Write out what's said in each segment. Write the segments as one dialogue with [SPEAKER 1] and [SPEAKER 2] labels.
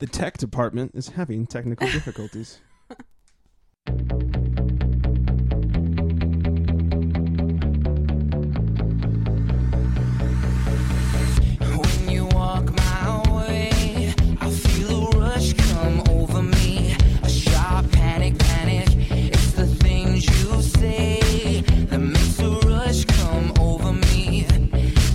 [SPEAKER 1] The tech department is having technical difficulties.
[SPEAKER 2] When you walk my way, I feel a rush come over me. A sharp panic, panic. It's the things you say that makes a rush come over me.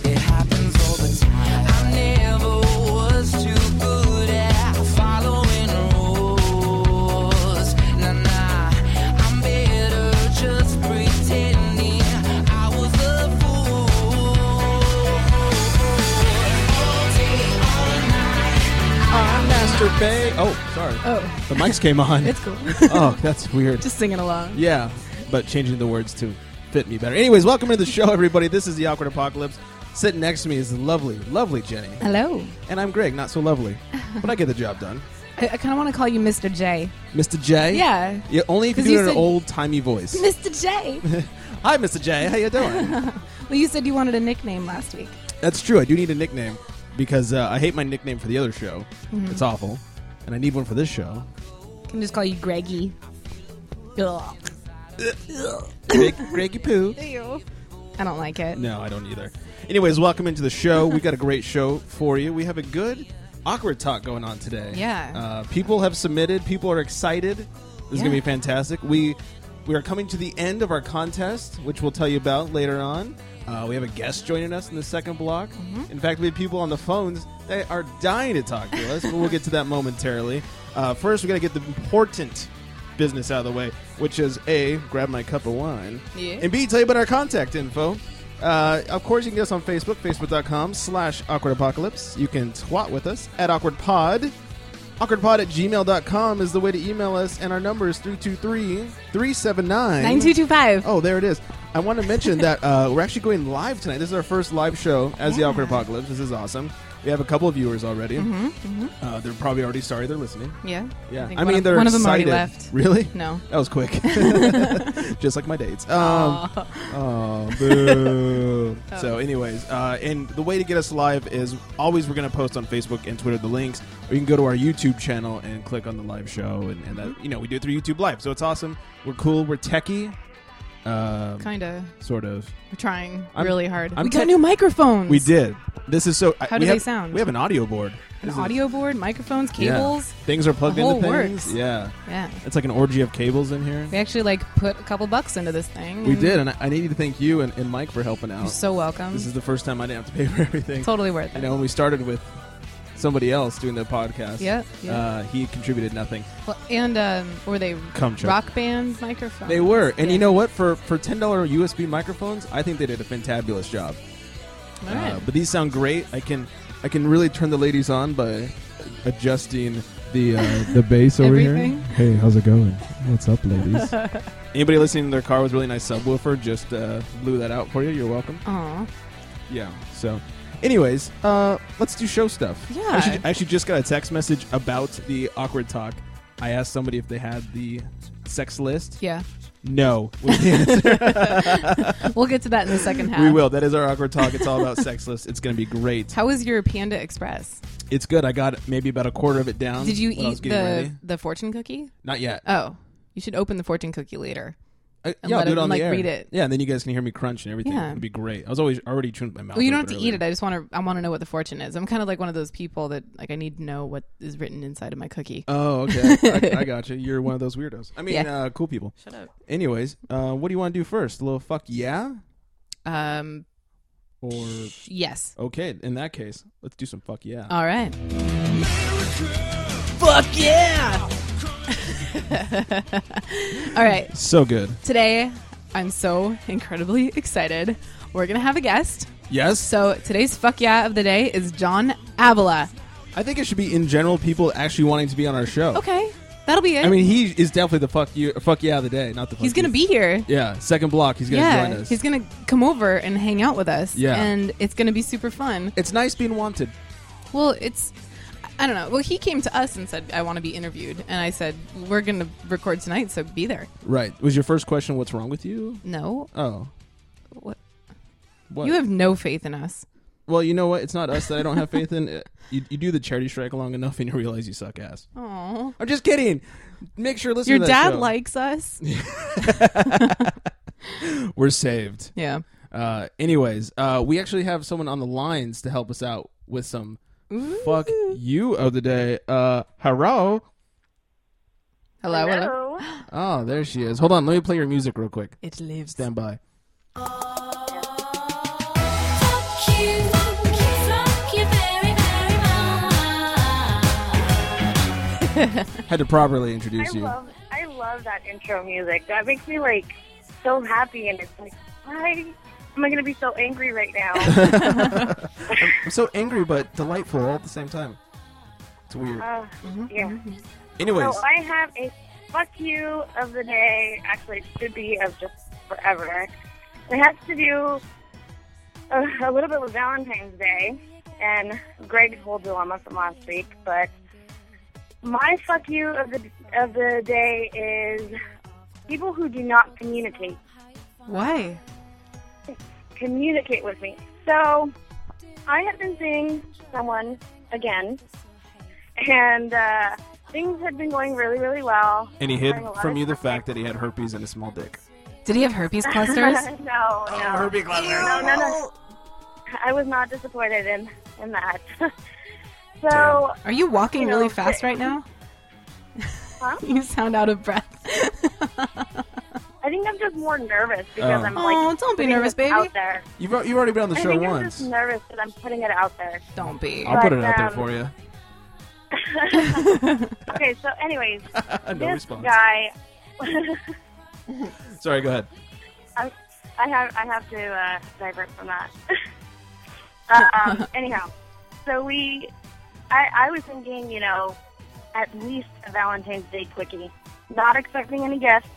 [SPEAKER 2] It happens all the time. I never was too good at following rules. Nah, nah. I'm better just pretending I was a fool.
[SPEAKER 1] I masturbate. Oh, sorry.
[SPEAKER 3] Oh,
[SPEAKER 1] The mics came on.
[SPEAKER 3] it's cool.
[SPEAKER 1] oh, that's weird.
[SPEAKER 3] Just singing along.
[SPEAKER 1] Yeah, but changing the words to fit me better. Anyways, welcome to the show, everybody. This is the Awkward Apocalypse. Sitting next to me is the lovely, lovely Jenny.
[SPEAKER 3] Hello.
[SPEAKER 1] And I'm Greg, not so lovely. But I get the job done.
[SPEAKER 3] I, I kind of want to call you Mr. J.
[SPEAKER 1] Mr. J?
[SPEAKER 3] Yeah.
[SPEAKER 1] Yeah, only if you
[SPEAKER 3] 'Cause
[SPEAKER 1] do
[SPEAKER 3] you
[SPEAKER 1] it in an
[SPEAKER 3] said-
[SPEAKER 1] old timey voice.
[SPEAKER 3] Mr. J.
[SPEAKER 1] Hi, Mr. J. How you doing?
[SPEAKER 3] well, you said you wanted a nickname last week.
[SPEAKER 1] That's true. I do need a nickname because uh, I hate my nickname for the other show.
[SPEAKER 3] Mm-hmm.
[SPEAKER 1] It's awful, and I need one for this show.
[SPEAKER 3] Can just call you Greggy. Ugh.
[SPEAKER 1] Greg, Greggy Poo.
[SPEAKER 3] I don't like it.
[SPEAKER 1] No, I don't either. Anyways, welcome into the show. We got a great show for you. We have a good awkward talk going on today.
[SPEAKER 3] Yeah.
[SPEAKER 1] Uh, people have submitted. People are excited. This is
[SPEAKER 3] Yeah.
[SPEAKER 1] going to be fantastic. We we are coming to the end of our contest, which we'll tell you about later on. Uh, we have a guest joining us in the second block. In fact, we have people on the phones that are dying to talk to us, but we'll get to that momentarily. Uh, first, we got to get the important business out of the way, which is a grab my cup of wine,
[SPEAKER 3] Yeah.
[SPEAKER 1] and B tell you about our contact info. Uh, of course, you can get us on Facebook, facebook.com slash awkward apocalypse. You can twat with us at awkward pod. Awkwardpod at gmail.com is the way to email us, and our number is 323 379
[SPEAKER 3] 9225.
[SPEAKER 1] Oh, there it is. I want to mention that uh, we're actually going live tonight. This is our first live show as the
[SPEAKER 3] Yeah. Mm-hmm,
[SPEAKER 1] Awkward Apocalypse. This is awesome. We have a couple of viewers already. Uh, they're probably already sorry they're listening.
[SPEAKER 3] Yeah.
[SPEAKER 1] Yeah,
[SPEAKER 3] think
[SPEAKER 1] I,
[SPEAKER 3] one
[SPEAKER 1] mean
[SPEAKER 3] of-
[SPEAKER 1] they're
[SPEAKER 3] one of them already
[SPEAKER 1] excited.
[SPEAKER 3] left.
[SPEAKER 1] Really?
[SPEAKER 3] No.
[SPEAKER 1] That was quick. Just like my dates. Um, Oh, boo. So, anyways, uh, and the way to get us live is always we're going to post on Facebook and Twitter the links, or you can go to our YouTube channel and click on the live show, and, and that you know we do it through YouTube Live, so it's awesome. We're cool. We're techie, um,
[SPEAKER 3] kind of.
[SPEAKER 1] sort of.
[SPEAKER 3] We're trying
[SPEAKER 1] I'm-
[SPEAKER 3] really hard.
[SPEAKER 1] I'm
[SPEAKER 3] we got
[SPEAKER 1] tech-
[SPEAKER 3] new microphones.
[SPEAKER 1] We did. This is so. I-
[SPEAKER 3] How
[SPEAKER 1] we
[SPEAKER 3] do they
[SPEAKER 1] have-
[SPEAKER 3] sound?
[SPEAKER 1] We have an audio board.
[SPEAKER 3] An
[SPEAKER 1] This is-
[SPEAKER 3] audio board, microphones,
[SPEAKER 1] yeah.
[SPEAKER 3] cables.
[SPEAKER 1] Things are plugged
[SPEAKER 3] The
[SPEAKER 1] into
[SPEAKER 3] whole
[SPEAKER 1] things.
[SPEAKER 3] works.
[SPEAKER 1] Yeah,
[SPEAKER 3] Yeah.
[SPEAKER 1] it's like an orgy of cables in here.
[SPEAKER 3] We actually like put a couple bucks into this thing.
[SPEAKER 1] We
[SPEAKER 3] and
[SPEAKER 1] did, and I, I need to thank you and, and Mike for helping
[SPEAKER 3] You're
[SPEAKER 1] out.
[SPEAKER 3] so welcome.
[SPEAKER 1] This is the first time I didn't have to pay for everything.
[SPEAKER 3] totally worth
[SPEAKER 1] You
[SPEAKER 3] it.
[SPEAKER 1] know, when we started with somebody else doing the podcast,
[SPEAKER 3] Yeah, yeah.
[SPEAKER 1] Uh, he contributed nothing.
[SPEAKER 3] Well, and um, were they
[SPEAKER 1] Come, Chuck.
[SPEAKER 3] rock band microphones?
[SPEAKER 1] They were, and
[SPEAKER 3] Yeah.
[SPEAKER 1] you know what? For for ten dollar USB microphones, I think they did a fantabulous job.
[SPEAKER 3] All right.
[SPEAKER 1] Uh, but these sound great. I can I can really turn the ladies on by adjusting the uh, the bass over
[SPEAKER 3] Everything?
[SPEAKER 1] here. Hey, how's it going? What's up, ladies? Anybody listening to their car with really nice subwoofer just uh, blew that out for you. You're welcome.
[SPEAKER 3] Aw.
[SPEAKER 1] Yeah. So, anyways, uh, let's do show stuff.
[SPEAKER 3] Yeah.
[SPEAKER 1] I actually, I actually just got a text message about the awkward talk. I asked somebody if they had the sex list.
[SPEAKER 3] Yeah.
[SPEAKER 1] No. was the answer.
[SPEAKER 3] We'll get to that in the second half.
[SPEAKER 1] we will. That is our awkward talk. It's all about sex list. It's going to be great.
[SPEAKER 3] How was your Panda Express?
[SPEAKER 1] It's good. I got maybe about a quarter of it down.
[SPEAKER 3] Did you
[SPEAKER 1] Um, when I was
[SPEAKER 3] eat the
[SPEAKER 1] getting ready.
[SPEAKER 3] the fortune cookie?
[SPEAKER 1] Not yet.
[SPEAKER 3] Oh, you should open the fortune cookie later.
[SPEAKER 1] I,
[SPEAKER 3] and
[SPEAKER 1] yeah, I'll
[SPEAKER 3] let
[SPEAKER 1] do it
[SPEAKER 3] him,
[SPEAKER 1] on
[SPEAKER 3] like,
[SPEAKER 1] the air.
[SPEAKER 3] read it.
[SPEAKER 1] Yeah, and then you guys can hear me crunch and everything.
[SPEAKER 3] Yeah.
[SPEAKER 1] It'd be great. I was always already tuned my mouth.
[SPEAKER 3] Well, you
[SPEAKER 1] a
[SPEAKER 3] don't have
[SPEAKER 1] little
[SPEAKER 3] to
[SPEAKER 1] bit
[SPEAKER 3] eat it.
[SPEAKER 1] earlier.
[SPEAKER 3] I just want to. I want to know what the fortune is. I'm kind of like one of those people that like I need to know what is written inside of my cookie.
[SPEAKER 1] Oh, okay. I, I got you. You're one of those weirdos. I mean,
[SPEAKER 3] Yeah.
[SPEAKER 1] uh, cool people.
[SPEAKER 3] Shut up.
[SPEAKER 1] Anyways, uh, what do you want to do first? A little fuck yeah?
[SPEAKER 3] Um.
[SPEAKER 1] Or
[SPEAKER 3] Yes.
[SPEAKER 1] okay, in that case, let's do some fuck yeah.
[SPEAKER 3] All right.
[SPEAKER 2] Fuck yeah!
[SPEAKER 3] All right.
[SPEAKER 1] so good.
[SPEAKER 3] Today, I'm so incredibly excited. We're gonna have a guest.
[SPEAKER 1] Yes.
[SPEAKER 3] So today's fuck yeah of the day is John Avila.
[SPEAKER 1] I think it should be in general people actually wanting to be on our show.
[SPEAKER 3] Okay, that'll be it.
[SPEAKER 1] I mean, he is definitely the fuck you fuck yeah of the day, not the fuck
[SPEAKER 3] he's gonna
[SPEAKER 1] you.
[SPEAKER 3] be here.
[SPEAKER 1] Yeah, second block, he's going to
[SPEAKER 3] yeah,
[SPEAKER 1] join us.
[SPEAKER 3] he's gonna come over and hang out with us.
[SPEAKER 1] Yeah.
[SPEAKER 3] and it's gonna be super fun.
[SPEAKER 1] it's nice being wanted.
[SPEAKER 3] Well, it's I don't know. Well, he came to us and said I want to be interviewed, and I said we're gonna record tonight, so be there.
[SPEAKER 1] Right. Was your first question what's wrong with you?
[SPEAKER 3] No,
[SPEAKER 1] Oh.
[SPEAKER 3] What?
[SPEAKER 1] What?
[SPEAKER 3] you have no faith in us.
[SPEAKER 1] Well, you know what? It's not us that I don't have faith in. You, you do the charity strike long enough, and you realize you suck ass.
[SPEAKER 3] Oh,
[SPEAKER 1] I'm just kidding. Make sure listen.
[SPEAKER 3] your
[SPEAKER 1] to
[SPEAKER 3] dad
[SPEAKER 1] that show.
[SPEAKER 3] likes us.
[SPEAKER 1] we're saved.
[SPEAKER 3] Yeah.
[SPEAKER 1] Uh, anyways, uh, we actually have someone on the lines to help us out with some fuck you of the day. Uh, hello.
[SPEAKER 3] Hello, hello.
[SPEAKER 1] Oh, there she is. Hold on. Let me play your music real quick.
[SPEAKER 3] It lives.
[SPEAKER 1] Stand by.
[SPEAKER 4] Fuck you, fuck you very, very much.
[SPEAKER 1] Had to properly introduce
[SPEAKER 5] I
[SPEAKER 1] you.
[SPEAKER 5] love I love that intro music. That makes me like so happy and it's like why am I gonna be so angry right now?
[SPEAKER 1] I'm so angry but delightful all at the same time. It's weird.
[SPEAKER 5] uh, yeah. So
[SPEAKER 1] Anyways,
[SPEAKER 5] I have a fuck you of the day. Actually it should be of just forever. It has to do uh, a, a little bit with Valentine's Day and Greg's whole dilemma from last week, but my fuck you of the of the day is people who do not communicate.
[SPEAKER 3] Why?
[SPEAKER 5] communicate with me. So I have been seeing someone again, and uh, things had been going really, really well.
[SPEAKER 1] and he hid
[SPEAKER 5] Having a lot
[SPEAKER 1] from
[SPEAKER 5] of
[SPEAKER 1] you the
[SPEAKER 5] fun.
[SPEAKER 1] fact that he had herpes and a small dick.
[SPEAKER 3] Did he have herpes clusters?
[SPEAKER 5] no, no.
[SPEAKER 1] herpes cluster.
[SPEAKER 5] No, no, no. I was not disappointed in, in that. so,
[SPEAKER 3] Are you walking
[SPEAKER 5] You know,
[SPEAKER 3] really fast right now?
[SPEAKER 5] Huh?
[SPEAKER 3] you sound out of breath.
[SPEAKER 5] I think I'm just more nervous because
[SPEAKER 1] Oh.
[SPEAKER 5] I'm like.
[SPEAKER 3] oh, don't be
[SPEAKER 5] putting
[SPEAKER 3] nervous,
[SPEAKER 5] this
[SPEAKER 3] baby.
[SPEAKER 5] Out there.
[SPEAKER 1] You've, al- you've already been on the
[SPEAKER 5] I
[SPEAKER 1] show
[SPEAKER 5] think I'm
[SPEAKER 1] once.
[SPEAKER 5] just nervous that I'm putting it out there.
[SPEAKER 3] Don't be.
[SPEAKER 1] I'll put it
[SPEAKER 5] but,
[SPEAKER 1] out there
[SPEAKER 5] um,
[SPEAKER 1] for you.
[SPEAKER 5] Okay, so anyways,
[SPEAKER 1] no
[SPEAKER 5] this
[SPEAKER 1] response.
[SPEAKER 5] guy
[SPEAKER 1] Sorry, go ahead.
[SPEAKER 5] I, I have I have to uh, divert from that. uh, um, anyhow, so we, I, I was thinking, you know, at least a Valentine's Day quickie. Not expecting any gifts,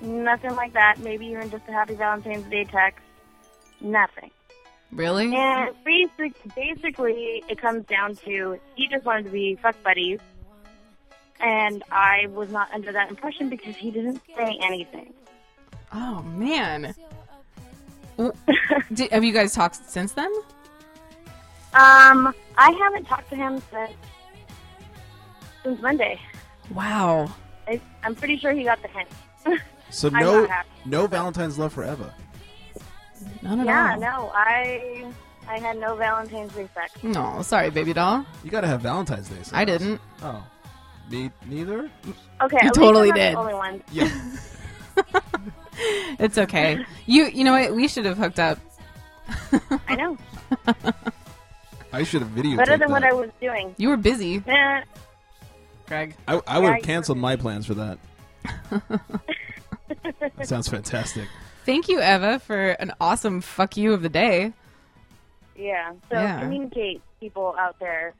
[SPEAKER 5] nothing like that. Maybe even just a Happy Valentine's Day text. Nothing.
[SPEAKER 3] Really?
[SPEAKER 5] And basic, basically, it comes down to he just wanted to be fuck buddies, and I was not under that impression because he didn't say anything.
[SPEAKER 3] Oh man. W- Did, have you guys talked since then?
[SPEAKER 5] Um, I haven't talked to him since since Monday.
[SPEAKER 3] Wow.
[SPEAKER 5] I, I'm pretty sure he got the hint.
[SPEAKER 1] So
[SPEAKER 5] I'm
[SPEAKER 1] no,
[SPEAKER 5] not happy.
[SPEAKER 1] no Valentine's love forever.
[SPEAKER 3] Not at
[SPEAKER 5] yeah,
[SPEAKER 3] all.
[SPEAKER 5] no, I I had no Valentine's Day sex.
[SPEAKER 3] No. sorry, baby doll.
[SPEAKER 1] You gotta have Valentine's Day. sex.
[SPEAKER 3] I didn't.
[SPEAKER 1] Oh, me neither.
[SPEAKER 3] You
[SPEAKER 5] Okay, at least
[SPEAKER 3] totally
[SPEAKER 5] I'm not
[SPEAKER 3] did.
[SPEAKER 5] The only one.
[SPEAKER 1] Yeah,
[SPEAKER 3] It's okay. You you know what? We should have hooked up.
[SPEAKER 5] I know
[SPEAKER 1] I should have videotaped
[SPEAKER 5] better
[SPEAKER 1] that.
[SPEAKER 5] than what I was doing.
[SPEAKER 3] You were busy,
[SPEAKER 5] Eh,
[SPEAKER 3] Greg.
[SPEAKER 1] I, I would
[SPEAKER 5] Yeah,
[SPEAKER 1] have
[SPEAKER 5] you-
[SPEAKER 1] canceled my plans for that. that sounds fantastic.
[SPEAKER 3] Thank you, Eva, for an awesome fuck you of the day.
[SPEAKER 5] yeah. So
[SPEAKER 3] Yeah.
[SPEAKER 5] communicate, people out there.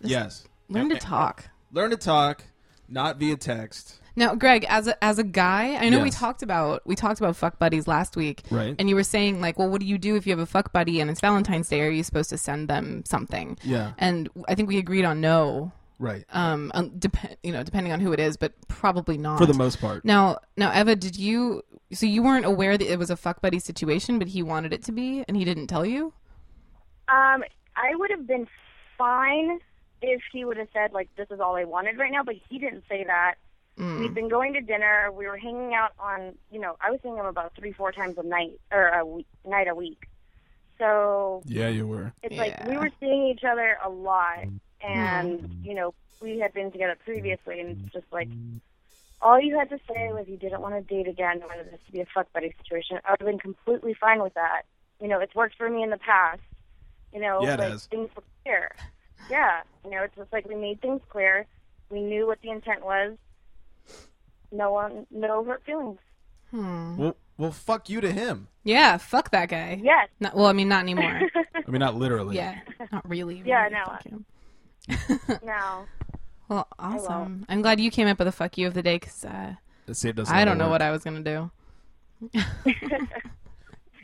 [SPEAKER 1] Yes.
[SPEAKER 3] Learn to
[SPEAKER 1] Okay.
[SPEAKER 3] talk.
[SPEAKER 1] Learn to talk, not via text.
[SPEAKER 3] Now, Greg, as a, as a guy, I know we
[SPEAKER 1] Yes.
[SPEAKER 3] talked about we talked about fuck buddies last week,
[SPEAKER 1] Right.
[SPEAKER 3] And you were saying like, well, what do you do if you have a fuck buddy and it's Valentine's Day? Are you supposed to send them something?
[SPEAKER 1] Yeah.
[SPEAKER 3] And I think we agreed on no,
[SPEAKER 1] Right.
[SPEAKER 3] um, um, dep- you know, depending on who it is, but probably not
[SPEAKER 1] For the most part.
[SPEAKER 3] Now, now, Eva, did you? So you weren't aware that it was a fuck buddy situation, but he wanted it to be, and he didn't tell you.
[SPEAKER 5] Um, I would have been fine if he would have said like, "This is all I wanted right now," but he didn't say that.
[SPEAKER 3] Mm.
[SPEAKER 5] We'd been going to dinner. We were hanging out on, you know, I was seeing him about three, four times a night or a week, night a week. So
[SPEAKER 1] Yeah, you were.
[SPEAKER 5] it's like we
[SPEAKER 3] Yeah. Mm-hmm.
[SPEAKER 5] were seeing each other a lot, and you know, we had been together previously, and it's just like all you had to say was you didn't want to date again, you wanted this to be a fuck buddy situation. I would have been completely fine with that. You know, it's worked for me in the past. You know,
[SPEAKER 1] Yeah, it
[SPEAKER 5] like
[SPEAKER 1] has.
[SPEAKER 5] things were clear. Yeah, you know, it's just like we made things clear. We knew what the intent was. No one, no hurt feelings.
[SPEAKER 1] Well, well, fuck you to him.
[SPEAKER 3] Yeah, fuck that guy.
[SPEAKER 5] Yes.
[SPEAKER 3] Not, well, I mean, not anymore.
[SPEAKER 1] I mean, not literally.
[SPEAKER 3] yeah, not really.
[SPEAKER 5] Yeah,
[SPEAKER 3] really,
[SPEAKER 5] no.
[SPEAKER 3] fuck him.
[SPEAKER 5] No.
[SPEAKER 3] Well,
[SPEAKER 5] won't.
[SPEAKER 3] awesome. I'm glad you came up with a fuck you of the day because uh,
[SPEAKER 1] It saved us.
[SPEAKER 3] I don't know what I was going to do.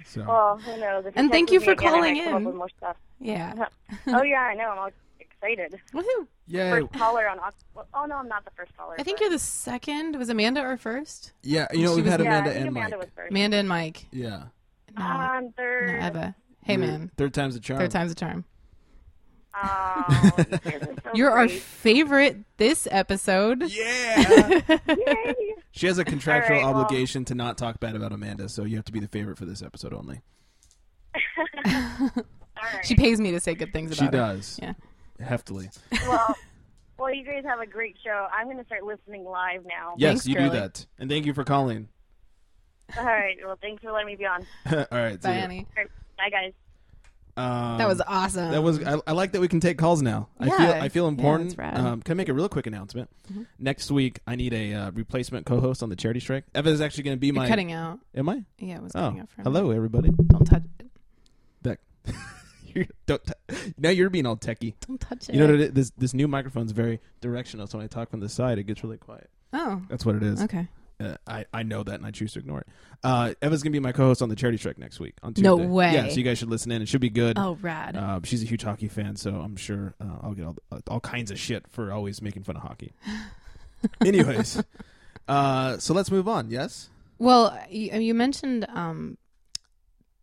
[SPEAKER 1] So.
[SPEAKER 5] Well, who knows? If he
[SPEAKER 3] And thank
[SPEAKER 5] texts
[SPEAKER 3] you
[SPEAKER 5] me
[SPEAKER 3] for
[SPEAKER 5] again, I might
[SPEAKER 3] calling
[SPEAKER 5] come up
[SPEAKER 3] in.
[SPEAKER 5] with more stuff.
[SPEAKER 3] Yeah.
[SPEAKER 5] oh yeah, I know. I'm all excited.
[SPEAKER 3] Woohoo.
[SPEAKER 1] Yay.
[SPEAKER 5] First caller on. Oc- well, Oh no, I'm not the first caller.
[SPEAKER 3] I think
[SPEAKER 5] but-
[SPEAKER 3] you're the second. Was Amanda our first?
[SPEAKER 1] Yeah, you know,
[SPEAKER 3] She
[SPEAKER 1] we've
[SPEAKER 3] was-
[SPEAKER 1] had
[SPEAKER 5] Yeah,
[SPEAKER 1] Amanda
[SPEAKER 5] I think
[SPEAKER 1] and
[SPEAKER 5] Amanda
[SPEAKER 1] Mike.
[SPEAKER 5] was first.
[SPEAKER 3] Amanda and Mike.
[SPEAKER 1] Yeah.
[SPEAKER 3] No,
[SPEAKER 5] Um,
[SPEAKER 3] no,
[SPEAKER 5] third.
[SPEAKER 3] Eva. Hey,
[SPEAKER 1] Third-
[SPEAKER 3] man.
[SPEAKER 1] Third time's a charm.
[SPEAKER 3] Third time's a charm.
[SPEAKER 5] Oh, you guys are so
[SPEAKER 3] You're our
[SPEAKER 5] sweet.
[SPEAKER 3] favorite this episode.
[SPEAKER 1] Yeah.
[SPEAKER 5] Yay.
[SPEAKER 1] she has a contractual
[SPEAKER 5] All right, well-
[SPEAKER 1] obligation to not talk bad about Amanda, so you have to be the favorite for this episode only.
[SPEAKER 5] All right.
[SPEAKER 3] She pays me to say good things about
[SPEAKER 1] She
[SPEAKER 3] her.
[SPEAKER 1] does.
[SPEAKER 3] Yeah.
[SPEAKER 1] Heftily.
[SPEAKER 5] well, well, you guys have a great show. I'm going to start listening live now.
[SPEAKER 1] Yes,
[SPEAKER 3] Thanks,
[SPEAKER 1] you do
[SPEAKER 3] girly.
[SPEAKER 1] that. And thank you for calling.
[SPEAKER 5] All right. Well, thanks for letting me be on.
[SPEAKER 1] All right. see
[SPEAKER 3] Bye,
[SPEAKER 1] ya.
[SPEAKER 3] Annie.
[SPEAKER 5] All right, bye, guys.
[SPEAKER 1] Um,
[SPEAKER 3] That was awesome.
[SPEAKER 1] That was. I, I like that we can take calls now. I feel.
[SPEAKER 3] Yeah.
[SPEAKER 1] I feel
[SPEAKER 3] Yeah,
[SPEAKER 1] important.
[SPEAKER 3] that's rad. Mm-hmm.
[SPEAKER 1] um, can I make a real quick announcement? Next week, I need a uh, replacement co-host on the charity strike. Eva is actually going to be
[SPEAKER 3] You're
[SPEAKER 1] my.
[SPEAKER 3] cutting out.
[SPEAKER 1] Am I?
[SPEAKER 3] Yeah, it was
[SPEAKER 1] Oh,
[SPEAKER 3] cutting out for me.
[SPEAKER 1] hello, everybody.
[SPEAKER 3] Don't touch it.
[SPEAKER 1] Back. You're- don't t- now you're being all techie.
[SPEAKER 3] Don't touch it.
[SPEAKER 1] You know what it is? This this new microphone's very directional, so when I talk from the side, it gets really quiet.
[SPEAKER 3] oh,
[SPEAKER 1] That's what it is.
[SPEAKER 3] okay.
[SPEAKER 1] Uh, I, I know that, and I choose to ignore it. Uh, Eva's gonna be my co-host on the charity strike next week on Tuesday.
[SPEAKER 3] No way.
[SPEAKER 1] Yeah, so you guys should listen in. It should be good.
[SPEAKER 3] Oh, rad.
[SPEAKER 1] Uh, she's a huge hockey fan, so I'm sure uh, I'll get all, all kinds of shit for always making fun of hockey. Anyways, uh, so let's move on. Yes,
[SPEAKER 3] well, you, you mentioned um,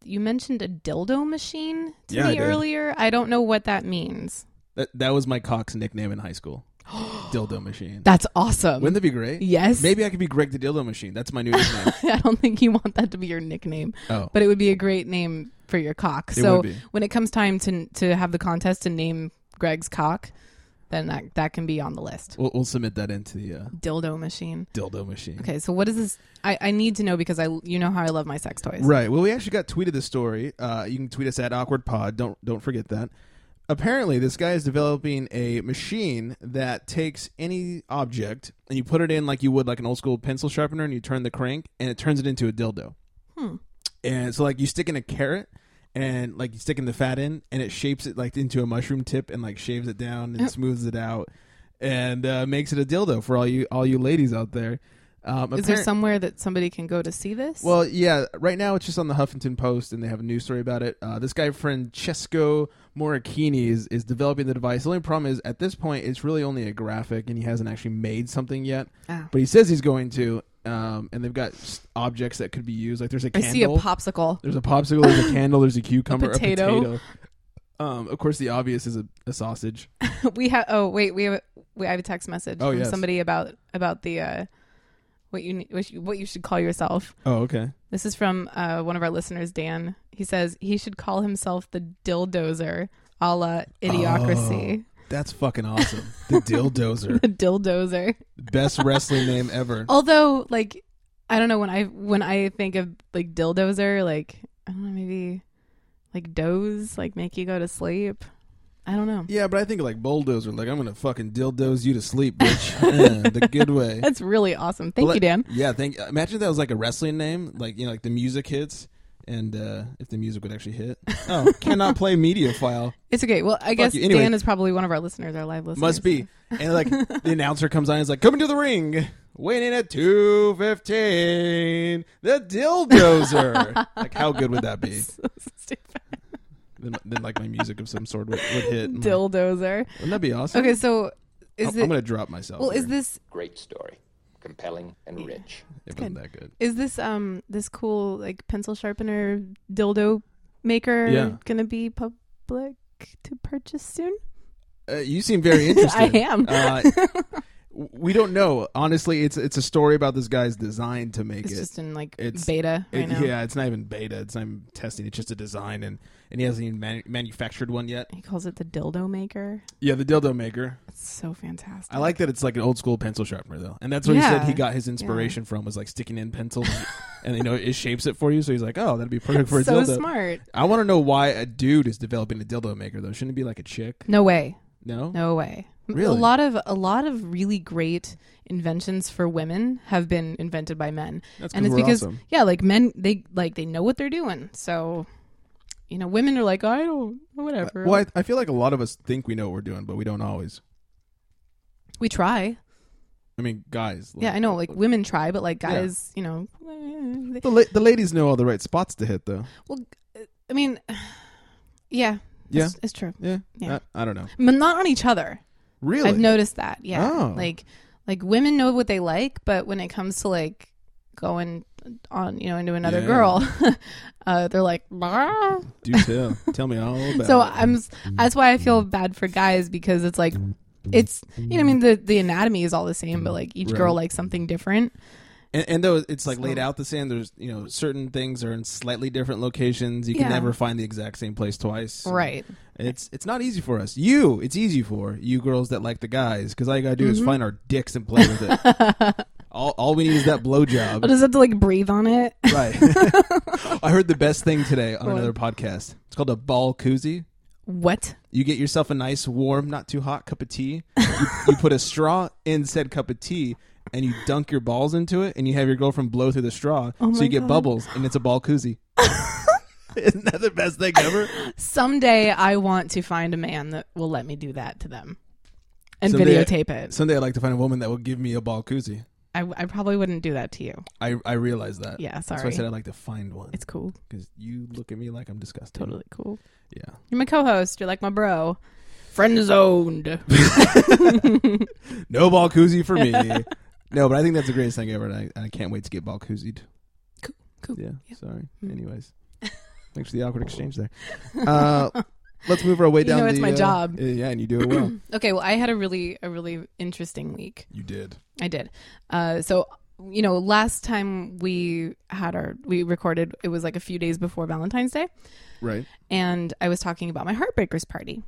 [SPEAKER 3] you mentioned a dildo machine to
[SPEAKER 1] Yeah, I
[SPEAKER 3] me
[SPEAKER 1] did.
[SPEAKER 3] earlier. I don't know what that means.
[SPEAKER 1] that that was my Cox nickname in high school. dildo machine.
[SPEAKER 3] That's awesome.
[SPEAKER 1] Wouldn't that be great?
[SPEAKER 3] yes.
[SPEAKER 1] Maybe I could be Greg the Dildo Machine. That's my new nickname.
[SPEAKER 3] I don't think you want that to be your nickname,
[SPEAKER 1] oh,
[SPEAKER 3] but it would be a great name for your cock.
[SPEAKER 1] It
[SPEAKER 3] so
[SPEAKER 1] would be.
[SPEAKER 3] when it comes time to to have the contest to name Greg's cock, then that that can be on the list.
[SPEAKER 1] we'll, we'll submit that into the uh,
[SPEAKER 3] Dildo machine.
[SPEAKER 1] Dildo Machine.
[SPEAKER 3] Okay, so what is this? I, I need to know because I you know how I love my sex toys.
[SPEAKER 1] Right. Well, we actually got tweeted this story. Uh, you can tweet us at awkward pod. Don't don't forget that. Apparently, this guy is developing a machine that takes any object and you put it in like you would like an old school pencil sharpener, and you turn the crank, and it turns it into a dildo.
[SPEAKER 3] Hmm.
[SPEAKER 1] And so, like, you stick in a carrot. And like you stick in the fat in, and it shapes it like into a mushroom tip, and like shaves it down and smooths it out, and uh, makes it a dildo for all you all you ladies out there. Um,
[SPEAKER 3] Is there
[SPEAKER 1] apparent-
[SPEAKER 3] somewhere that somebody can go to see this?
[SPEAKER 1] well, yeah. Right now, it's just on the Huffington Post, and they have a news story about it. Uh, this guy, Francesco Moracchini, is, is developing the device. The only problem is, at this point, it's really only a graphic, and he hasn't actually made something yet.
[SPEAKER 3] Ah.
[SPEAKER 1] But he says he's going to. Um, and they've got s- objects that could be used. Like there's a
[SPEAKER 3] I
[SPEAKER 1] candle.
[SPEAKER 3] see a popsicle.
[SPEAKER 1] There's a popsicle. There's a candle. There's a cucumber.
[SPEAKER 3] potato.
[SPEAKER 1] A potato. Um, of course, the obvious is a, a sausage.
[SPEAKER 3] we have. Oh wait, we have. a- We, I have a text message
[SPEAKER 1] Oh,
[SPEAKER 3] from
[SPEAKER 1] yes.
[SPEAKER 3] somebody about about the uh, what you ne- what you, what you should call yourself.
[SPEAKER 1] Oh, okay.
[SPEAKER 3] This is from uh, one of our listeners, Dan. He says he should call himself the dildozer, a la idiocracy.
[SPEAKER 1] That's fucking awesome. The dildozer,
[SPEAKER 3] The dildozer.
[SPEAKER 1] best wrestling name ever.
[SPEAKER 3] Although, like, I don't know when I when I think of like dildozer, like I don't know, maybe like doze, like make you go to sleep. I don't know.
[SPEAKER 1] Yeah, but I think like bulldozer, like I'm gonna fucking dildoze you to sleep, bitch, Yeah, the good way.
[SPEAKER 3] That's really awesome. Thank you,
[SPEAKER 1] Let-
[SPEAKER 3] Dan.
[SPEAKER 1] Yeah, thank. Imagine if that was like a wrestling name, like you know, like the music hits, and uh if the music would actually hit. Oh, cannot play media file.
[SPEAKER 3] It's okay. Well, I guess
[SPEAKER 1] you. Anyway.
[SPEAKER 3] Dan is probably one of our listeners, our live listeners.
[SPEAKER 1] Must be. And like the announcer comes on, he's like, "Come into the ring." Weighing in at two fifteen, the dildozer. like, how good would that be?
[SPEAKER 3] So stupid.
[SPEAKER 1] Then, then like my music of some sort would, would hit. and, like,
[SPEAKER 3] dildozer.
[SPEAKER 1] Wouldn't that be awesome?
[SPEAKER 3] Okay, so
[SPEAKER 1] I'm,
[SPEAKER 3] is
[SPEAKER 1] I'm
[SPEAKER 3] it?
[SPEAKER 1] gonna drop myself.
[SPEAKER 3] well, is
[SPEAKER 1] here.
[SPEAKER 3] this
[SPEAKER 6] Great story. Compelling and rich.
[SPEAKER 1] It wasn't that good.
[SPEAKER 3] Is this um this cool like pencil sharpener dildo maker
[SPEAKER 1] Yeah.
[SPEAKER 3] gonna be public to purchase soon?
[SPEAKER 1] Uh, you seem very interested.
[SPEAKER 3] I am.
[SPEAKER 1] Uh, w- we don't know. Honestly, it's it's a story about this guy's design to make
[SPEAKER 3] It's
[SPEAKER 1] it.
[SPEAKER 3] just in like
[SPEAKER 1] it's-
[SPEAKER 3] beta right
[SPEAKER 1] It-
[SPEAKER 3] now.
[SPEAKER 1] yeah, it's not even beta. It's not even testing. It's just a design, and, and he hasn't even manu- manufactured one yet.
[SPEAKER 3] He calls it the dildo maker.
[SPEAKER 1] Yeah, the dildo maker.
[SPEAKER 3] It's so fantastic.
[SPEAKER 1] I like that it's like an old school pencil sharpener though, and that's what he said
[SPEAKER 3] Yeah.
[SPEAKER 1] he got his inspiration from was like sticking in pencils, and you know it shapes it for you. So he's like, oh, that'd be perfect for a
[SPEAKER 3] so
[SPEAKER 1] dildo.
[SPEAKER 3] smart.
[SPEAKER 1] I want to know why a dude is developing a dildo maker though. Shouldn't it be like a chick?
[SPEAKER 3] No way.
[SPEAKER 1] No.
[SPEAKER 3] No way. M- A
[SPEAKER 1] Really?
[SPEAKER 3] lot of a lot of really great inventions for women have been invented by men.
[SPEAKER 1] That's 'cause
[SPEAKER 3] and it's
[SPEAKER 1] we're
[SPEAKER 3] because
[SPEAKER 1] awesome.
[SPEAKER 3] yeah, like men they like they know what they're doing. So you know, women are like, I don't whatever.
[SPEAKER 1] Uh, Well, I, I feel like a lot of us think we know what we're doing, but we don't always.
[SPEAKER 3] we try.
[SPEAKER 1] I mean, guys.
[SPEAKER 3] Yeah, I know. Like women try, but like
[SPEAKER 1] Yeah.
[SPEAKER 3] guys, you know. eh, they-
[SPEAKER 1] The, la- the ladies know all the right spots to hit, though.
[SPEAKER 3] well, I mean, yeah,
[SPEAKER 1] Yeah.
[SPEAKER 3] it's, it's true.
[SPEAKER 1] Yeah.
[SPEAKER 3] Yeah.
[SPEAKER 1] I, I don't know.
[SPEAKER 3] But not on each other.
[SPEAKER 1] Really?
[SPEAKER 3] I've noticed that. Yeah,
[SPEAKER 1] Oh.
[SPEAKER 3] like like women know what they like, but when it comes to like going on you know into another
[SPEAKER 1] Yeah.
[SPEAKER 3] girl, uh, they're like. "Bah."
[SPEAKER 1] Do tell. tell me all about
[SPEAKER 3] So
[SPEAKER 1] it.
[SPEAKER 3] I'm s- that's why I feel bad for guys because it's like it's you know I mean the the anatomy is all the same but like each girl
[SPEAKER 1] Right.
[SPEAKER 3] likes something different.
[SPEAKER 1] And, and though it's like laid
[SPEAKER 3] So-
[SPEAKER 1] out the same, there's you know certain things are in slightly different locations. You can
[SPEAKER 3] Yeah.
[SPEAKER 1] never find the exact same place twice.
[SPEAKER 3] Right.
[SPEAKER 1] It's it's not easy for us. You, it's easy for you girls that like the guys because all you gotta do
[SPEAKER 3] Mm-hmm.
[SPEAKER 1] is find our dicks and play with it. all, all we need is that blowjob.
[SPEAKER 3] I'll just have to like breathe on it.
[SPEAKER 1] Right. I heard the best thing today on another podcast. It's called a ball koozie.
[SPEAKER 3] what?
[SPEAKER 1] You get yourself a nice, warm, not too hot cup of tea. You, you put a straw in said cup of tea, and you dunk your balls into it, and you have your girlfriend blow through the straw, so
[SPEAKER 3] Oh my
[SPEAKER 1] you get
[SPEAKER 3] God.
[SPEAKER 1] bubbles, and it's a ball koozie. Isn't that the best thing ever?
[SPEAKER 3] Someday I want to find a man that will let me do that to them and
[SPEAKER 1] Someday-
[SPEAKER 3] videotape it.
[SPEAKER 1] Someday I'd like to find a woman that will give me a ball koozie.
[SPEAKER 3] I, I probably wouldn't do that to you.
[SPEAKER 1] I, I realize that.
[SPEAKER 3] Yeah,
[SPEAKER 1] That's why I
[SPEAKER 3] sorry.
[SPEAKER 1] said I'd like to find one.
[SPEAKER 3] It's cool.
[SPEAKER 1] Because you look at me like I'm disgusting.
[SPEAKER 3] Totally cool.
[SPEAKER 1] Yeah.
[SPEAKER 3] You're my co-host. You're like my bro. Friend zoned.
[SPEAKER 1] No ball koozie for me. no, but I think that's the greatest thing ever, and I, and I can't wait to get ball koozied.
[SPEAKER 3] Cool, cool.
[SPEAKER 1] Yeah,
[SPEAKER 3] Yep.
[SPEAKER 1] sorry.
[SPEAKER 3] Mm.
[SPEAKER 1] Anyways, thanks for the awkward exchange there. Uh, let's move our way
[SPEAKER 3] You
[SPEAKER 1] down.
[SPEAKER 3] know it's
[SPEAKER 1] the,
[SPEAKER 3] my
[SPEAKER 1] uh,
[SPEAKER 3] job.
[SPEAKER 1] Yeah, and you do it well.
[SPEAKER 3] okay, well I had a really a really interesting week.
[SPEAKER 1] you did.
[SPEAKER 3] I did. Uh, so you know, last time we had our we recorded, it was like a few days before Valentine's Day,
[SPEAKER 1] Right.
[SPEAKER 3] and I was talking about my heartbreakers party.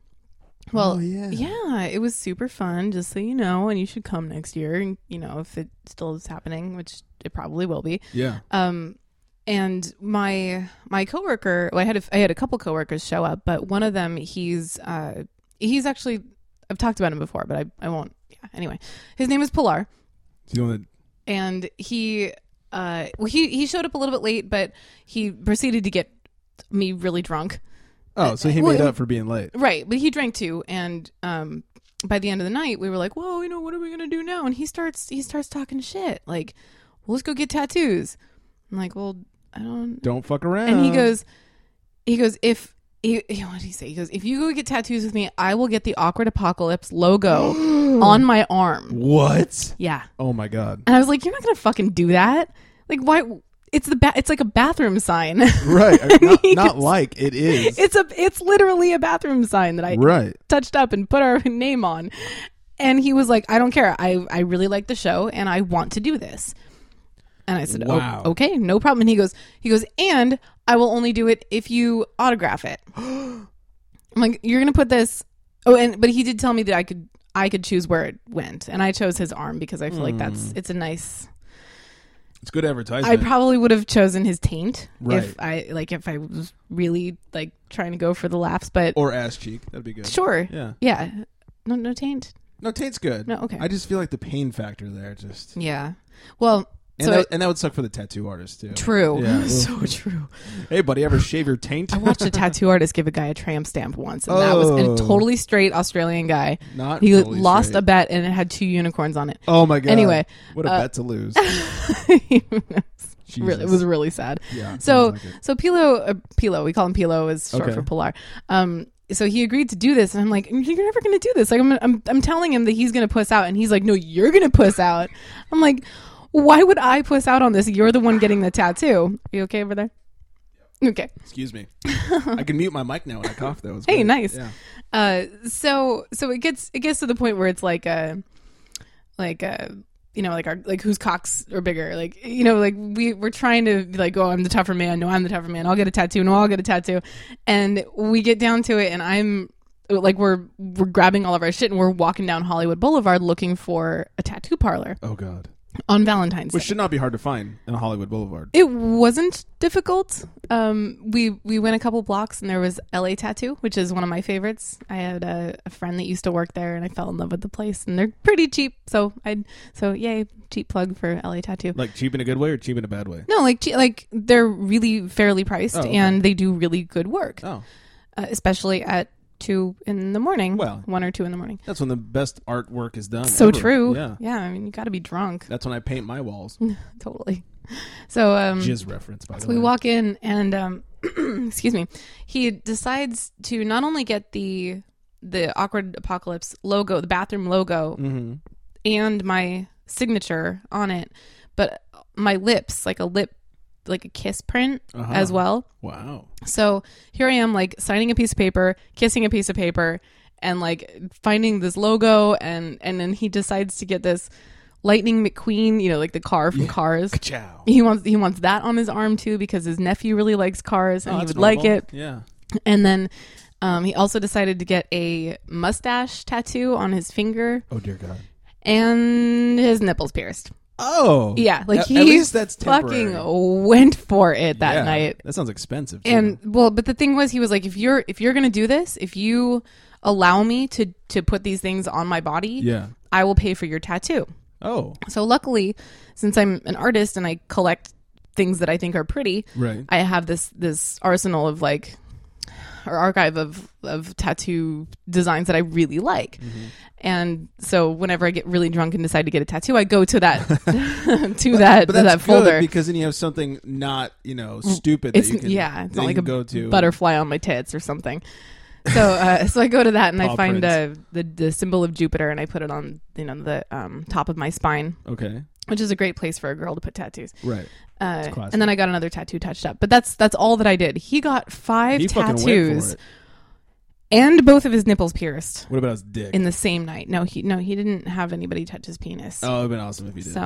[SPEAKER 3] Well,
[SPEAKER 1] Oh, yeah.
[SPEAKER 3] it was super fun. Just so you know, and you should come next year, and you know if it still is happening, which it probably will be.
[SPEAKER 1] Yeah.
[SPEAKER 3] Um, and my my coworker, well, I had a, I had a couple coworkers show up, but one of them, he's uh, he's actually I've talked about him before, but I I won't. Yeah. Anyway, his name is Pilar
[SPEAKER 1] So you want to
[SPEAKER 3] and he uh well he he showed up a little bit late but he proceeded to get me really drunk
[SPEAKER 1] Oh, so he
[SPEAKER 3] Well,
[SPEAKER 1] made
[SPEAKER 3] it-
[SPEAKER 1] up for being late.
[SPEAKER 3] right but he drank too and um by the end of the night we were like whoa you know what are we gonna do now and he starts he starts talking shit like well let's go get tattoos i'm like well i don't
[SPEAKER 1] Don't fuck around.
[SPEAKER 3] and he goes he goes if he, he- what did he say? He goes, if you go get tattoos with me, I will get the awkward apocalypse logo on my arm.
[SPEAKER 1] "What?
[SPEAKER 3] Yeah.
[SPEAKER 1] Oh my god!
[SPEAKER 3] And I was like, "You're not gonna fucking do that. Like, why? It's the ba- it's like a bathroom sign.
[SPEAKER 1] Right? not,
[SPEAKER 3] he
[SPEAKER 1] not
[SPEAKER 3] goes-
[SPEAKER 1] like it is.
[SPEAKER 3] it's a it's literally a bathroom sign that I
[SPEAKER 1] right.
[SPEAKER 3] touched up and put our name on." And he was like, "I don't care. I I really like the show, and I want to do this." And I said, "Oh,
[SPEAKER 1] Wow.
[SPEAKER 3] "Okay, no problem." And he goes, "He goes, and I will only do it if you autograph it." I'm like, "You're gonna put this?" Oh, and but he did tell me that I could I could choose where it went, and I chose his arm because I feel like that's
[SPEAKER 1] Hmm.
[SPEAKER 3] it's a nice
[SPEAKER 1] It's good advertisement.
[SPEAKER 3] I probably would have chosen his taint
[SPEAKER 1] Right.
[SPEAKER 3] if I like if I was really like trying to go for the laughs, but
[SPEAKER 1] or ass cheek. That'd be good.
[SPEAKER 3] sure.
[SPEAKER 1] Yeah.
[SPEAKER 3] Yeah. No no taint.
[SPEAKER 1] No, taint's good.
[SPEAKER 3] No, okay.
[SPEAKER 1] I just feel like the pain factor there just.
[SPEAKER 3] Yeah. Well,
[SPEAKER 1] And,
[SPEAKER 3] so
[SPEAKER 1] that,
[SPEAKER 3] it-
[SPEAKER 1] and that would suck for the tattoo artist too.
[SPEAKER 3] true.
[SPEAKER 1] Yeah.
[SPEAKER 3] so true.
[SPEAKER 1] Hey, buddy, ever shave your taint?
[SPEAKER 3] I watched a tattoo artist give a guy a tram stamp once, and that was
[SPEAKER 1] Oh.
[SPEAKER 3] a totally straight Australian guy.
[SPEAKER 1] Not
[SPEAKER 3] he
[SPEAKER 1] totally
[SPEAKER 3] lost
[SPEAKER 1] straight.
[SPEAKER 3] a bet, and it had two unicorns on it.
[SPEAKER 1] Oh my god!
[SPEAKER 3] Anyway,
[SPEAKER 1] what a
[SPEAKER 3] uh,
[SPEAKER 1] bet to lose. Oh. Jesus.
[SPEAKER 3] Really- it was really sad.
[SPEAKER 1] Yeah,
[SPEAKER 3] So
[SPEAKER 1] sounds like it.
[SPEAKER 3] so Pilo uh, Pilo, we call him Pilo, is short
[SPEAKER 1] Okay.
[SPEAKER 3] for Pilar. Um. So he agreed to do this, and I'm like, "Mm, "You're never going to do this." Like I'm, I'm, I'm telling him that he's going to puss out, and he's like, "No, you're going to puss out." I'm like, "Why would I puss out on this? You're the one getting the tattoo. Are you okay over there?" Okay.
[SPEAKER 1] Excuse me. I can mute my mic now when I cough. That was
[SPEAKER 3] Hey,
[SPEAKER 1] great.
[SPEAKER 3] nice.
[SPEAKER 1] Yeah.
[SPEAKER 3] Uh, so so it gets it gets to the point where it's like a like a you know like our like whose cocks are bigger like you know like we we're trying to be like oh I'm the tougher man no I'm the tougher man I'll get a tattoo no I'll get a tattoo and we get down to it and I'm like we're we're grabbing all of our shit and we're walking down Hollywood Boulevard looking for a tattoo parlor
[SPEAKER 1] Oh god.
[SPEAKER 3] on Valentine's
[SPEAKER 1] Which
[SPEAKER 3] Day.
[SPEAKER 1] should not be hard to find in Hollywood Boulevard.
[SPEAKER 3] It wasn't difficult. Um, we we went a couple blocks and there was LA Tattoo, which is one of my favorites. I had a, a friend that used to work there, and I fell in love with the place. And they're pretty cheap, so I so yay cheap plug for LA Tattoo.
[SPEAKER 1] Like cheap in a good way or cheap in a bad way?
[SPEAKER 3] no, like che- like they're really fairly priced,
[SPEAKER 1] Oh, okay.
[SPEAKER 3] and they do really good work,
[SPEAKER 1] Oh,
[SPEAKER 3] uh, especially at two in the morning.
[SPEAKER 1] Well.
[SPEAKER 3] one or two in the morning.
[SPEAKER 1] that's when the best artwork is done.
[SPEAKER 3] So
[SPEAKER 1] ever.
[SPEAKER 3] true.
[SPEAKER 1] Yeah.
[SPEAKER 3] I mean, you got to be drunk,
[SPEAKER 1] That's when I paint my walls. Mm-hmm.
[SPEAKER 3] totally. So um,
[SPEAKER 1] Jizz reference, by the
[SPEAKER 3] So we
[SPEAKER 1] way.
[SPEAKER 3] walk in, and um, excuse me, he decides to not only get the the awkward apocalypse logo, the bathroom logo, and my signature on it, but my lips, like a lip like a kiss print as well.
[SPEAKER 1] Wow.
[SPEAKER 3] So here I am, like signing a piece of paper, kissing a piece of paper, and like finding this logo, and and then he decides to get this Lightning McQueen, you know, like the car from Cars.
[SPEAKER 1] Ciao.
[SPEAKER 3] He wants he wants that on his arm too because his nephew really likes Cars and he
[SPEAKER 1] Oh, That's
[SPEAKER 3] would like
[SPEAKER 1] normal.
[SPEAKER 3] it.
[SPEAKER 1] Yeah.
[SPEAKER 3] And then um, he also decided to get a mustache tattoo on his finger
[SPEAKER 1] Oh dear God.
[SPEAKER 3] and his nipples pierced.
[SPEAKER 1] Oh.
[SPEAKER 3] Yeah, like
[SPEAKER 1] at,
[SPEAKER 3] he
[SPEAKER 1] at least that's
[SPEAKER 3] fucking
[SPEAKER 1] temporary.
[SPEAKER 3] went for it that
[SPEAKER 1] Yeah.
[SPEAKER 3] night.
[SPEAKER 1] That sounds expensive. Too.
[SPEAKER 3] And well, but the thing was, he was like, if you're if you're gonna do this, if you allow me to to put these things on my body,
[SPEAKER 1] yeah.
[SPEAKER 3] I will pay for your tattoo.
[SPEAKER 1] Oh.
[SPEAKER 3] So luckily, since I'm an artist and I collect things that I think are pretty,
[SPEAKER 1] Right.
[SPEAKER 3] I have this this arsenal of like or archive of of tattoo designs that I really like.
[SPEAKER 1] Mm-hmm.
[SPEAKER 3] And so whenever I get really drunk and decide to get a tattoo, I go to that to that
[SPEAKER 1] but
[SPEAKER 3] to
[SPEAKER 1] that's
[SPEAKER 3] that folder.
[SPEAKER 1] good because then you have something not you know stupid
[SPEAKER 3] it's
[SPEAKER 1] that you can
[SPEAKER 3] yeah, it's
[SPEAKER 1] that
[SPEAKER 3] not
[SPEAKER 1] you
[SPEAKER 3] like a
[SPEAKER 1] can go to
[SPEAKER 3] butterfly on my tits or something. So uh, so I go to that and I
[SPEAKER 1] Paw
[SPEAKER 3] find uh,
[SPEAKER 1] prints.
[SPEAKER 3] the the symbol of Jupiter and I put it on you know the um, top of my spine,
[SPEAKER 1] Okay.
[SPEAKER 3] which is a great place for a girl to put tattoos.
[SPEAKER 1] Right.
[SPEAKER 3] Uh,
[SPEAKER 1] classic.
[SPEAKER 3] and then I got another tattoo touched up. But that's that's all that I did. He got five
[SPEAKER 1] He fucking went for
[SPEAKER 3] tattoos
[SPEAKER 1] it.
[SPEAKER 3] and both of his nipples pierced
[SPEAKER 1] What about his dick?
[SPEAKER 3] in the same night. No, he no, he didn't have anybody touch his penis.
[SPEAKER 1] oh, it'd been awesome if he did.
[SPEAKER 3] so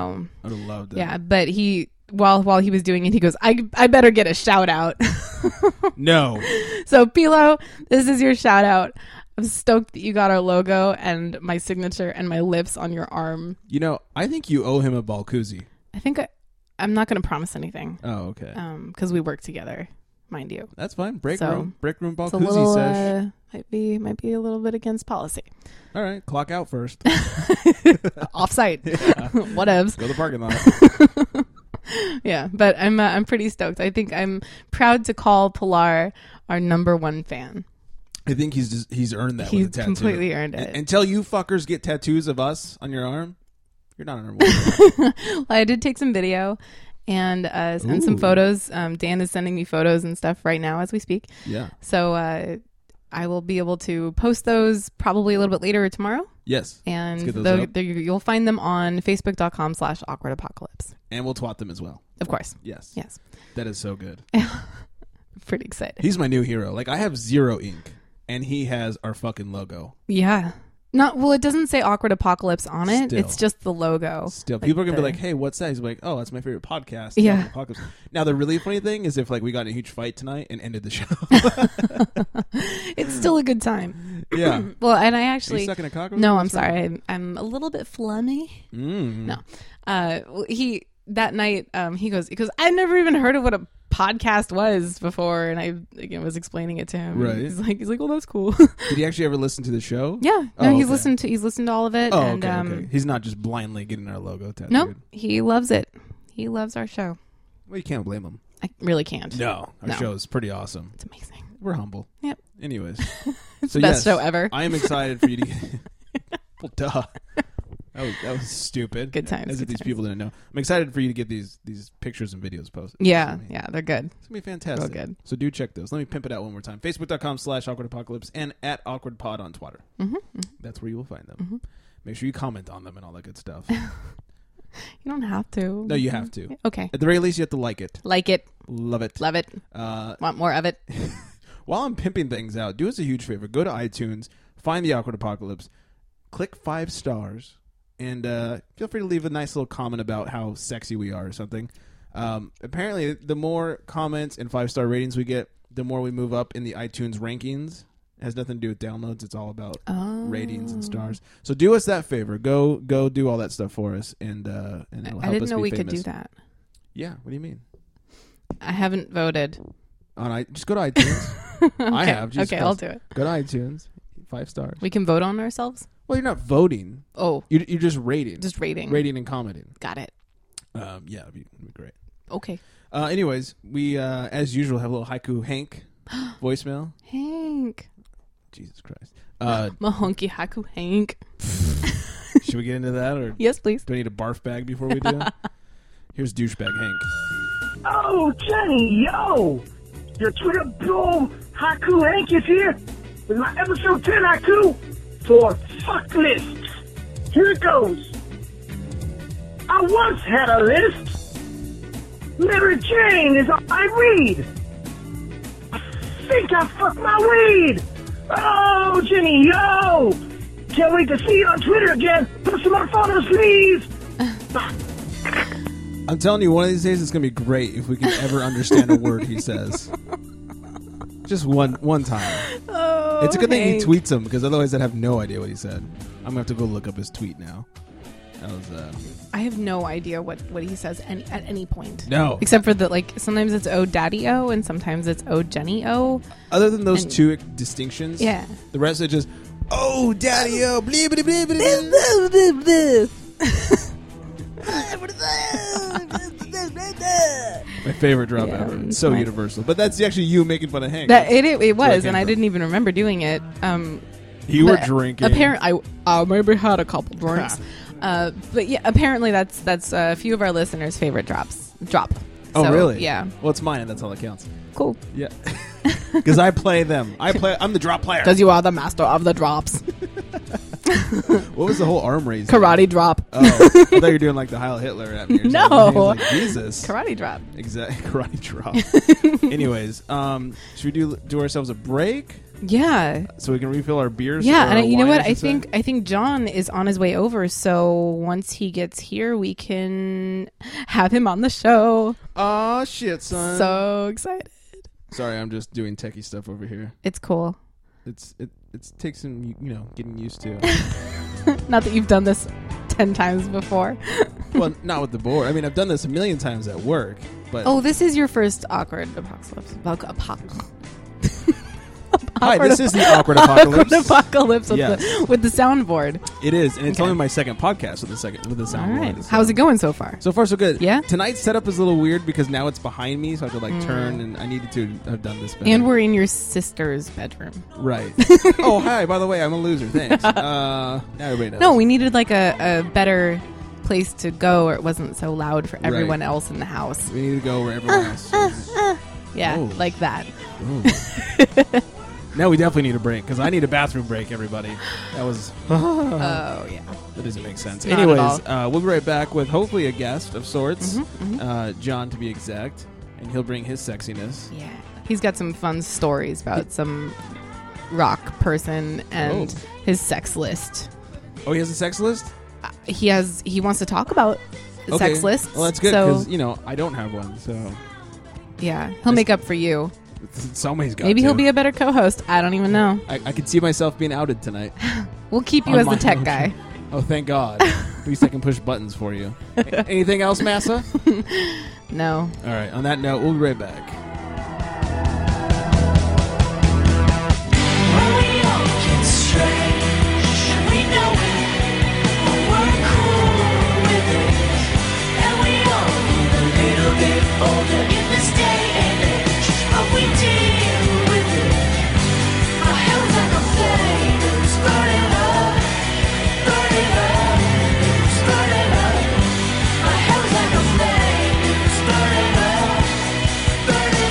[SPEAKER 1] I would have loved it.
[SPEAKER 3] yeah, but he while while he was doing it, he goes, I I better get a shout out.
[SPEAKER 1] No.
[SPEAKER 3] so Pilo, this is your shout out. I'm stoked that you got our logo and my signature and my lips on your arm.
[SPEAKER 1] You know, I think you owe him a Balkuzi.
[SPEAKER 3] I think I, I'm not going to promise anything
[SPEAKER 1] Oh, okay.
[SPEAKER 3] because we work together, mind you.
[SPEAKER 1] That's fine. Break
[SPEAKER 3] So,
[SPEAKER 1] room. Break room
[SPEAKER 3] It's a
[SPEAKER 1] Balkuzi
[SPEAKER 3] little
[SPEAKER 1] sesh.
[SPEAKER 3] uh, might be might be a little bit against policy.
[SPEAKER 1] All right. Clock out first.
[SPEAKER 3] Offsite, whatevs.
[SPEAKER 1] Go to the parking lot.
[SPEAKER 3] Yeah, but I'm uh, I'm pretty stoked. I think I'm proud to call Pilar our number one fan.
[SPEAKER 1] I think he's just, he's earned that.
[SPEAKER 3] He's
[SPEAKER 1] with a tattoo.
[SPEAKER 3] completely earned it.
[SPEAKER 1] A- until you fuckers get tattoos of us on your arm, you're not on our
[SPEAKER 3] Well, I did take some video and uh, and
[SPEAKER 1] Ooh.
[SPEAKER 3] some photos. Um, Dan is sending me photos and stuff right now as we speak.
[SPEAKER 1] Yeah.
[SPEAKER 3] So uh, I will be able to post those probably a little bit later or tomorrow.
[SPEAKER 1] Yes.
[SPEAKER 3] And
[SPEAKER 1] get those
[SPEAKER 3] tho-
[SPEAKER 1] up.
[SPEAKER 3] there- you'll find them on facebook.com slash awkward apocalypse.
[SPEAKER 1] And we'll twat them as well.
[SPEAKER 3] Of course.
[SPEAKER 1] Yes.
[SPEAKER 3] Yes.
[SPEAKER 1] That is so good.
[SPEAKER 3] Pretty excited.
[SPEAKER 1] He's my new hero. Like I have zero ink, and he has our fucking logo.
[SPEAKER 3] Yeah. Not well. It doesn't say "awkward apocalypse" on it.
[SPEAKER 1] Still.
[SPEAKER 3] It's just the logo.
[SPEAKER 1] Still, people are gonna
[SPEAKER 3] the-
[SPEAKER 1] be like, "Hey, what's that?" He's like, "Oh, that's my favorite podcast."
[SPEAKER 3] Yeah.
[SPEAKER 1] Zombie Apocalypse." Now the really funny thing is if like we got in a huge fight tonight and ended the show.
[SPEAKER 3] It's still a good time.
[SPEAKER 1] yeah.
[SPEAKER 3] Well, and I
[SPEAKER 1] Are you
[SPEAKER 3] actually.
[SPEAKER 1] stuck in a cockroach?
[SPEAKER 3] No, I'm sorry. I'm, I'm a little bit flummy.
[SPEAKER 1] Mm.
[SPEAKER 3] No. Uh, well, he that night. Um, he goes. He goes. I never even heard of what a podcast was before, and I again was explaining it to him.
[SPEAKER 1] Right.
[SPEAKER 3] He's like, he's like, well, that's cool.
[SPEAKER 1] Did he actually ever listen to the show?
[SPEAKER 3] yeah. No,
[SPEAKER 1] Oh,
[SPEAKER 3] he's
[SPEAKER 1] okay.
[SPEAKER 3] listened to he's listened to all of it,
[SPEAKER 1] Oh,
[SPEAKER 3] and
[SPEAKER 1] okay,
[SPEAKER 3] um,
[SPEAKER 1] okay. He's not just blindly getting our logo tattooed.
[SPEAKER 3] nope, he loves it. He loves our show.
[SPEAKER 1] Well, you can't blame him.
[SPEAKER 3] I really can't.
[SPEAKER 1] No, our
[SPEAKER 3] No.
[SPEAKER 1] show is pretty awesome.
[SPEAKER 3] It's amazing.
[SPEAKER 1] We're humble.
[SPEAKER 3] Yep.
[SPEAKER 1] Anyways, so
[SPEAKER 3] best show ever.
[SPEAKER 1] I am excited for you to. Get, well, duh. That was, that was stupid.
[SPEAKER 3] Good times,
[SPEAKER 1] As if
[SPEAKER 3] good
[SPEAKER 1] these
[SPEAKER 3] times.
[SPEAKER 1] people didn't know. I'm excited for you to get these these pictures and videos posted.
[SPEAKER 3] Yeah.
[SPEAKER 1] It's
[SPEAKER 3] Yeah. They're good.
[SPEAKER 1] gonna be fantastic.
[SPEAKER 3] Real good.
[SPEAKER 1] So do check those. Let me pimp it out one more time. Facebook.com slash awkward apocalypse and at awkward pod on Twitter.
[SPEAKER 3] Mhm,
[SPEAKER 1] That's where you will find them.
[SPEAKER 3] Mm-hmm.
[SPEAKER 1] Make sure you comment on them and all that good stuff.
[SPEAKER 3] You don't have to.
[SPEAKER 1] no, you have to.
[SPEAKER 3] Okay.
[SPEAKER 1] At the very least, you have to like it.
[SPEAKER 3] Like it.
[SPEAKER 1] Love it.
[SPEAKER 3] Love it.
[SPEAKER 1] Uh,
[SPEAKER 3] Want more of it.
[SPEAKER 1] While I'm pimping things out, do us a huge favor. Go to iTunes, find the Awkward Apocalypse, click five stars, and uh, feel free to leave a nice little comment about how sexy we are or something. Um, apparently, the more comments and five star ratings we get, the more we move up in the iTunes rankings. It has nothing to do with downloads. It's all about
[SPEAKER 3] Oh.
[SPEAKER 1] ratings and stars. So do us that favor. Go go do all that stuff for us, and uh, and it'll help
[SPEAKER 3] I
[SPEAKER 1] us
[SPEAKER 3] didn't know
[SPEAKER 1] be
[SPEAKER 3] we could
[SPEAKER 1] famous.
[SPEAKER 3] do that.
[SPEAKER 1] Yeah. What do you mean?
[SPEAKER 3] I haven't voted.
[SPEAKER 1] On I just go to iTunes. I have. Jesus
[SPEAKER 3] okay, I'll
[SPEAKER 1] Christ.
[SPEAKER 3] do it.
[SPEAKER 1] Go to iTunes. Five stars.
[SPEAKER 3] We can vote on ourselves.
[SPEAKER 1] Well, you're not voting.
[SPEAKER 3] Oh,
[SPEAKER 1] You're, you're just rating.
[SPEAKER 3] just rating.
[SPEAKER 1] rating and commenting.
[SPEAKER 3] Got it.
[SPEAKER 1] Um, yeah, it'd be, it'd be great.
[SPEAKER 3] Okay.
[SPEAKER 1] Uh, anyways, we uh, as usual have a little haiku Hank voicemail.
[SPEAKER 3] Hank.
[SPEAKER 1] Jesus Christ. Uh,
[SPEAKER 3] Mahonky Haku Hank.
[SPEAKER 1] should we get into that, or
[SPEAKER 3] Yes, please.
[SPEAKER 1] do I need a barf bag before we do? Here's douchebag Hank.
[SPEAKER 7] Oh, Jenny, yo! Your Twitter bro, Haku Hank is here with my episode 10 Haku for fuck lists. Here it goes. I once had a list. Mary Jane is all I read. I think I fucked my weed. Oh, Jenny, yo! Can't wait to see you on Twitter again. Put some more photos, please.
[SPEAKER 1] I'm telling you, one of these days it's gonna be great if we can ever understand a word he says. Just one one time.
[SPEAKER 3] Oh,
[SPEAKER 1] It's a good thing
[SPEAKER 3] Hank.
[SPEAKER 1] he tweets them because otherwise I'd have no idea what he said. I'm gonna have to go look up his tweet now. That was uh,
[SPEAKER 3] I have no idea what what he says any, at any point.
[SPEAKER 1] No.
[SPEAKER 3] except for that. Like sometimes it's "Oh Daddy O" and sometimes it's "Oh Jenny O."
[SPEAKER 1] other than those
[SPEAKER 3] And-
[SPEAKER 1] two distinctions.
[SPEAKER 3] Yeah.
[SPEAKER 1] The rest are just oh daddy oh blee blee blee blee. blee." My favorite drop
[SPEAKER 3] Yeah,
[SPEAKER 1] ever. It's
[SPEAKER 3] it's
[SPEAKER 1] so
[SPEAKER 3] my-
[SPEAKER 1] universal. But that's actually you making fun of Hank.
[SPEAKER 3] That it, it, it
[SPEAKER 1] where I
[SPEAKER 3] was,
[SPEAKER 1] came
[SPEAKER 3] and I
[SPEAKER 1] from.
[SPEAKER 3] didn't even remember doing it. Um,
[SPEAKER 1] you were
[SPEAKER 3] But
[SPEAKER 1] drinking.
[SPEAKER 3] Apparently, I uh, maybe had a couple drinks. uh, but yeah, apparently that's that's uh, a few of our listeners' favorite drops. Drop.
[SPEAKER 1] Oh
[SPEAKER 3] So,
[SPEAKER 1] really?
[SPEAKER 3] Yeah.
[SPEAKER 1] Well, it's mine, and that's all that counts.
[SPEAKER 3] Cool.
[SPEAKER 1] Yeah. Because I play them. I play. I'm the drop player.
[SPEAKER 3] Because you are the master of the drops.
[SPEAKER 1] What was the whole arm raise? thing?
[SPEAKER 3] Karate drop.
[SPEAKER 1] Oh, I thought you were doing like the Heil Hitler at me. or something.
[SPEAKER 3] No.
[SPEAKER 1] I was like, Jesus.
[SPEAKER 3] Karate drop.
[SPEAKER 1] Exactly. Karate drop. Anyways, um, should we do do ourselves a break
[SPEAKER 3] Yeah.
[SPEAKER 1] so we can refill our beers? or
[SPEAKER 3] Yeah, and I,
[SPEAKER 1] our
[SPEAKER 3] you know
[SPEAKER 1] wine,
[SPEAKER 3] what?
[SPEAKER 1] should
[SPEAKER 3] I
[SPEAKER 1] say?
[SPEAKER 3] think I think John is on his way over, so once he gets here, we can have him on the show.
[SPEAKER 1] Oh shit, son.
[SPEAKER 3] So excited!
[SPEAKER 1] Sorry, I'm just doing techie stuff over here.
[SPEAKER 3] It's cool.
[SPEAKER 1] It's it it takes some you you know getting used to.
[SPEAKER 3] Not that you've done this ten times before.
[SPEAKER 1] well, not with the board. I mean, I've done this a million times at work, but
[SPEAKER 3] Oh, this is your first awkward apocalypse. Apoc- apoc-
[SPEAKER 1] hi, this is the awkward apocalypse.
[SPEAKER 3] Awkward apocalypse with,
[SPEAKER 1] Yes.
[SPEAKER 3] the, with the soundboard.
[SPEAKER 1] It is, and it's
[SPEAKER 3] Okay.
[SPEAKER 1] only my second podcast with the second with the
[SPEAKER 3] All
[SPEAKER 1] sound.
[SPEAKER 3] right.
[SPEAKER 1] one, so-
[SPEAKER 3] How's it going so far?
[SPEAKER 1] So far, so good.
[SPEAKER 3] Yeah? Mm.
[SPEAKER 1] Tonight's setup is a little weird because now it's behind me, so I have to like turn, and I needed to have done this. Better.
[SPEAKER 3] and we're in your sister's bedroom.
[SPEAKER 1] right. oh, hi. By the way, I'm a loser. Thanks. uh, now everybody knows.
[SPEAKER 3] No, we needed like a, a better place to go, or it wasn't so loud for everyone
[SPEAKER 1] Right.
[SPEAKER 3] else in the house.
[SPEAKER 1] We need to go where everyone else. is.
[SPEAKER 3] Yeah,
[SPEAKER 1] Oh.
[SPEAKER 3] like that.
[SPEAKER 1] Ooh. now we definitely need a break because I need a bathroom break. Everybody, that was Uh-huh.
[SPEAKER 3] Oh yeah.
[SPEAKER 1] that doesn't make sense.
[SPEAKER 3] Not at
[SPEAKER 1] Anyways,
[SPEAKER 3] all. Mm-hmm,
[SPEAKER 1] uh, we'll be right back with hopefully a guest of sorts, Uh, John to be exact, and he'll bring his sexiness.
[SPEAKER 3] Yeah. He's got some fun stories about some rock person and his sex list.
[SPEAKER 1] Oh, he has a sex list.
[SPEAKER 3] He has he wants to talk about the
[SPEAKER 1] Okay.
[SPEAKER 3] sex lists.
[SPEAKER 1] Well, that's good
[SPEAKER 3] So
[SPEAKER 1] because you know I don't have one, so
[SPEAKER 3] yeah, he'll make up for you.
[SPEAKER 1] somebody's got.
[SPEAKER 3] Maybe
[SPEAKER 1] to.
[SPEAKER 3] he'll be a better co-host. I don't even know.
[SPEAKER 1] I, I could see myself being outed tonight.
[SPEAKER 3] We'll keep you
[SPEAKER 1] On
[SPEAKER 3] as
[SPEAKER 1] my-
[SPEAKER 3] the tech guy.
[SPEAKER 1] Oh, thank God. At least I can push buttons for you. A- Anything else, Massa?
[SPEAKER 3] No.
[SPEAKER 1] All right. On that note, we'll be right back.
[SPEAKER 4] Burning up, burning up.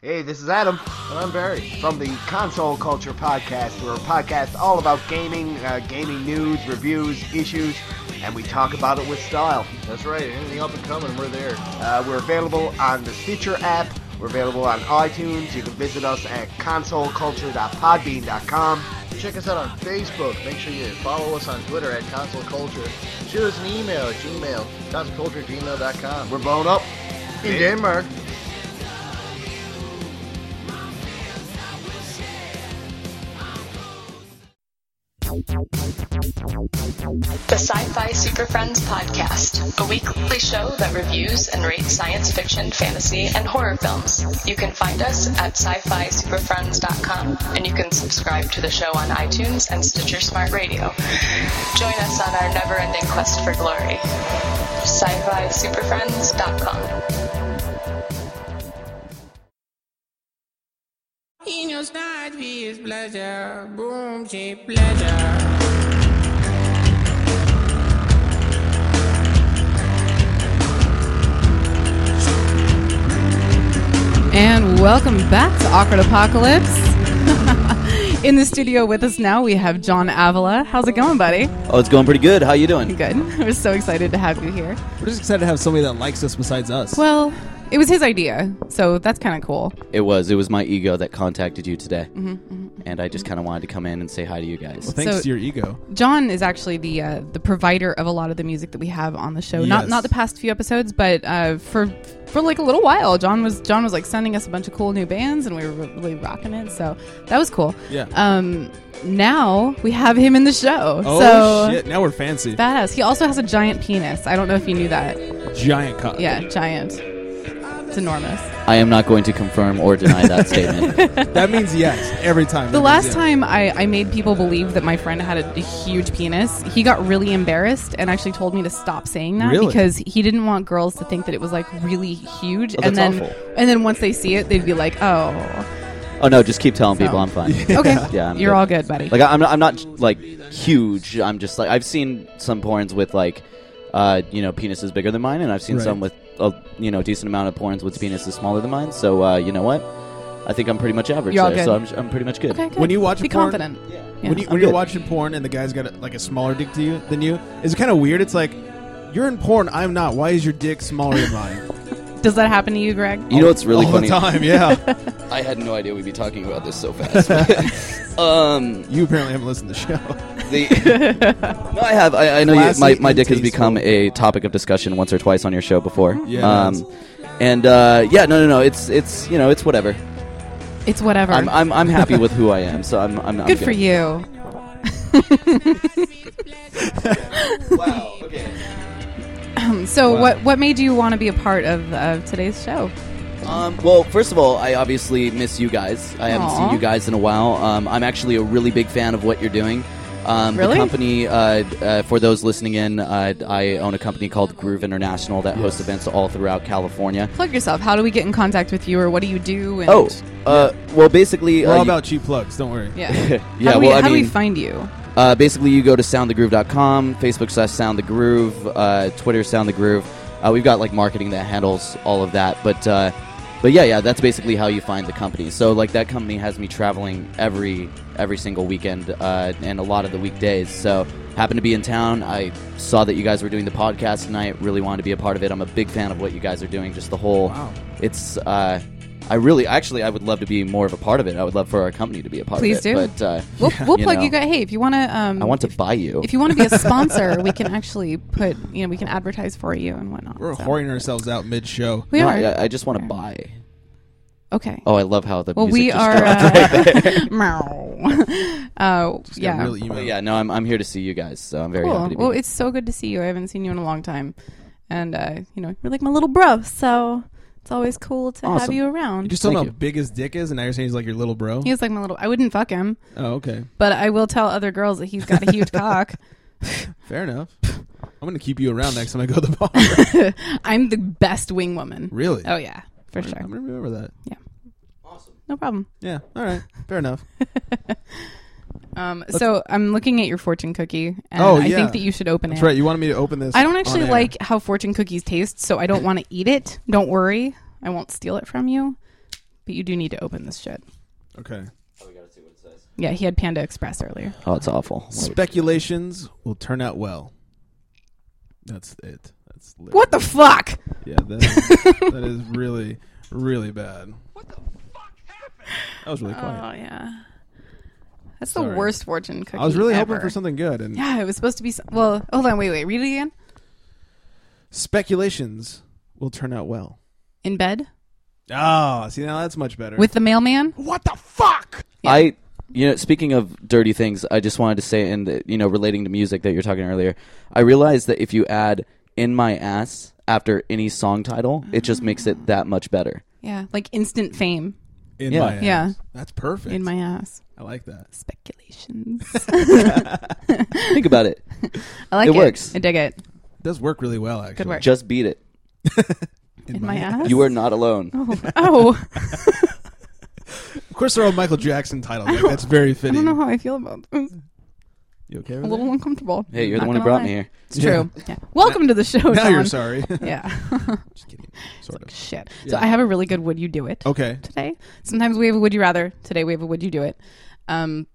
[SPEAKER 8] Hey, this is Adam. And I'm Barry. From the Console Culture Podcast. We're a podcast all about gaming, uh, gaming news, reviews, issues, and we talk about it with style.
[SPEAKER 9] That's right. Anything up and coming, we're there.
[SPEAKER 8] Uh, we're available on the Stitcher app. We're available on iTunes. You can visit us at consoleculture.podbean.com.
[SPEAKER 9] Check us out on Facebook. Make sure you follow us on Twitter at Console Culture. Shoot us an email at Gmail, consoleculture@gmail.com.
[SPEAKER 8] We're blown up.
[SPEAKER 9] We're in Denmark.
[SPEAKER 10] The Sci-Fi Super Friends podcast, a weekly show that reviews and rates science fiction, fantasy, and horror films. You can find us at sci-fi superfriends.com, and you can subscribe to the show on iTunes and Stitcher Smart Radio. Join us on our never-ending quest for glory. Sci-fi superfriends.com.
[SPEAKER 11] In your start feels pleasure, boom shape pleasure.
[SPEAKER 3] And welcome back to Awkward Apocalypse. In the studio with us now, we have John Avila. How's it going, buddy?
[SPEAKER 12] Oh, it's going pretty good. How you doing?
[SPEAKER 3] Good. We're so excited to have you here.
[SPEAKER 13] We're just excited to have somebody that likes us besides us.
[SPEAKER 3] Well, it was his idea, so that's kind of cool.
[SPEAKER 12] It was. It was my ego that contacted you today, and I just kind of wanted to come in and say hi to you guys.
[SPEAKER 1] Thanks
[SPEAKER 3] So-
[SPEAKER 1] to your ego.
[SPEAKER 3] John is actually the uh, the provider of a lot of the music that we have on the show. Not
[SPEAKER 1] Yes.
[SPEAKER 3] not the past few episodes, but uh, for for like a little while, John was John was like sending us a bunch of cool new bands, and we were really rocking it. So that was cool.
[SPEAKER 1] Yeah.
[SPEAKER 3] Um, now we have him in the show.
[SPEAKER 1] Oh
[SPEAKER 3] so
[SPEAKER 1] shit! Now we're fancy.
[SPEAKER 3] Badass. He also has a giant penis. I don't know if you knew that.
[SPEAKER 1] Giant cock.
[SPEAKER 3] Yeah, giant. It's enormous.
[SPEAKER 12] I am not going to confirm or deny that statement.
[SPEAKER 1] That means yes every time.
[SPEAKER 3] The
[SPEAKER 1] That
[SPEAKER 3] last
[SPEAKER 1] means yes.
[SPEAKER 3] time I, I made people believe that my friend had a, a huge penis, he got really embarrassed and actually told me to stop saying that
[SPEAKER 1] Really?
[SPEAKER 3] because he didn't want girls to think that it was like really huge. and
[SPEAKER 12] Oh, that's
[SPEAKER 3] then
[SPEAKER 12] awful.
[SPEAKER 3] and then once they see it, they'd be like, oh,
[SPEAKER 12] Oh no, just keep telling people
[SPEAKER 3] So-
[SPEAKER 12] I'm fine.
[SPEAKER 3] okay,
[SPEAKER 12] Yeah, I'm
[SPEAKER 3] you're
[SPEAKER 12] good.
[SPEAKER 3] all good, buddy.
[SPEAKER 12] Like I- I'm not, I'm not like huge. I'm just like I've seen some porns with like uh, you know penises bigger than mine, and I've seen
[SPEAKER 1] Right.
[SPEAKER 12] some with a you know decent amount of porns with penises smaller than mine. So uh, you know what? I think I'm pretty much average
[SPEAKER 3] You're all
[SPEAKER 12] there,
[SPEAKER 3] good.
[SPEAKER 12] so I'm, I'm pretty much good.
[SPEAKER 3] okay, good.
[SPEAKER 1] When you watch
[SPEAKER 3] be
[SPEAKER 1] a porn-
[SPEAKER 3] confident. Yeah.
[SPEAKER 1] when, you,
[SPEAKER 12] I'm
[SPEAKER 1] when you're
[SPEAKER 12] good.
[SPEAKER 1] watching porn and the guy's got a, like a smaller dick to you than you, it's kind of weird. It's like you're in porn. I'm not. Why is your dick smaller than mine?
[SPEAKER 3] Does that happen to you, Greg?
[SPEAKER 12] You know what's really
[SPEAKER 1] All
[SPEAKER 12] funny?
[SPEAKER 1] the time. Yeah.
[SPEAKER 12] I had no idea we'd be talking about this so fast. um,
[SPEAKER 1] you apparently haven't listened to the show.
[SPEAKER 12] The no, I have. I, I know you, my
[SPEAKER 1] Classy
[SPEAKER 12] my
[SPEAKER 1] and
[SPEAKER 12] dick has
[SPEAKER 1] tasteful.
[SPEAKER 12] become a topic of discussion once or twice on your show before.
[SPEAKER 1] Yeah,
[SPEAKER 12] Um, and uh, yeah, no, no, no. It's it's you know it's whatever.
[SPEAKER 3] It's whatever.
[SPEAKER 12] I'm I'm, I'm happy with who I am, so I'm I'm, I'm
[SPEAKER 3] good for you.
[SPEAKER 12] Wow. Okay.
[SPEAKER 3] Um, So what what made you want to be a part of, of today's show?
[SPEAKER 12] Um, well, first of all, I obviously miss you guys. I haven't
[SPEAKER 3] Aw.
[SPEAKER 12] seen you guys in a while. Um, I'm actually a really big fan of what you're doing. Um,
[SPEAKER 3] Really?
[SPEAKER 12] The company, uh, d- uh, for those listening in, uh, I own a company called Groove International that hosts events all throughout California.
[SPEAKER 3] Plug yourself. How do we get in contact with you, or what do you do? And
[SPEAKER 12] Oh, uh, well, basically,
[SPEAKER 1] We're
[SPEAKER 12] uh,
[SPEAKER 1] all
[SPEAKER 12] you-
[SPEAKER 1] about cheap plugs. Don't worry.
[SPEAKER 3] yeah.
[SPEAKER 12] yeah.
[SPEAKER 3] how do we,
[SPEAKER 12] well, I
[SPEAKER 3] how do we
[SPEAKER 12] mean,
[SPEAKER 3] find you?
[SPEAKER 12] uh, basically, you go to soundthegroove.com, Facebook slash soundthegroove, uh, Twitter soundthegroove. Uh, we've got like marketing that handles all of that, but uh, but yeah, yeah, that's basically how you find the company. So like that company has me traveling every every single weekend uh, and a lot of the weekdays. So happened to be in town. I saw that you guys were doing the podcast tonight. Really wanted to be a part of it. I'm a big fan of what you guys are doing. Just the whole.
[SPEAKER 1] Wow.
[SPEAKER 12] It's. Uh, I really, actually, I would love to be more of a part of it. I would love for our company to be a part
[SPEAKER 3] Please
[SPEAKER 12] of it.
[SPEAKER 3] do.
[SPEAKER 12] But uh,
[SPEAKER 3] We'll, we'll
[SPEAKER 12] you
[SPEAKER 3] plug you
[SPEAKER 12] know.
[SPEAKER 3] guys. Hey, if you want to, um,
[SPEAKER 12] I want to buy you.
[SPEAKER 3] If you want to be a sponsor, we can actually put, you know, we can advertise for you and whatnot.
[SPEAKER 1] We're
[SPEAKER 3] so.
[SPEAKER 1] whoring ourselves out mid-show.
[SPEAKER 3] We
[SPEAKER 12] No,
[SPEAKER 3] are
[SPEAKER 12] I, I just want to buy.
[SPEAKER 3] okay.
[SPEAKER 12] Oh, I love how the
[SPEAKER 3] well,
[SPEAKER 12] music
[SPEAKER 3] we
[SPEAKER 12] just
[SPEAKER 3] are.
[SPEAKER 12] dropped.
[SPEAKER 3] Uh, meow. uh,
[SPEAKER 1] Yeah.
[SPEAKER 3] yeah.
[SPEAKER 1] Really emo.
[SPEAKER 12] But yeah, no, I'm, I'm here to see you guys, so I'm very
[SPEAKER 3] cool.
[SPEAKER 12] happy to be
[SPEAKER 3] Well,
[SPEAKER 12] here.
[SPEAKER 3] it's so good to see you. I haven't seen you in a long time, and uh, you know, you're like my little bro, so it's always cool to have
[SPEAKER 12] Awesome.
[SPEAKER 3] you
[SPEAKER 1] You
[SPEAKER 3] around.
[SPEAKER 1] just told him
[SPEAKER 12] Thank
[SPEAKER 1] how
[SPEAKER 12] you.
[SPEAKER 1] big his dick is, and now you're saying he's like your little bro.
[SPEAKER 3] He was like my little. I wouldn't fuck him,
[SPEAKER 1] Oh, okay.
[SPEAKER 3] but I will tell other girls that he's got a huge cock.
[SPEAKER 1] Fair enough. I'm gonna keep you around next time I go to the bar.
[SPEAKER 3] I'm the best wing woman.
[SPEAKER 1] really?
[SPEAKER 3] Oh yeah, for sure.
[SPEAKER 1] I'm gonna remember that.
[SPEAKER 3] No problem.
[SPEAKER 1] Yeah. All right. Fair enough.
[SPEAKER 3] Um, so I'm looking at your fortune cookie, and
[SPEAKER 1] Oh,
[SPEAKER 3] I
[SPEAKER 1] yeah.
[SPEAKER 3] think that you should open
[SPEAKER 1] That's
[SPEAKER 3] it.
[SPEAKER 1] right. You wanted me to open this.
[SPEAKER 3] I don't
[SPEAKER 1] on
[SPEAKER 3] actually
[SPEAKER 1] air.
[SPEAKER 3] like how fortune cookies taste, so I don't want to eat it. Don't worry, I won't steal it from you. but you do need to open this shit.
[SPEAKER 1] Okay.
[SPEAKER 3] Yeah, he had Panda Express earlier.
[SPEAKER 10] Oh, it's awful.
[SPEAKER 1] Speculations will turn out well. That's it. That's literally-
[SPEAKER 3] What the fuck?
[SPEAKER 1] Yeah, that, that is really, really bad. What the fuck happened? That was really quiet.
[SPEAKER 3] Oh yeah, that's
[SPEAKER 1] Sorry.
[SPEAKER 3] the worst fortune cookie.
[SPEAKER 1] I was really hoping
[SPEAKER 3] ever.
[SPEAKER 1] for something good. And
[SPEAKER 3] Yeah, it was supposed to be. so- Well, hold on, wait, wait. Read it again.
[SPEAKER 1] speculations will turn out well.
[SPEAKER 3] In bed
[SPEAKER 1] Ah, see now that's much better.
[SPEAKER 3] with the mailman.
[SPEAKER 1] What the fuck?
[SPEAKER 10] I, you know, speaking of dirty things, I just wanted to say, and you know, relating to music that you're talking earlier, I realized that if you add "in my ass" after any song title, it just makes it that much better.
[SPEAKER 3] Yeah, like instant fame.
[SPEAKER 1] In
[SPEAKER 10] Yeah.
[SPEAKER 1] my ass.
[SPEAKER 3] Yeah,
[SPEAKER 1] That's perfect.
[SPEAKER 3] In my ass.
[SPEAKER 1] I like that.
[SPEAKER 3] Speculations.
[SPEAKER 10] Think about it.
[SPEAKER 3] I like
[SPEAKER 10] It
[SPEAKER 3] it.
[SPEAKER 10] works.
[SPEAKER 3] I dig it.
[SPEAKER 1] does work really well, actually.
[SPEAKER 3] Good work.
[SPEAKER 10] Just beat it.
[SPEAKER 3] In, my, ass.
[SPEAKER 10] You are not alone.
[SPEAKER 3] Oh, oh.
[SPEAKER 1] Of course, they're all Michael Jackson titles. Like, that's very
[SPEAKER 3] I don't
[SPEAKER 1] fitting.
[SPEAKER 3] know how I feel about this.
[SPEAKER 1] You okay
[SPEAKER 3] A
[SPEAKER 1] with
[SPEAKER 3] little uncomfortable.
[SPEAKER 10] Hey, you're the
[SPEAKER 3] Not
[SPEAKER 10] one who
[SPEAKER 3] gonna
[SPEAKER 10] brought
[SPEAKER 3] lie.
[SPEAKER 10] me here.
[SPEAKER 3] It's true. Yeah. Welcome to the show.
[SPEAKER 1] Now you're
[SPEAKER 3] John.
[SPEAKER 1] sorry.
[SPEAKER 3] Yeah.
[SPEAKER 1] Just kidding. Sort of.
[SPEAKER 3] Shit. So
[SPEAKER 1] Yeah.
[SPEAKER 3] I have a really good would you do it.
[SPEAKER 1] Okay.
[SPEAKER 3] Today. Sometimes we have a would you rather. Today we have a would you do it. Um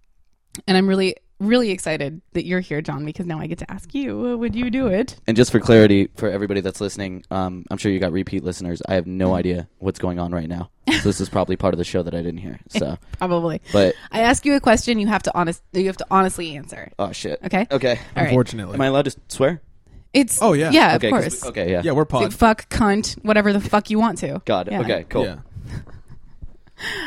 [SPEAKER 3] and I'm really really excited that you're here, John, because now I get to ask you, uh, would you do it?
[SPEAKER 10] And just for clarity, for everybody that's listening, um, I'm sure you got repeat listeners. I have no idea what's going on right now. So this is probably part of the show that I didn't hear. So,
[SPEAKER 3] Probably.
[SPEAKER 10] but
[SPEAKER 3] I ask you a question you have to honest you have to honestly answer.
[SPEAKER 10] oh shit.
[SPEAKER 3] Okay.
[SPEAKER 10] Okay.
[SPEAKER 3] All right.
[SPEAKER 1] Unfortunately.
[SPEAKER 10] Am I allowed to swear?
[SPEAKER 3] It's
[SPEAKER 1] Oh, yeah.
[SPEAKER 3] Yeah,
[SPEAKER 10] okay.
[SPEAKER 3] of
[SPEAKER 10] 'cause
[SPEAKER 3] course.
[SPEAKER 10] we- okay. Yeah.
[SPEAKER 1] Yeah, we're
[SPEAKER 3] Dude,
[SPEAKER 1] pod.
[SPEAKER 3] fuck, cunt, whatever the fuck you want to.
[SPEAKER 10] God.
[SPEAKER 3] Yeah.
[SPEAKER 10] Okay. Cool.
[SPEAKER 1] Yeah.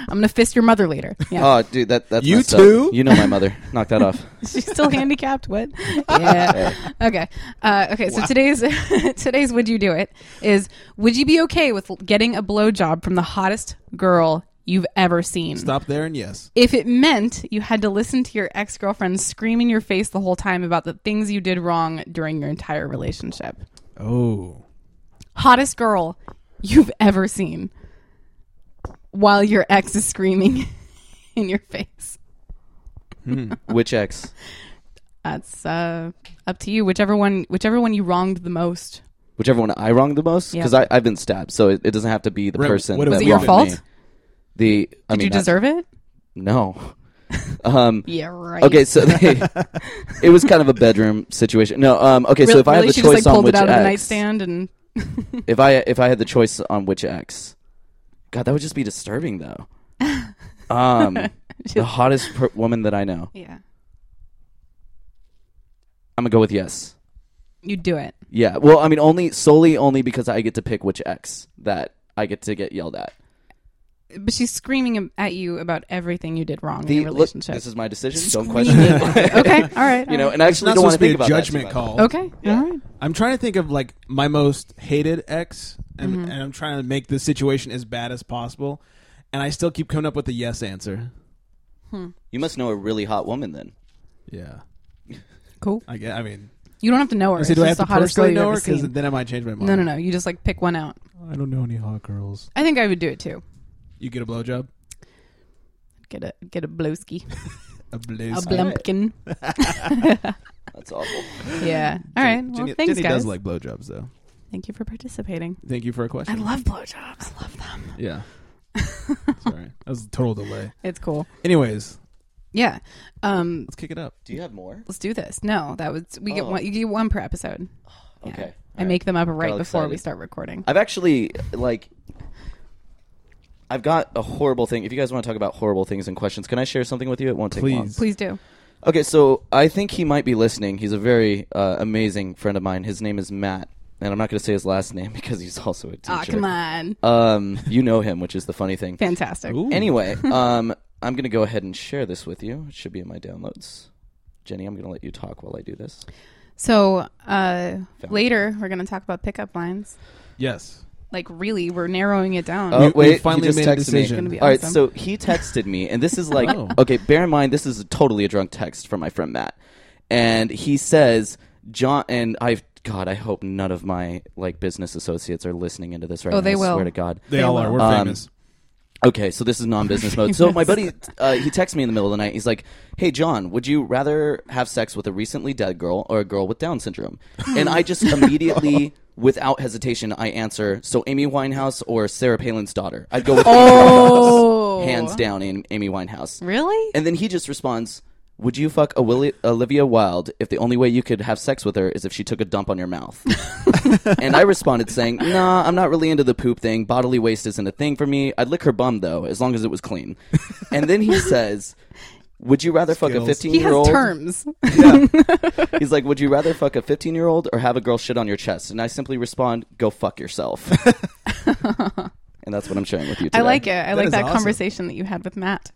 [SPEAKER 3] I'm gonna fist your mother later. Yeah.
[SPEAKER 10] Oh, dude, that that's
[SPEAKER 1] You
[SPEAKER 10] messed
[SPEAKER 1] too?
[SPEAKER 10] Up. You know my mother. Knock that off.
[SPEAKER 3] She's still handicapped. What? Yeah. Okay. Uh, okay. So today's today's would you do it is would you be okay with getting a blowjob from the hottest girl you've ever seen?
[SPEAKER 1] Stop there and yes.
[SPEAKER 3] If it meant you had to listen to your ex girlfriend scream in your face the whole time about the things you did wrong during your entire relationship.
[SPEAKER 1] Oh.
[SPEAKER 3] Hottest girl you've ever seen while your ex is screaming in your face.
[SPEAKER 10] Which ex?
[SPEAKER 3] That's uh, up to you. Whichever one, whichever one you wronged the most.
[SPEAKER 10] Whichever one I wronged the most, because
[SPEAKER 3] Yeah.
[SPEAKER 10] I I've been stabbed, so it, it doesn't have to be the
[SPEAKER 1] Right,
[SPEAKER 10] person.
[SPEAKER 1] what
[SPEAKER 10] that
[SPEAKER 1] have
[SPEAKER 3] we
[SPEAKER 10] wronged
[SPEAKER 3] done?
[SPEAKER 10] me. The I
[SPEAKER 3] Did
[SPEAKER 10] mean,
[SPEAKER 3] you deserve it?
[SPEAKER 10] I, no. um.
[SPEAKER 3] Yeah, right.
[SPEAKER 10] Okay, so they, it was kind of a bedroom situation. No, um, okay, so
[SPEAKER 3] Really-
[SPEAKER 10] if I had
[SPEAKER 3] really,
[SPEAKER 10] the
[SPEAKER 3] she
[SPEAKER 10] choice
[SPEAKER 3] just, like,
[SPEAKER 10] on
[SPEAKER 3] pulled
[SPEAKER 10] which
[SPEAKER 3] it out
[SPEAKER 10] ex,
[SPEAKER 3] of the nightstand and
[SPEAKER 10] if I if I had the choice on which ex, God, that would just be disturbing though. Um, the hottest per- woman that I know,
[SPEAKER 3] yeah,
[SPEAKER 10] I'm gonna go with yes.
[SPEAKER 3] you do it.
[SPEAKER 10] Yeah. Well, I mean, only solely only because I get to pick which ex that I get to get yelled at.
[SPEAKER 3] But she's screaming at you about everything you did wrong
[SPEAKER 10] The
[SPEAKER 3] in your
[SPEAKER 10] look,
[SPEAKER 3] relationship.
[SPEAKER 10] this is my decision. Don't question it.
[SPEAKER 3] okay, all right.
[SPEAKER 10] you know, and I
[SPEAKER 1] It's
[SPEAKER 10] actually
[SPEAKER 1] not
[SPEAKER 10] don't
[SPEAKER 1] supposed
[SPEAKER 10] want to
[SPEAKER 1] to be a
[SPEAKER 10] think about that too
[SPEAKER 1] judgment
[SPEAKER 10] much.
[SPEAKER 1] call.
[SPEAKER 3] okay, all right.
[SPEAKER 1] I'm trying to think of like my most hated ex, and,
[SPEAKER 3] Mm-hmm.
[SPEAKER 1] and I'm trying to make the situation as bad as possible, and I still keep coming up with the yes answer.
[SPEAKER 10] You must know a really hot woman then.
[SPEAKER 1] Yeah.
[SPEAKER 3] Cool.
[SPEAKER 1] I get. I mean,
[SPEAKER 3] You don't have to know her.
[SPEAKER 1] I say,
[SPEAKER 3] It's
[SPEAKER 1] do I have
[SPEAKER 3] just
[SPEAKER 1] to
[SPEAKER 3] the hottest girl
[SPEAKER 1] personally
[SPEAKER 3] you've
[SPEAKER 1] know her?
[SPEAKER 3] ever
[SPEAKER 1] Because
[SPEAKER 3] seen.
[SPEAKER 1] then I might change my mind.
[SPEAKER 3] No, no, no. You just like pick one out.
[SPEAKER 1] I don't know any hot girls.
[SPEAKER 3] I think I would do it too.
[SPEAKER 1] You get a blowjob.
[SPEAKER 3] Get a get a blowski,
[SPEAKER 1] A
[SPEAKER 3] a
[SPEAKER 1] blue.
[SPEAKER 3] blumpkin.
[SPEAKER 10] That's awful.
[SPEAKER 3] Yeah. All right. Well,
[SPEAKER 1] Jenny,
[SPEAKER 3] thanks,
[SPEAKER 1] Jenny
[SPEAKER 3] guys.
[SPEAKER 1] does like blowjobs, though.
[SPEAKER 3] Thank you for participating.
[SPEAKER 1] Thank you for a
[SPEAKER 3] I
[SPEAKER 1] question.
[SPEAKER 3] love blowjobs. I love them.
[SPEAKER 1] yeah. Sorry, that was a total delay.
[SPEAKER 3] It's cool.
[SPEAKER 1] Anyways,
[SPEAKER 3] Yeah. Um.
[SPEAKER 1] let's kick it up.
[SPEAKER 10] Do you have more?
[SPEAKER 3] Let's do this. No, that was we get
[SPEAKER 10] Oh.
[SPEAKER 3] one. You get one per episode. Yeah.
[SPEAKER 10] Okay.
[SPEAKER 3] I make them up right
[SPEAKER 10] all
[SPEAKER 3] before we
[SPEAKER 10] excited.
[SPEAKER 3] start recording.
[SPEAKER 10] I've actually like I've got a horrible thing. If you guys want to talk about horrible things and questions, can I share something with you? It won't take long.
[SPEAKER 1] Please.
[SPEAKER 3] Please do.
[SPEAKER 10] Okay, so I think he might be listening. He's a very uh, amazing friend of mine. His name is Matt, and I'm not going to say his last name because he's also a teacher.
[SPEAKER 3] Ah, come on.
[SPEAKER 10] Um, you know him, which is the funny thing.
[SPEAKER 3] Fantastic.
[SPEAKER 1] Ooh.
[SPEAKER 10] Anyway, um, I'm going to go ahead and share this with you. It should be in my downloads. Jenny, I'm going to let you talk while I do this.
[SPEAKER 3] So uh, later we're going to talk about pickup lines.
[SPEAKER 1] Yes.
[SPEAKER 3] Like really, we're narrowing it down.
[SPEAKER 10] Oh,
[SPEAKER 1] we
[SPEAKER 10] wait,
[SPEAKER 1] finally
[SPEAKER 10] he just
[SPEAKER 1] made a
[SPEAKER 10] texted me.
[SPEAKER 1] decision. It's gonna
[SPEAKER 3] be
[SPEAKER 10] All right,
[SPEAKER 3] awesome.
[SPEAKER 10] so he texted me, and this is like,
[SPEAKER 1] Oh.
[SPEAKER 10] okay, bear in mind, this is totally a drunk text from my friend Matt, and he says, John, and I've, God, I hope none of my like business associates are listening into this right
[SPEAKER 3] Oh,
[SPEAKER 10] now.
[SPEAKER 3] they
[SPEAKER 10] I
[SPEAKER 3] will.
[SPEAKER 10] Swear to God,
[SPEAKER 1] They all are. We're
[SPEAKER 10] Um,
[SPEAKER 1] famous.
[SPEAKER 10] Okay, so this is non-business mode. So my buddy, uh, he texts me in the middle of the night. He's like, "Hey John, would you rather have sex with a recently dead girl or a girl with Down syndrome?" And I just immediately without hesitation, I answer. So Amy Winehouse or Sarah Palin's daughter? I'd go with
[SPEAKER 3] Oh.
[SPEAKER 10] Amy Winehouse, hands down. Am- Amy Winehouse.
[SPEAKER 3] Really?
[SPEAKER 10] And then he just responds, "Would you fuck a Willi- Olivia Wilde if the only way you could have sex with her is if she took a dump on your mouth?" and I responded saying, "Nah, I'm not really into the poop thing. Bodily waste isn't a thing for me. I'd lick her bum though, as long as it was clean." and then he says. Would you rather fuck a
[SPEAKER 3] Skittles.
[SPEAKER 10] 15
[SPEAKER 3] He
[SPEAKER 10] year
[SPEAKER 3] has
[SPEAKER 10] old?
[SPEAKER 3] terms.
[SPEAKER 10] He's like, Would you rather fuck a 15 year old or have a girl shit on your chest? And I simply respond, Go fuck yourself. and that's what I'm sharing with you today.
[SPEAKER 3] I like it. I like that
[SPEAKER 10] conversation.
[SPEAKER 3] conversation that you had with Matt.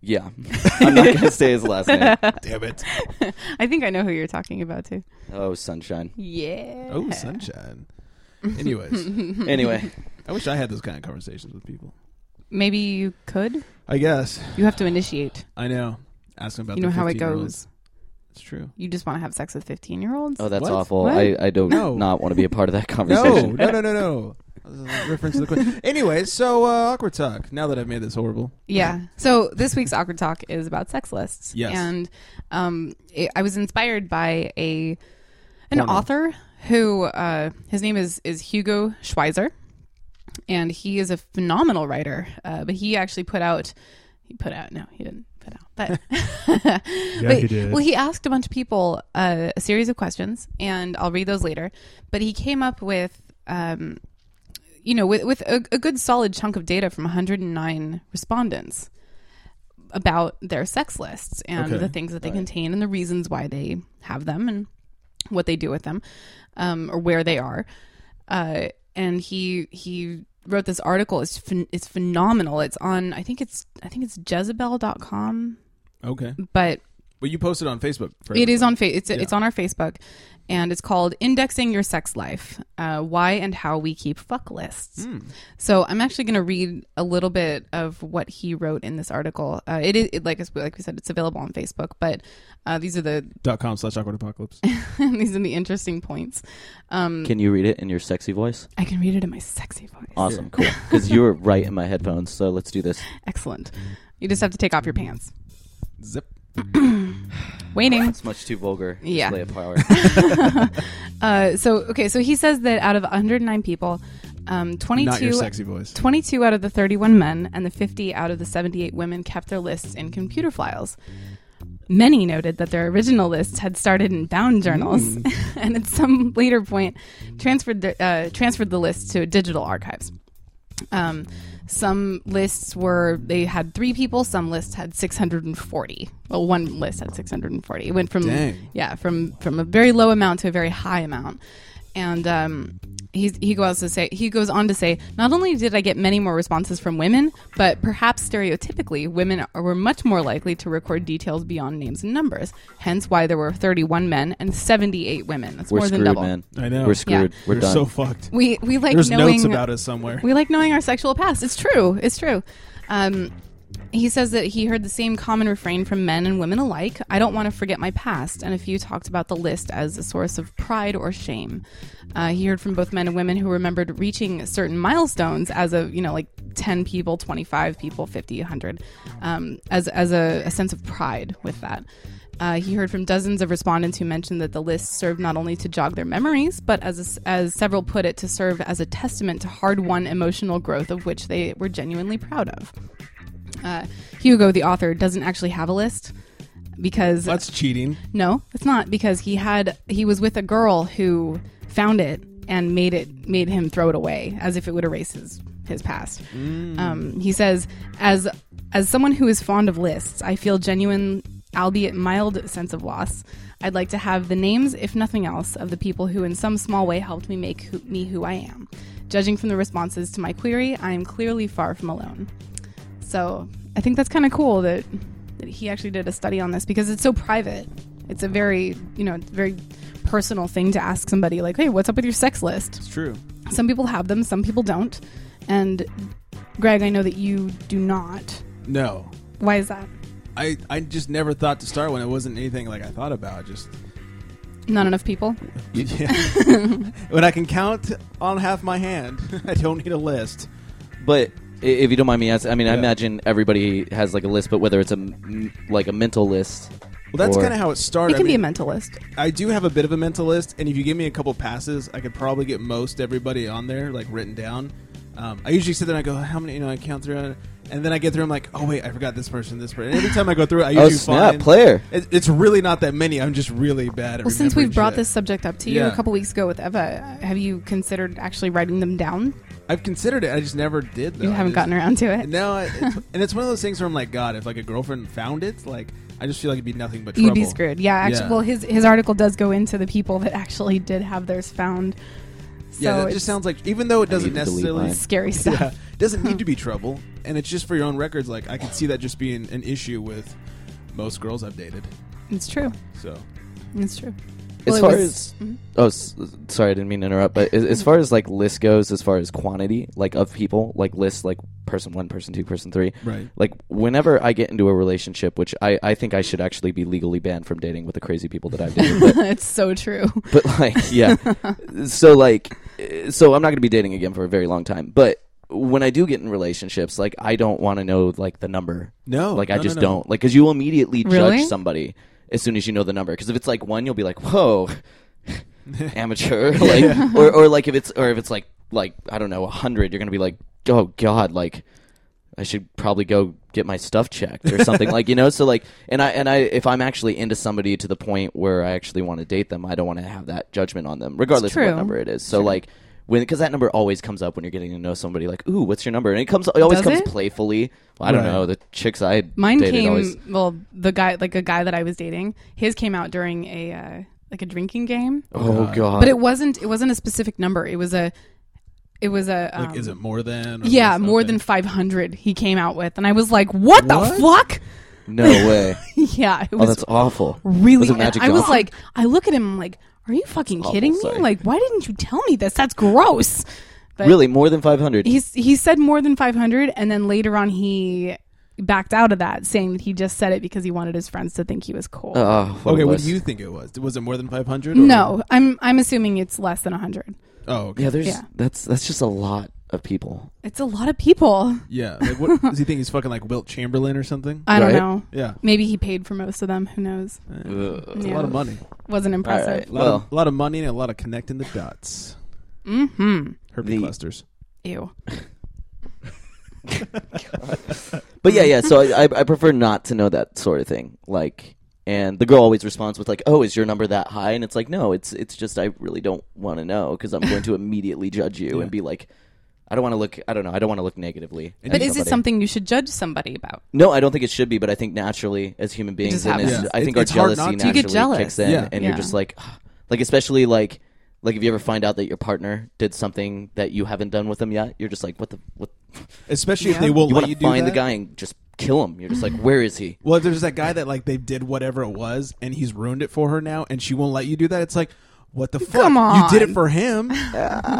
[SPEAKER 10] Yeah. I'm not going to say his last name.
[SPEAKER 3] I think I know who you're talking about too.
[SPEAKER 10] Oh, sunshine.
[SPEAKER 3] Yeah.
[SPEAKER 1] Oh, sunshine. Anyways.
[SPEAKER 10] Anyway.
[SPEAKER 1] I wish I had those kind of conversations with people.
[SPEAKER 3] Maybe you could.
[SPEAKER 1] I guess.
[SPEAKER 3] You have to initiate.
[SPEAKER 1] I know. Ask them about
[SPEAKER 3] You
[SPEAKER 1] the
[SPEAKER 3] know how it
[SPEAKER 1] 15-year-olds.
[SPEAKER 3] goes.
[SPEAKER 1] It's true.
[SPEAKER 3] You just want to have sex with 15 year olds.
[SPEAKER 10] Oh, that's awful. I, I do
[SPEAKER 1] No.
[SPEAKER 10] not want to be a part of that conversation.
[SPEAKER 1] No, no, no, no, no. Uh, Reference to the question. Anyway, so uh, awkward talk. Now that I've made this horrible,
[SPEAKER 3] Yeah. So this week's awkward talk is about sex lists.
[SPEAKER 1] Yes.
[SPEAKER 3] And um, it, I was inspired by a an
[SPEAKER 14] Porno.
[SPEAKER 3] author who uh, his name is is Hugo Schweizer, and he is a phenomenal writer. Uh, but he actually put out he put out no he didn't put out but but-
[SPEAKER 14] he did.
[SPEAKER 3] well he asked a bunch of people uh, a series of questions and I'll read those later. But he came up with um, you know, with, with a, a good solid chunk of data from 109 respondents about their sex lists and
[SPEAKER 14] Okay.
[SPEAKER 3] the things that they
[SPEAKER 14] Right.
[SPEAKER 3] contain and the reasons why they have them and what they do with them um, or where they are. Uh, and he he wrote this article. It's phen- it's phenomenal. It's on I think it's I think it's Jezebel.com.
[SPEAKER 1] okay.
[SPEAKER 3] But
[SPEAKER 1] Well, you posted Mm. on Facebook. For
[SPEAKER 3] it is
[SPEAKER 1] everyone.
[SPEAKER 3] on fa- it's it's on our Facebook, and it's called "Indexing Your Sex Life: uh, Why and How We Keep Fuck Lists."
[SPEAKER 10] Hmm.
[SPEAKER 3] So I'm actually going to read a little bit of what he wrote in this article. Uh, it is it, like as- like we said, it's available on Facebook, but uh, these are the
[SPEAKER 1] dot com slash awkward apocalypse.
[SPEAKER 3] these are the interesting points. Um,
[SPEAKER 10] Can you read it in your sexy voice?
[SPEAKER 3] I can read it in my sexy voice.
[SPEAKER 10] Awesome, cool. Because you were right in my headphones, so let's do this.
[SPEAKER 3] Excellent. You just have to take off your pants.
[SPEAKER 1] Zip.
[SPEAKER 3] Waiting.
[SPEAKER 10] Hmm. It's much too vulgar.
[SPEAKER 3] Yeah.
[SPEAKER 10] Display of power.
[SPEAKER 3] uh, so okay, so he says that out of 109 people, um, 22,
[SPEAKER 1] Not your sexy voice.
[SPEAKER 3] 22 out of the 31 men and the 50 out of the 78 women kept their lists in computer files. Many noted that their original lists had started in bound journals, and at some later point, transferred the, uh, transferred the lists to digital archives. Um, some lists were they had three people. Some lists had 640. Well, one list had 640. It went from
[SPEAKER 14] Dang.
[SPEAKER 3] yeah from from a very low amount to a very high amount. And um, he's, he goes to say he goes on to say not only did I get many more responses from women, but perhaps stereotypically, women are- were much more likely to record details beyond names and numbers. Hence, why there were 31 men and 78 women. That's
[SPEAKER 10] We're
[SPEAKER 3] more
[SPEAKER 10] screwed,
[SPEAKER 3] than double.
[SPEAKER 10] man. I know. We're screwed. We're
[SPEAKER 1] You're
[SPEAKER 10] done.
[SPEAKER 1] so fucked.
[SPEAKER 3] We we like
[SPEAKER 1] There's
[SPEAKER 3] knowing
[SPEAKER 1] notes about us somewhere.
[SPEAKER 3] We like knowing our sexual past. It's true. It's true. Um, he says that he heard the same common refrain from men and women alike. I don't want to forget my past, and a few talked about the list as a source of pride or shame. Uh, he heard from both men and women who remembered reaching certain milestones as a you know like ten people, twenty five people, fifty, hundred, um, as as a, a sense of pride with that. Uh, he heard from dozens of respondents who mentioned that the list served not only to jog their memories, but as, as several put it, to serve as a testament to hard won emotional growth of which they were genuinely proud of. Uh, Hugo, the author, doesn't actually have a list because
[SPEAKER 1] That's cheating.
[SPEAKER 3] no, it's not because he had he was with a girl who found it and made it made him throw it away as if it would erase his his past.
[SPEAKER 14] Mm.
[SPEAKER 3] Um, he says, as as someone who is fond of lists, I feel genuine, albeit mild, sense of loss. I'd like to have the names, if nothing else, of the people who, in some small way, helped me make who, me who I am. Judging from the responses to my query, I am clearly far from alone. So I think that's kind of cool that that he actually did a study on this because it's so private. It's a very you know very personal thing to ask somebody like, hey, what's up with your sex list? It's
[SPEAKER 1] true.
[SPEAKER 3] Some people have them, some people don't. And Greg, I know that you do not.
[SPEAKER 1] No,
[SPEAKER 3] Why is that?
[SPEAKER 1] I I just never thought to start when it wasn't anything like I thought about. Just
[SPEAKER 3] Not enough people.
[SPEAKER 1] yeah. when I can count on half my hand, I don't need a list.
[SPEAKER 10] But i- if you don't mind me asking, I mean, I
[SPEAKER 1] Yeah.
[SPEAKER 10] imagine everybody has like a list, but whether it's a m- like a mental list
[SPEAKER 1] Well, that's
[SPEAKER 10] Or-
[SPEAKER 1] kind of how it started.
[SPEAKER 14] You can
[SPEAKER 1] I mean,
[SPEAKER 14] be a mentalist.
[SPEAKER 1] I do have a bit of a mentalist, and if you give me a couple passes, I could probably get most everybody on there like written down. Um, I usually sit there and I go, how many? You know, I count through, and then I get through. I'm like, oh wait, I forgot this person, this person. And every time I go through, I
[SPEAKER 10] Oh,
[SPEAKER 1] usually
[SPEAKER 10] snap,
[SPEAKER 1] find
[SPEAKER 10] player.
[SPEAKER 1] It, it's really not that many. I'm just really bad at.
[SPEAKER 3] Well, since we've
[SPEAKER 1] remembering
[SPEAKER 3] brought
[SPEAKER 1] shit.
[SPEAKER 3] this subject up to you
[SPEAKER 1] Yeah.
[SPEAKER 3] a couple weeks ago with Eva, have you considered actually writing them down?
[SPEAKER 1] I've considered it. I just never did. Though.
[SPEAKER 3] You
[SPEAKER 1] I
[SPEAKER 3] haven't
[SPEAKER 1] just-
[SPEAKER 3] gotten around to it?
[SPEAKER 1] No, I- it's, and it's one of those things where I'm like, God, if like a girlfriend found it, like I just feel like it'd be nothing but trouble.
[SPEAKER 3] You'd be screwed. E Yeah, actually, well, his his article does go into the people that actually did have theirs found. So
[SPEAKER 1] yeah, it
[SPEAKER 3] it's-
[SPEAKER 1] just sounds like even though it
[SPEAKER 3] I
[SPEAKER 1] doesn't
[SPEAKER 3] need to delete
[SPEAKER 1] necessarily
[SPEAKER 3] mine. Scary stuff.
[SPEAKER 1] yeah, it doesn't need to be trouble, and it's just for your own records. Like I could see that just being an issue with most girls I've dated.
[SPEAKER 3] it's true.
[SPEAKER 1] So
[SPEAKER 3] It's true.
[SPEAKER 10] As
[SPEAKER 3] Well, it
[SPEAKER 10] far
[SPEAKER 3] was-
[SPEAKER 10] as oh, s- sorry, I didn't mean to interrupt. But as, as far as like list goes, as far as quantity, like of people, like lists, like person one, person two, person three.
[SPEAKER 1] Right.
[SPEAKER 10] Like whenever I get into a relationship, which I I think I should actually be legally banned from dating with the crazy people that I've dated. But,
[SPEAKER 3] it's so true.
[SPEAKER 10] but like, yeah. so like, uh, so I'm not going to be dating again for a very long time. But when I do get in relationships, like I don't want to know like the number.
[SPEAKER 1] No,
[SPEAKER 10] like
[SPEAKER 1] no,
[SPEAKER 10] I
[SPEAKER 1] no,
[SPEAKER 10] just
[SPEAKER 1] no.
[SPEAKER 10] don't like because you immediately
[SPEAKER 1] Really?
[SPEAKER 10] judge somebody as soon as you know the number. Because if it's like one, you'll be like, whoa, amateur. like, or or like if it's or if it's like like I don't know, hundred, you're gonna be like, oh god, like. I should probably go get my stuff checked or something like you know so like and I and I if I'm actually into somebody to the point where I actually want to date them I don't want to have that judgment on them regardless of
[SPEAKER 1] true.
[SPEAKER 10] what number it is so like when because that number always comes up when you're getting to know somebody like ooh what's your number and it comes it always
[SPEAKER 3] Does
[SPEAKER 10] comes
[SPEAKER 3] it?
[SPEAKER 10] playfully well, I don't
[SPEAKER 1] Right.
[SPEAKER 10] know the chicks I
[SPEAKER 3] Mine
[SPEAKER 10] dated
[SPEAKER 3] came
[SPEAKER 10] always
[SPEAKER 3] well, the guy like a guy that I was dating, his came out during a uh, like a drinking game.
[SPEAKER 10] Oh, God. God.
[SPEAKER 3] But it wasn't it wasn't a specific number. It was a it was a um,
[SPEAKER 1] like, is it more than? or
[SPEAKER 3] yeah,
[SPEAKER 1] less?
[SPEAKER 3] more than 500 he came out with. And I was like, what, the fuck?
[SPEAKER 10] no way
[SPEAKER 3] yeah, it
[SPEAKER 10] oh
[SPEAKER 3] was
[SPEAKER 10] that's awful
[SPEAKER 3] really.
[SPEAKER 10] was it
[SPEAKER 3] and
[SPEAKER 10] Magic
[SPEAKER 3] I was
[SPEAKER 10] Johnson?
[SPEAKER 3] like, I look at him I'm like, are you fucking
[SPEAKER 10] Awful,
[SPEAKER 3] kidding me?
[SPEAKER 10] sorry.
[SPEAKER 3] Like, why didn't you tell me this? That's gross. But
[SPEAKER 10] really more than 500
[SPEAKER 3] He's, he said more than 500, and then later on he backed out of that, saying that he just said it because he wanted his friends to think he was cool.
[SPEAKER 10] what
[SPEAKER 1] okay.
[SPEAKER 10] a
[SPEAKER 1] What
[SPEAKER 10] wuss.
[SPEAKER 1] do you think it was? Was it more than five hundred?
[SPEAKER 3] no, I'm I'm assuming it's less than 100.
[SPEAKER 1] Oh, okay.
[SPEAKER 10] yeah there's
[SPEAKER 3] Yeah.
[SPEAKER 10] that's that's just a lot of people
[SPEAKER 3] It's a lot of people.
[SPEAKER 1] Yeah. Like, what does he think? He's fucking like Wilt Chamberlain or something?
[SPEAKER 3] I don't know.
[SPEAKER 1] Yeah.
[SPEAKER 3] Maybe he paid for most of them. Who knows?
[SPEAKER 1] It's a lot of money.
[SPEAKER 3] Wasn't impressive.
[SPEAKER 1] A lot, of, lot of money and a lot of connecting the dots.
[SPEAKER 3] Mm-hmm.
[SPEAKER 1] Herpes clusters.
[SPEAKER 3] Ew.
[SPEAKER 10] But yeah, yeah. So I, I, I prefer not to know that sort of thing. Like, and the girl always responds with like, "Oh, is your number that high?" And it's like, no, it's it's just I really don't want to know because I'm going to immediately judge you
[SPEAKER 3] Yeah.
[SPEAKER 10] and be like, I don't want to look. I don't know. I don't want to look negatively.
[SPEAKER 3] But is it something you should judge somebody about?
[SPEAKER 10] No, I don't think it should be. But I think naturally, as human beings,
[SPEAKER 3] just
[SPEAKER 10] and
[SPEAKER 3] happens.
[SPEAKER 10] as-
[SPEAKER 3] Yeah.
[SPEAKER 10] I think
[SPEAKER 3] It-
[SPEAKER 10] our
[SPEAKER 3] it's hard
[SPEAKER 10] jealousy
[SPEAKER 3] not to.
[SPEAKER 10] naturally
[SPEAKER 3] You get jealous.
[SPEAKER 10] kicks in,
[SPEAKER 3] Yeah.
[SPEAKER 10] and
[SPEAKER 3] Yeah.
[SPEAKER 10] you're just like, "Ah," like especially like. Like if you ever find out that your partner did something that you haven't done with them yet, you're just like, what the what?
[SPEAKER 1] Especially if Yeah. they won't let
[SPEAKER 10] wanna
[SPEAKER 1] you do
[SPEAKER 10] find
[SPEAKER 1] that.
[SPEAKER 10] the guy and just kill him. You're just
[SPEAKER 3] Mm-hmm.
[SPEAKER 10] like, where is he?
[SPEAKER 1] Well, if there's that guy that like they did whatever it was, and he's ruined it for her now, and she won't let you do that. It's like, what the fuck?
[SPEAKER 3] Come
[SPEAKER 1] You did it
[SPEAKER 3] on.
[SPEAKER 1] for him.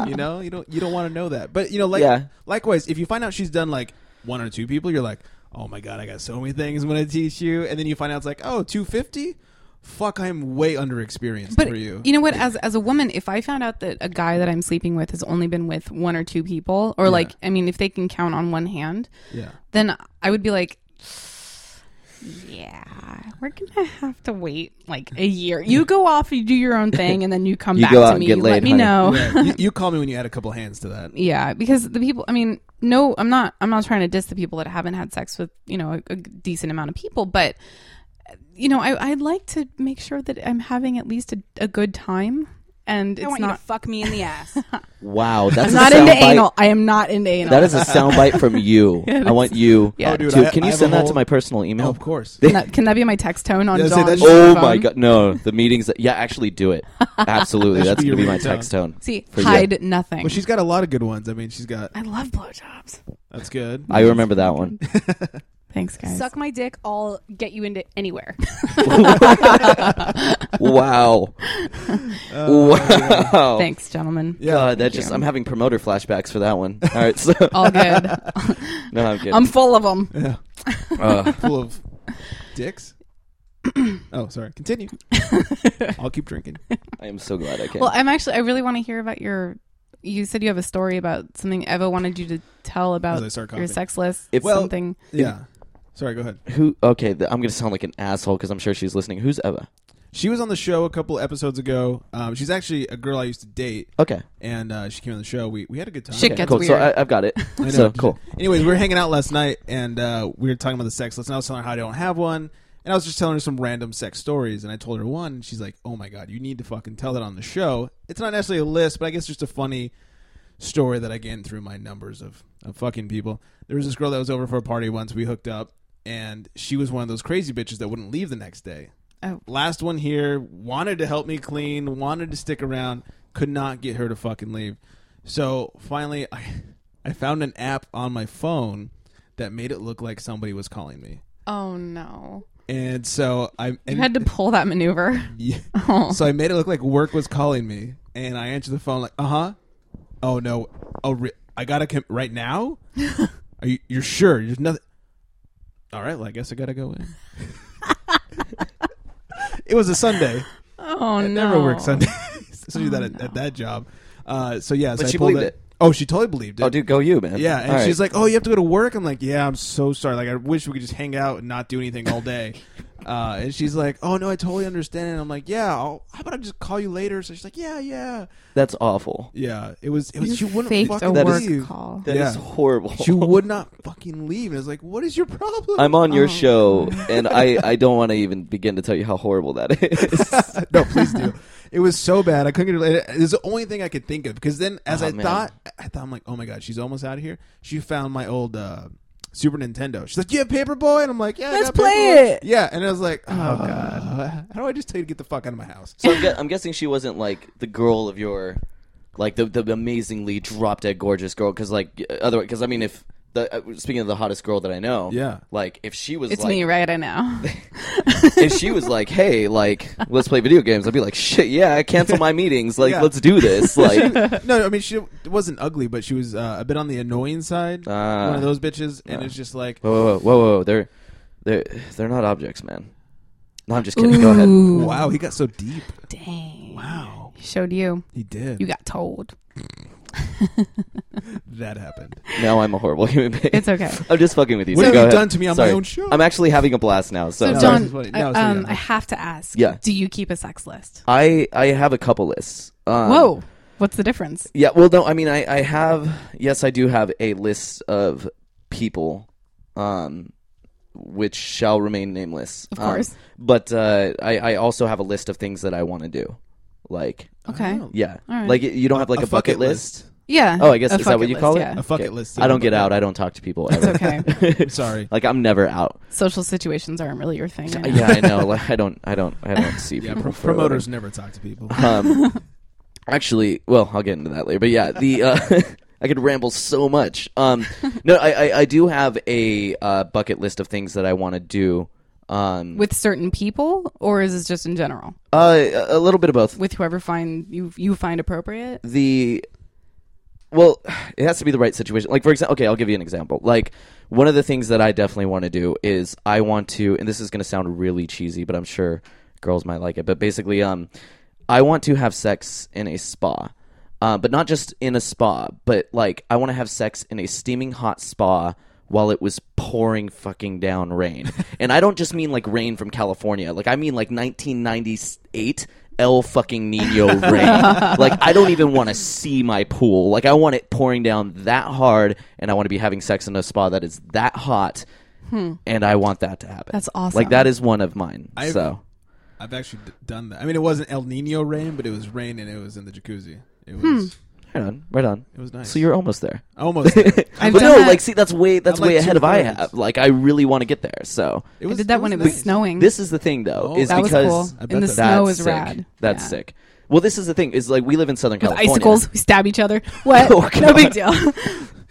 [SPEAKER 1] you know, you don't you don't want to know that. But you know, like
[SPEAKER 10] Yeah.
[SPEAKER 1] likewise, if you find out she's done like one or two people, you're like, oh my god, I got so many things I'm gonna teach you, and then you find out it's like, oh, 250. Fuck, I'm way underexperienced
[SPEAKER 3] But
[SPEAKER 1] for you.
[SPEAKER 3] You know what? As as a woman, if I found out that a guy that I'm sleeping with has only been with one or two people, or
[SPEAKER 1] Yeah.
[SPEAKER 3] like, I mean, if they can count on one hand,
[SPEAKER 1] Yeah.
[SPEAKER 3] then I would be like, yeah, we're gonna have to wait like a year. You go off, you do your own thing, and then you come
[SPEAKER 1] You
[SPEAKER 3] back
[SPEAKER 1] go
[SPEAKER 3] to
[SPEAKER 1] out and
[SPEAKER 3] me.
[SPEAKER 1] get
[SPEAKER 3] let
[SPEAKER 1] laid,
[SPEAKER 3] me
[SPEAKER 1] honey.
[SPEAKER 3] know.
[SPEAKER 1] Yeah, you, you call me when you add a couple hands to that.
[SPEAKER 3] Yeah, because the people. I mean, no, I'm not. I'm not trying to diss the people that haven't had sex with you know a, a decent amount of people, but you know, I, I'd like to make sure that I'm having at least a, a good time, and it's
[SPEAKER 14] want you to
[SPEAKER 3] not fuck me in the ass.
[SPEAKER 10] Wow,
[SPEAKER 3] I'm
[SPEAKER 10] that's a
[SPEAKER 3] not into
[SPEAKER 10] soundbite.
[SPEAKER 3] anal. I am not into anal.
[SPEAKER 10] That is a soundbite from you.
[SPEAKER 3] Yeah, it
[SPEAKER 10] I want you.
[SPEAKER 3] Yeah. Oh, dude,
[SPEAKER 10] to,
[SPEAKER 3] I-
[SPEAKER 10] can
[SPEAKER 3] I
[SPEAKER 10] you
[SPEAKER 3] have
[SPEAKER 10] send
[SPEAKER 3] a
[SPEAKER 10] that
[SPEAKER 3] whole-
[SPEAKER 10] to my personal email?
[SPEAKER 1] Oh, of course.
[SPEAKER 3] Can that, can that be my text tone on John's
[SPEAKER 10] oh
[SPEAKER 3] phone?
[SPEAKER 10] my god, no! The meetings. That, yeah, actually, do it. Absolutely,
[SPEAKER 1] That should
[SPEAKER 10] that's
[SPEAKER 1] be
[SPEAKER 10] gonna
[SPEAKER 1] your
[SPEAKER 10] be my
[SPEAKER 1] ringtone.
[SPEAKER 10] text tone.
[SPEAKER 3] See,
[SPEAKER 10] for you.
[SPEAKER 3] hide nothing.
[SPEAKER 1] Well, she's got a lot of good ones. I mean, she's got.
[SPEAKER 3] I love blowjobs.
[SPEAKER 1] That's good.
[SPEAKER 10] I remember that one.
[SPEAKER 3] Thanks, guys.
[SPEAKER 14] Suck my dick. I'll get you into anywhere.
[SPEAKER 1] Oh,
[SPEAKER 10] wow. wow.
[SPEAKER 3] Thanks, gentlemen.
[SPEAKER 10] Yeah, God, that
[SPEAKER 3] Thank
[SPEAKER 10] just
[SPEAKER 3] you.
[SPEAKER 10] I'm having promoter flashbacks for that one. All right, so
[SPEAKER 3] All good.
[SPEAKER 10] no, I'm good.
[SPEAKER 3] I'm full of 'em.
[SPEAKER 1] Yeah.
[SPEAKER 10] Uh.
[SPEAKER 1] Full of dicks. oh, sorry. Continue. I'll keep drinking.
[SPEAKER 10] I am so glad I came.
[SPEAKER 3] Well, I'm actually. I really want to hear about your. You said you have a story about something Eva wanted you to tell
[SPEAKER 1] As I
[SPEAKER 3] about
[SPEAKER 1] start
[SPEAKER 3] your
[SPEAKER 1] coughing.
[SPEAKER 3] sex list.
[SPEAKER 1] If- Well,
[SPEAKER 3] something.
[SPEAKER 1] yeah. Sorry, go ahead.
[SPEAKER 10] Who? Okay, th- I'm going to sound like an asshole because I'm sure she's listening. Who's Eva?
[SPEAKER 1] She was on the show a couple episodes ago. Um, she's actually a girl I used to date.
[SPEAKER 10] Okay.
[SPEAKER 1] And uh, she came on the show. We, we had a good time.
[SPEAKER 10] Shit Okay, gets cool. So weird. I- I've got it.
[SPEAKER 1] know.
[SPEAKER 10] So, cool.
[SPEAKER 1] Anyways, we were hanging out last night and uh, we were talking about the sex list, and I was telling her how I don't have one. And I was just telling her some random sex stories, and I told her one, and she's like, "Oh my god, you need to fucking tell that on the show." It's not necessarily a list, but I guess just a funny story that I gained through my numbers of, of fucking people. There was this girl that was over for a party once. We hooked up, and she was one of those crazy bitches that wouldn't leave the next day.
[SPEAKER 3] Oh.
[SPEAKER 1] Last one here wanted to help me clean, wanted to stick around, could not get her to fucking leave. So finally, I, I found an app on my phone that made it look like somebody was calling me.
[SPEAKER 3] Oh no.
[SPEAKER 1] And so I and
[SPEAKER 3] You had to pull that maneuver.
[SPEAKER 1] yeah.
[SPEAKER 3] Oh.
[SPEAKER 1] So I made it look like work was calling me, and I answered the phone like, "Uh huh." Oh no! Oh, re- I gotta com- right now. Are you? You're sure? There's nothing. All right. Well, I guess I gotta go in. it was a Sunday.
[SPEAKER 3] Oh,
[SPEAKER 1] I Never
[SPEAKER 3] no.
[SPEAKER 1] worked Sunday. so
[SPEAKER 10] Oh,
[SPEAKER 1] do that at, at that job. Uh, so yeah, so
[SPEAKER 10] But
[SPEAKER 1] I
[SPEAKER 10] she
[SPEAKER 1] pulled
[SPEAKER 10] believed
[SPEAKER 1] it.
[SPEAKER 10] it.
[SPEAKER 1] Oh, she totally believed it.
[SPEAKER 10] Oh, dude, go you, man.
[SPEAKER 1] Yeah, and
[SPEAKER 10] All right.
[SPEAKER 1] she's like, "Oh, you have to go to work." I'm like, "Yeah, I'm so sorry. Like, I wish we could just hang out and not do anything all day." uh, and she's like, "Oh no, I totally understand." And I'm like, "Yeah, I'll, how about I just call you later?" So she's like, "Yeah, yeah."
[SPEAKER 10] That's awful.
[SPEAKER 1] Yeah, it was. It was.
[SPEAKER 10] You
[SPEAKER 1] she wouldn't
[SPEAKER 10] faked
[SPEAKER 1] fucking
[SPEAKER 10] a That is-
[SPEAKER 1] leave.
[SPEAKER 10] call. that is horrible.
[SPEAKER 1] She would not fucking leave. And it's like, what is your problem? Oh.
[SPEAKER 10] I'm on your show, and I, I don't want to even begin to tell you how horrible that is.
[SPEAKER 1] no, please do. It was so bad. I couldn't get it. It was the only thing I could think of. Because then, as
[SPEAKER 10] Oh,
[SPEAKER 1] I
[SPEAKER 10] man.
[SPEAKER 1] thought, I thought I'm like, oh my god, she's almost out of here. She found my old uh, Super Nintendo. She's like, do you have Paperboy? And I'm like, yeah, I
[SPEAKER 3] Let's
[SPEAKER 1] got
[SPEAKER 3] play
[SPEAKER 1] Paperboy."
[SPEAKER 3] it.
[SPEAKER 1] Yeah, and I was like, oh god, how do I just tell you to get the fuck out of my house?
[SPEAKER 10] So I'm, gu- I'm guessing she wasn't like the girl of your, like the the amazingly drop dead gorgeous girl. Because like other because I mean if the uh, speaking of the hottest girl that I know,
[SPEAKER 1] Yeah.
[SPEAKER 10] like if she was
[SPEAKER 3] It's
[SPEAKER 10] like
[SPEAKER 3] me, right? I know.
[SPEAKER 10] if she was like, hey, like let's play video games, I'd be like, shit, yeah, I cancel my meetings, like
[SPEAKER 1] Yeah.
[SPEAKER 10] let's do this, like.
[SPEAKER 1] no, I mean she wasn't ugly, but she was uh, a bit on the annoying side.
[SPEAKER 10] Ah.
[SPEAKER 1] one of those bitches, and
[SPEAKER 10] Ah.
[SPEAKER 1] it's just like,
[SPEAKER 10] Whoa, whoa, whoa, whoa, whoa! They're they're they're not objects, man. No, I'm just kidding. Go ahead.
[SPEAKER 3] Ooh.
[SPEAKER 1] wow, he got so deep.
[SPEAKER 3] Dang. Wow. He showed you.
[SPEAKER 1] He did.
[SPEAKER 3] You got told.
[SPEAKER 1] That happened.
[SPEAKER 10] Now I'm a horrible human being.
[SPEAKER 3] It's okay.
[SPEAKER 10] I'm just fucking with you.
[SPEAKER 1] What
[SPEAKER 10] so
[SPEAKER 1] have
[SPEAKER 10] go
[SPEAKER 1] you
[SPEAKER 10] ahead.
[SPEAKER 1] done to me on my
[SPEAKER 10] Sorry.
[SPEAKER 1] own show?
[SPEAKER 10] I'm actually having a blast now. So,
[SPEAKER 3] So,
[SPEAKER 1] No,
[SPEAKER 3] Don,
[SPEAKER 1] this is funny.
[SPEAKER 3] I,
[SPEAKER 1] No, so yeah,
[SPEAKER 3] um,
[SPEAKER 1] no.
[SPEAKER 3] I have to ask.
[SPEAKER 10] Yeah. Um,
[SPEAKER 3] Do you keep a sex list?
[SPEAKER 10] I I have a couple lists. Um,
[SPEAKER 3] Whoa. What's the difference?
[SPEAKER 10] Yeah. Well, no. I mean, I I have. Yes, I do have a list of people, um, which shall remain nameless.
[SPEAKER 3] Of
[SPEAKER 10] Um,
[SPEAKER 3] course.
[SPEAKER 10] but uh, I I also have a list of things that I want to do, like.
[SPEAKER 3] Okay.
[SPEAKER 10] Yeah.
[SPEAKER 3] All right.
[SPEAKER 10] Like you don't have like
[SPEAKER 1] A-
[SPEAKER 10] a,
[SPEAKER 1] a
[SPEAKER 10] bucket,
[SPEAKER 1] bucket
[SPEAKER 10] list.
[SPEAKER 3] Yeah,
[SPEAKER 10] Oh, I guess
[SPEAKER 3] a
[SPEAKER 10] is that what
[SPEAKER 3] bucket
[SPEAKER 10] you call
[SPEAKER 3] list,
[SPEAKER 10] it?
[SPEAKER 3] yeah.
[SPEAKER 1] A bucket list, yeah,
[SPEAKER 10] I don't get
[SPEAKER 1] but-
[SPEAKER 10] out. I don't talk to people. Ever.
[SPEAKER 3] It's okay.
[SPEAKER 1] Sorry.
[SPEAKER 10] Like I'm never out.
[SPEAKER 3] Social situations aren't really your thing. I know.
[SPEAKER 10] Yeah, I know. Like I don't. I don't. I don't see
[SPEAKER 1] Yeah,
[SPEAKER 10] people.
[SPEAKER 1] pro-
[SPEAKER 10] for a living.
[SPEAKER 1] promoters never talk to people.
[SPEAKER 10] Um, actually, well, I'll get into that later. But yeah, the uh, I could ramble so much. Um, no, I, I, I do have a uh, bucket list of things that I want to do. Um,
[SPEAKER 3] With certain people, or is this just in general?
[SPEAKER 10] uh, a little bit of both.
[SPEAKER 3] With whoever find you you find appropriate.
[SPEAKER 10] the well it has to be the right situation like for example okay i'll give you an example like one of the things that i definitely want to do is i want to and this is going to sound really cheesy but i'm sure girls might like it but basically um i want to have sex in a spa uh, but not just in a spa but like i want to have sex in a steaming hot spa while it was pouring fucking down rain and i don't just mean like rain from california like i mean like 1998 el fucking nino rain like I don't even want to see my pool. Like I want it pouring down that hard, and I want to be having sex in a spa that is that hot,
[SPEAKER 3] Hmm.
[SPEAKER 10] and I want that to happen.
[SPEAKER 3] That's awesome.
[SPEAKER 10] Like that is one of mine.
[SPEAKER 1] I've-
[SPEAKER 10] so
[SPEAKER 1] I've actually d- done that. I mean, it wasn't El Nino rain, but it was rain, and it was in the jacuzzi. It was.
[SPEAKER 10] Hmm. right on, right on.
[SPEAKER 1] It was nice.
[SPEAKER 10] So you're almost there.
[SPEAKER 1] Almost there.
[SPEAKER 10] but
[SPEAKER 3] I've
[SPEAKER 10] no,
[SPEAKER 3] done that-
[SPEAKER 10] like see, that's way that's
[SPEAKER 1] I'm like
[SPEAKER 10] way ahead of I
[SPEAKER 1] two-thirds.
[SPEAKER 10] have. Like I really want to get there. So
[SPEAKER 1] It
[SPEAKER 3] I did that when it was snowing.
[SPEAKER 10] This is the thing, though,
[SPEAKER 1] Oh.
[SPEAKER 10] is
[SPEAKER 3] That was
[SPEAKER 10] because
[SPEAKER 3] cool. I bet And the that-
[SPEAKER 10] that's
[SPEAKER 3] snow is
[SPEAKER 10] sick.
[SPEAKER 3] rad.
[SPEAKER 10] That's
[SPEAKER 3] Yeah.
[SPEAKER 10] sick. Well, this is the thing is like we live in Southern
[SPEAKER 3] With
[SPEAKER 10] California.
[SPEAKER 3] icicles, we stab each other. What?
[SPEAKER 10] Oh,
[SPEAKER 3] no
[SPEAKER 10] God.
[SPEAKER 3] big deal.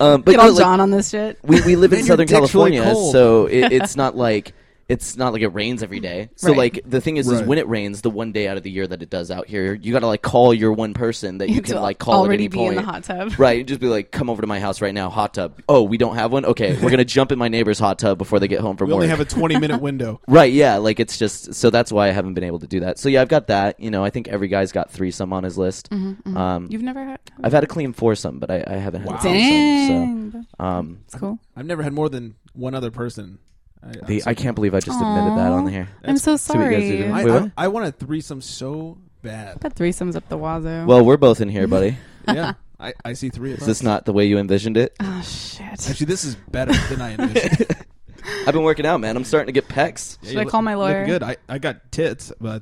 [SPEAKER 10] Um, but
[SPEAKER 3] Get all
[SPEAKER 10] no, like,
[SPEAKER 3] John on this shit.
[SPEAKER 10] we, we live
[SPEAKER 1] Man,
[SPEAKER 10] in
[SPEAKER 1] your
[SPEAKER 10] Southern
[SPEAKER 1] dick's really
[SPEAKER 10] California,
[SPEAKER 1] cold.
[SPEAKER 10] so it, it's not like it's not like it rains every day. So
[SPEAKER 3] Right.
[SPEAKER 10] like the thing is, is
[SPEAKER 1] Right.
[SPEAKER 10] when it rains, the one day out of the year that it does out here, you got to like call your one person that
[SPEAKER 3] To
[SPEAKER 10] you can like call at
[SPEAKER 3] already
[SPEAKER 10] any
[SPEAKER 3] be
[SPEAKER 10] point.
[SPEAKER 3] in the hot tub.
[SPEAKER 10] Right, just be like, come over to my house right now, hot tub. Oh, we don't have one. Okay, we're gonna jump in my neighbor's hot tub before they get home from
[SPEAKER 1] We
[SPEAKER 10] work.
[SPEAKER 1] only have a 20 minute window.
[SPEAKER 10] Right, yeah, like it's just so that's why I haven't been able to do that. So yeah, I've got that. You know, I think every guy's got threesome on his list. Um,
[SPEAKER 3] You've never had.
[SPEAKER 10] I've had a clean foursome, but I, I haven't had
[SPEAKER 1] Wow.
[SPEAKER 10] a threesome.
[SPEAKER 3] Dang.
[SPEAKER 10] So, um,
[SPEAKER 3] That's cool.
[SPEAKER 1] I've never had more than one other person I, I'm
[SPEAKER 5] The, I
[SPEAKER 1] sorry.
[SPEAKER 5] can't believe I just admitted that on
[SPEAKER 3] Aw,
[SPEAKER 5] here.
[SPEAKER 3] I'm so
[SPEAKER 5] See what you guys did to me.
[SPEAKER 1] I,
[SPEAKER 5] Wait, what?
[SPEAKER 1] I, I want a threesome so bad.
[SPEAKER 3] That threesome's up the wazoo.
[SPEAKER 5] Well, we're both in here, buddy.
[SPEAKER 1] yeah, I, I see three of
[SPEAKER 5] Is
[SPEAKER 1] us.
[SPEAKER 5] this not the way you envisioned it?
[SPEAKER 3] Oh shit!
[SPEAKER 1] Actually, this is better than I envisioned.
[SPEAKER 5] I've been working out, man. I'm starting to get pecs.
[SPEAKER 3] Should I call my lawyer?
[SPEAKER 1] Good. I, I got tits, but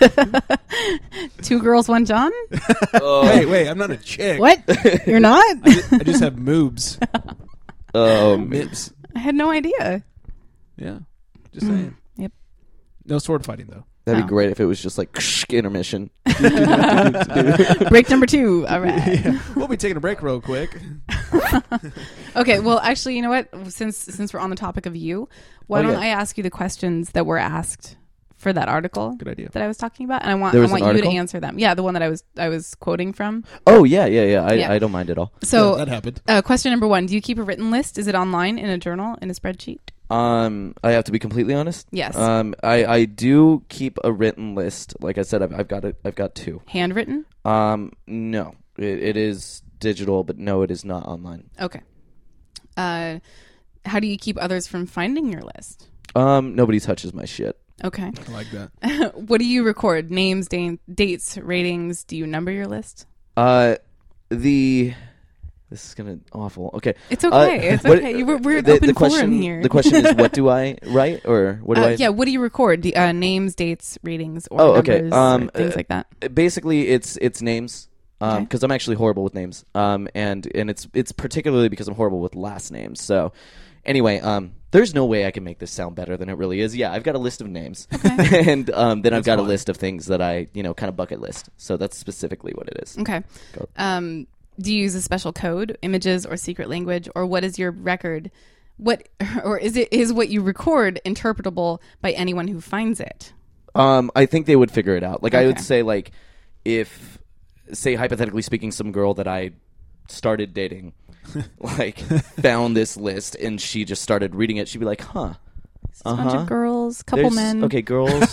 [SPEAKER 1] uh,
[SPEAKER 3] Two girls, one John.
[SPEAKER 10] Oh.
[SPEAKER 1] hey, wait, I'm not a chick.
[SPEAKER 3] What? You're not?
[SPEAKER 1] I, just, I just have moobs.
[SPEAKER 5] Oh,
[SPEAKER 1] mips.
[SPEAKER 3] I had no idea.
[SPEAKER 1] Yeah, just saying.
[SPEAKER 3] Mm, Yep.
[SPEAKER 1] No sword fighting though.
[SPEAKER 5] That'd be great if it was just like intermission.
[SPEAKER 3] Break number two. All right.
[SPEAKER 1] Yeah. We'll be taking a break real quick.
[SPEAKER 3] Okay. Well, actually, you know what? Since since we're on the topic of you, why
[SPEAKER 5] Oh,
[SPEAKER 3] don't
[SPEAKER 5] yeah.
[SPEAKER 3] I ask you the questions that were asked for that article? Good
[SPEAKER 1] idea.
[SPEAKER 3] That I was talking about, and I want I
[SPEAKER 5] There was
[SPEAKER 3] want
[SPEAKER 5] an
[SPEAKER 3] you to
[SPEAKER 5] article?
[SPEAKER 3] answer them. Yeah, the one that I was I was quoting from.
[SPEAKER 5] Oh yeah, yeah, yeah. I,
[SPEAKER 3] Yeah.
[SPEAKER 5] I don't mind at all.
[SPEAKER 3] So
[SPEAKER 1] happened.
[SPEAKER 3] Uh, question number one: Do you keep a written list? Is it online in a journal in a spreadsheet?
[SPEAKER 5] Um, I have to be completely honest.
[SPEAKER 3] Yes.
[SPEAKER 5] Um, I, I do keep a written list. Like I said, I've, I've got a, I've got two.
[SPEAKER 3] Handwritten?
[SPEAKER 5] Um, no, it, it is digital, but no, it is not online.
[SPEAKER 3] Okay. Uh, how do you keep others from finding your list?
[SPEAKER 5] Um, nobody touches my shit.
[SPEAKER 3] Okay.
[SPEAKER 1] I like that.
[SPEAKER 3] what do you record? Names, da- dates, ratings. Do you number your list?
[SPEAKER 5] Uh, the this is gonna awful. Okay,
[SPEAKER 3] It's
[SPEAKER 5] Uh,
[SPEAKER 3] okay. it's
[SPEAKER 5] what-
[SPEAKER 3] okay. You, we're we're an
[SPEAKER 5] the,
[SPEAKER 3] open
[SPEAKER 5] the question,
[SPEAKER 3] forum here.
[SPEAKER 5] The question is, what do I write or what do
[SPEAKER 3] Uh,
[SPEAKER 5] I?
[SPEAKER 3] yeah, what do you record? The, uh, names, dates, ratings, or
[SPEAKER 5] oh, okay.
[SPEAKER 3] numbers,
[SPEAKER 5] Um,
[SPEAKER 3] or things
[SPEAKER 5] uh,
[SPEAKER 3] like that.
[SPEAKER 5] Basically, it's it's names. Um,
[SPEAKER 3] Okay.
[SPEAKER 5] because I'm actually horrible with names. Um, and and it's it's particularly because I'm horrible with last names. So, anyway, um, there's no way I can make this sound better than it really is. Yeah, I've got a list of names, and um, then I've got a list of things that I you know kind of bucket list. So that's specifically what it is.
[SPEAKER 3] Okay.
[SPEAKER 5] Go.
[SPEAKER 3] Um, do you use a special code, images, or secret language, or what is your record? What or is it is what you record interpretable by anyone who finds it?
[SPEAKER 5] Um, I think they would figure it out. Like I would
[SPEAKER 3] Okay.
[SPEAKER 5] say, like if, say hypothetically speaking, some girl that I started dating, like found this list and she just started reading it, she'd be like, "Huh." Uh-huh.
[SPEAKER 3] a bunch of girls, couple
[SPEAKER 5] There's-
[SPEAKER 3] men.
[SPEAKER 5] Okay, girls,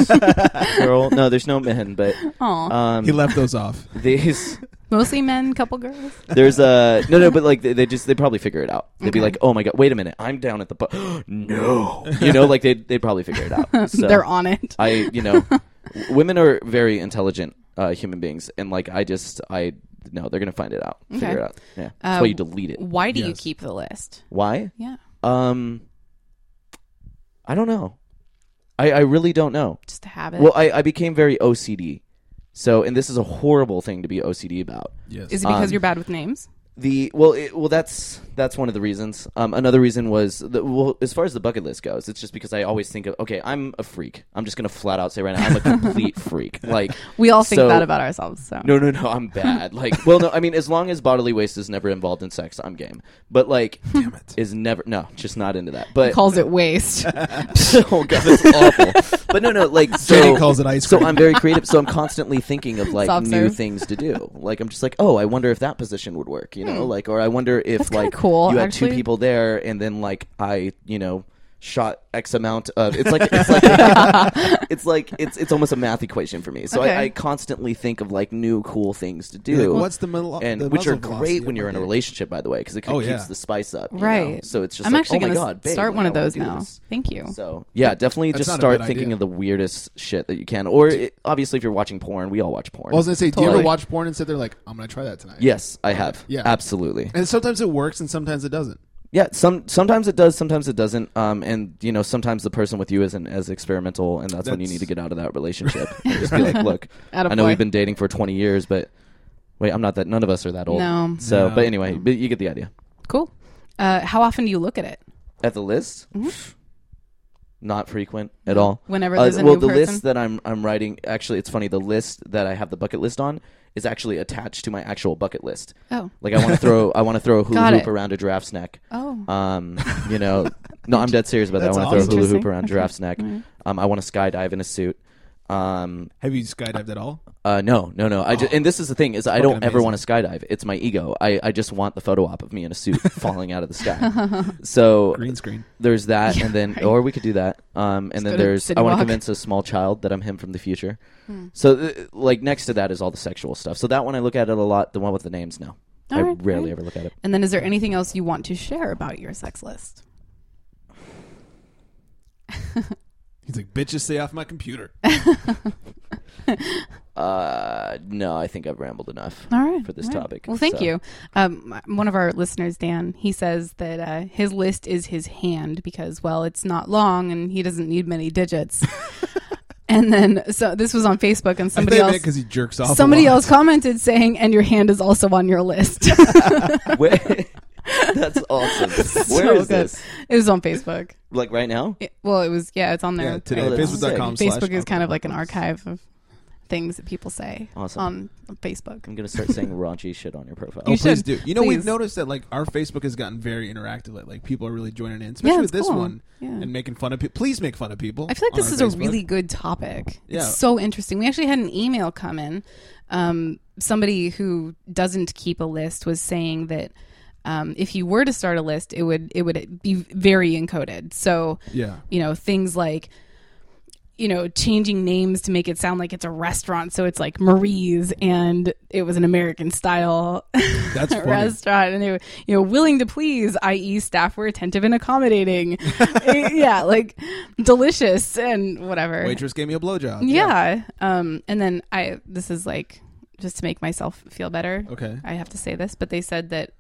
[SPEAKER 5] girl. No, there's no men, but uh,
[SPEAKER 3] Aw.
[SPEAKER 1] He left those off.
[SPEAKER 5] These
[SPEAKER 3] Mostly men, couple girls.
[SPEAKER 5] there's a no, no, but like they, they just they probably figure it out. They'd be
[SPEAKER 3] Okay.
[SPEAKER 5] like, "Oh my god, wait a minute, I'm down at the bu- no," you know, like they would they would probably figure it out. So
[SPEAKER 3] They're on it.
[SPEAKER 5] I you know, w- women are very intelligent uh, human beings, and like I just I no, they're gonna find it out, figure it out. Yeah, that's
[SPEAKER 3] Uh,
[SPEAKER 5] why you delete it.
[SPEAKER 3] Why do you keep the list?
[SPEAKER 5] Why?
[SPEAKER 3] Yeah.
[SPEAKER 5] Um, I don't know. I, I really don't know.
[SPEAKER 3] Just a habit.
[SPEAKER 5] Well, I, I became very OCD. So, and this is a horrible thing to be OCD about.
[SPEAKER 1] Yes.
[SPEAKER 3] Is it because
[SPEAKER 5] Um,
[SPEAKER 3] you're bad with names?
[SPEAKER 5] the well it, well that's that's one of the reasons um, another reason was the, well as far as the bucket list goes it's just because i always think of okay i'm a freak i'm just gonna flat out say right now i'm a complete freak like
[SPEAKER 3] We all think
[SPEAKER 5] so-
[SPEAKER 3] that about ourselves. So
[SPEAKER 5] no no no i'm bad like well no i mean as long as bodily waste is never involved in sex i'm game but like damn it is never no just not into that but
[SPEAKER 3] calls it waste.
[SPEAKER 5] oh god, that's awful. But no, no, like so,
[SPEAKER 1] Jenny calls it ice
[SPEAKER 5] So
[SPEAKER 1] cream.
[SPEAKER 5] I'm very creative. So I'm constantly thinking of like
[SPEAKER 3] Soft
[SPEAKER 5] new
[SPEAKER 3] serve.
[SPEAKER 5] things to do. Like I'm just like, oh, I wonder if that position would work. You know,
[SPEAKER 3] Hmm.
[SPEAKER 5] like, or I wonder if
[SPEAKER 3] That's kinda
[SPEAKER 5] like
[SPEAKER 3] cool,
[SPEAKER 5] you had two
[SPEAKER 3] actually.
[SPEAKER 5] people there, and then like I, you know. Shot X amount of it's like it's like it's like it's it's almost a math equation for me. So
[SPEAKER 3] Okay.
[SPEAKER 5] I, I constantly think of mull- new cool things to
[SPEAKER 1] You're
[SPEAKER 5] do.
[SPEAKER 1] like, what's the mul-
[SPEAKER 5] and
[SPEAKER 1] the
[SPEAKER 5] which are
[SPEAKER 1] muzzle velocity
[SPEAKER 5] great
[SPEAKER 1] of
[SPEAKER 5] when
[SPEAKER 1] my
[SPEAKER 5] you're in a
[SPEAKER 1] dick?
[SPEAKER 5] relationship, by the way, because it kind
[SPEAKER 1] Oh,
[SPEAKER 5] of
[SPEAKER 1] yeah.
[SPEAKER 5] keeps the spice up, you know?
[SPEAKER 3] Right.
[SPEAKER 5] So it's just
[SPEAKER 3] I'm
[SPEAKER 5] like,
[SPEAKER 3] actually
[SPEAKER 5] oh my
[SPEAKER 3] gonna
[SPEAKER 5] god, babe,
[SPEAKER 3] start one
[SPEAKER 5] I
[SPEAKER 3] of those
[SPEAKER 5] wanna do
[SPEAKER 3] now.
[SPEAKER 5] this.
[SPEAKER 3] Thank you.
[SPEAKER 5] So yeah, definitely
[SPEAKER 1] That's
[SPEAKER 5] just
[SPEAKER 1] not a
[SPEAKER 5] start
[SPEAKER 1] bad
[SPEAKER 5] thinking
[SPEAKER 1] idea.
[SPEAKER 5] of the weirdest shit that you can. Or it,
[SPEAKER 10] uh,
[SPEAKER 5] obviously, if you're watching porn, we all watch porn.
[SPEAKER 1] I was gonna say, do you
[SPEAKER 5] Totally.
[SPEAKER 1] ever watch porn and sit there like, I'm gonna try that tonight?
[SPEAKER 5] Yes, I have.
[SPEAKER 1] Yeah.
[SPEAKER 5] absolutely.
[SPEAKER 1] And sometimes it works, and sometimes it doesn't.
[SPEAKER 5] Yeah, some sometimes it does, sometimes it doesn't. Um, and you know, sometimes the person with you isn't as experimental, and that's, when you
[SPEAKER 1] That's-
[SPEAKER 5] need to get out of that relationship. and just be like, look,
[SPEAKER 3] Atta
[SPEAKER 5] I know
[SPEAKER 3] boy.
[SPEAKER 5] we've been dating for 20 years, but wait, I'm not that. None of us are that old.
[SPEAKER 3] No.
[SPEAKER 5] So,
[SPEAKER 1] No.
[SPEAKER 5] uh, but anyway, but you get the idea.
[SPEAKER 3] cool. Uh, how often do you look at it?
[SPEAKER 5] At the list? Not frequent at all.
[SPEAKER 3] Mm-hmm. Whenever
[SPEAKER 5] Uh,
[SPEAKER 3] there's a
[SPEAKER 5] well,
[SPEAKER 3] new
[SPEAKER 5] the
[SPEAKER 3] person?
[SPEAKER 5] list that I'm I'm writing actually, it's funny. The list that I have the bucket list on is actually attached to my actual bucket list.
[SPEAKER 3] Oh.
[SPEAKER 5] like I want to throw I want to throw a hula
[SPEAKER 3] Got
[SPEAKER 5] hoop
[SPEAKER 3] it.
[SPEAKER 5] around a giraffe's neck.
[SPEAKER 3] Oh.
[SPEAKER 5] um, you know, no, I'm dead serious about that.
[SPEAKER 1] That's
[SPEAKER 5] I want to
[SPEAKER 1] awesome.
[SPEAKER 5] throw a hula hoop
[SPEAKER 3] Interesting.
[SPEAKER 5] around a
[SPEAKER 3] Okay.
[SPEAKER 5] giraffe's neck.
[SPEAKER 3] Alright.
[SPEAKER 5] Um, I want to skydive in a suit. Um,
[SPEAKER 1] Have you skydived at all? Oh.
[SPEAKER 5] uh, no, no, no. I ju- and this is the thing is I
[SPEAKER 1] Fucking
[SPEAKER 5] don't ever
[SPEAKER 1] amazing.
[SPEAKER 5] want to skydive. It's my ego. I, I just want the photo op of me in a suit falling out of the sky. So
[SPEAKER 1] Green screen.
[SPEAKER 5] There's that, and then
[SPEAKER 3] right.
[SPEAKER 5] or we could do that. Um,
[SPEAKER 3] Just
[SPEAKER 5] and
[SPEAKER 3] go
[SPEAKER 5] then
[SPEAKER 3] to
[SPEAKER 5] there's
[SPEAKER 3] Sid
[SPEAKER 5] I want to
[SPEAKER 3] Walk. Hmm.
[SPEAKER 5] convince a small child that I'm him from the future. So th- like next to that is all the sexual stuff. So that one I look at it a lot. The one with the names, no, I
[SPEAKER 3] Alright,
[SPEAKER 5] rarely
[SPEAKER 3] alright.
[SPEAKER 5] ever look at it.
[SPEAKER 3] And then, is there anything else you want to share about your sex list?
[SPEAKER 1] He's like, bitches, stay off my computer.
[SPEAKER 10] Uh, no, I think I've rambled enough
[SPEAKER 3] All right.
[SPEAKER 10] for this
[SPEAKER 3] all right.
[SPEAKER 10] topic.
[SPEAKER 3] Well, thank
[SPEAKER 10] so.
[SPEAKER 3] you. Um, one of our listeners, Dan, he says that uh, his list is his hand because, well, it's not long and he doesn't need many digits. and then, so this was on Facebook and somebody
[SPEAKER 1] think
[SPEAKER 3] else.
[SPEAKER 1] because he jerks off. a
[SPEAKER 3] Somebody
[SPEAKER 1] lot.
[SPEAKER 3] else commented saying, and your hand is also on your list.
[SPEAKER 10] That's awesome. Where is
[SPEAKER 3] So good.
[SPEAKER 10] this?
[SPEAKER 3] It was on Facebook.
[SPEAKER 10] Like right now?
[SPEAKER 3] It- well, it was, yeah, it's on there.
[SPEAKER 10] Yeah, today,
[SPEAKER 3] right now.
[SPEAKER 10] facebook.com slash
[SPEAKER 3] Facebook is kind of like an archive of things that people say
[SPEAKER 10] Awesome.
[SPEAKER 3] on Facebook.
[SPEAKER 10] I'm gonna start saying raunchy shit on your profile.
[SPEAKER 1] Oh, please do. You know, we've
[SPEAKER 3] Please.
[SPEAKER 1] noticed that like our Facebook has gotten very interactive. Like, like people are really joining in, especially
[SPEAKER 3] Yeah,
[SPEAKER 1] with
[SPEAKER 3] it's
[SPEAKER 1] this
[SPEAKER 3] cool.
[SPEAKER 1] one
[SPEAKER 3] Yeah.
[SPEAKER 1] and making fun of people. Please make fun of people.
[SPEAKER 3] I feel like
[SPEAKER 1] on
[SPEAKER 3] this
[SPEAKER 1] our
[SPEAKER 3] is a
[SPEAKER 1] Facebook.
[SPEAKER 3] really good topic.
[SPEAKER 1] Yeah.
[SPEAKER 3] It's so interesting. We actually had an email come in. Um, somebody who doesn't keep a list was saying that um, if you were to start a list, it would it would be very encoded. So
[SPEAKER 4] Yeah.
[SPEAKER 3] you know things like you know changing names to make it sound like it's a restaurant. So it's like Marie's, and it was an American style
[SPEAKER 1] That's funny.
[SPEAKER 3] restaurant, and they were you know willing to please, i.e., staff were attentive and accommodating. yeah, like delicious and whatever.
[SPEAKER 1] Waitress gave me a blowjob.
[SPEAKER 3] Yeah. Um, and then I, this is like just to make myself feel better.
[SPEAKER 1] Okay.
[SPEAKER 3] I have to say this, but they said that,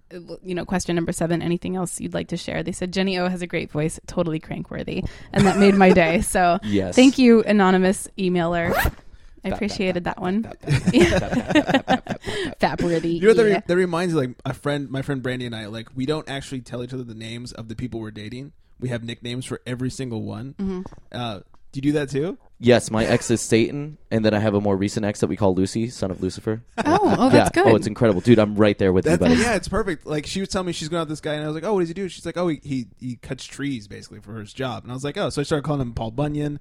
[SPEAKER 3] you know, question number seven, anything else you'd like to share? They said, Jenny O has a great voice, totally crankworthy. And that made my day. So
[SPEAKER 10] Yes.
[SPEAKER 3] thank you, anonymous emailer. I
[SPEAKER 1] Fap,
[SPEAKER 3] appreciated that one. Fapworthy.
[SPEAKER 1] You know that, re-
[SPEAKER 3] yeah.
[SPEAKER 1] that reminds me, like a friend, my friend Brandy and I, like we don't actually tell each other the names of the people we're dating. We have nicknames for every single one.
[SPEAKER 3] Mhm.
[SPEAKER 1] Uh, do you do that too?
[SPEAKER 10] Yes, my ex is Satan, and then I have a more recent ex that we call Lucy, son of Lucifer.
[SPEAKER 1] Oh, oh, that's
[SPEAKER 10] yeah.
[SPEAKER 1] good.
[SPEAKER 10] Oh, it's incredible, dude. I'm right there with you,
[SPEAKER 1] That,
[SPEAKER 10] buddy.
[SPEAKER 1] yeah, it's perfect. Like she was telling me she's going out with this guy, and I was like, "Oh, what does he do?" She's like, "Oh, he he, he cuts trees basically for his job." And I was like, "Oh," so I started calling him Paul Bunyan.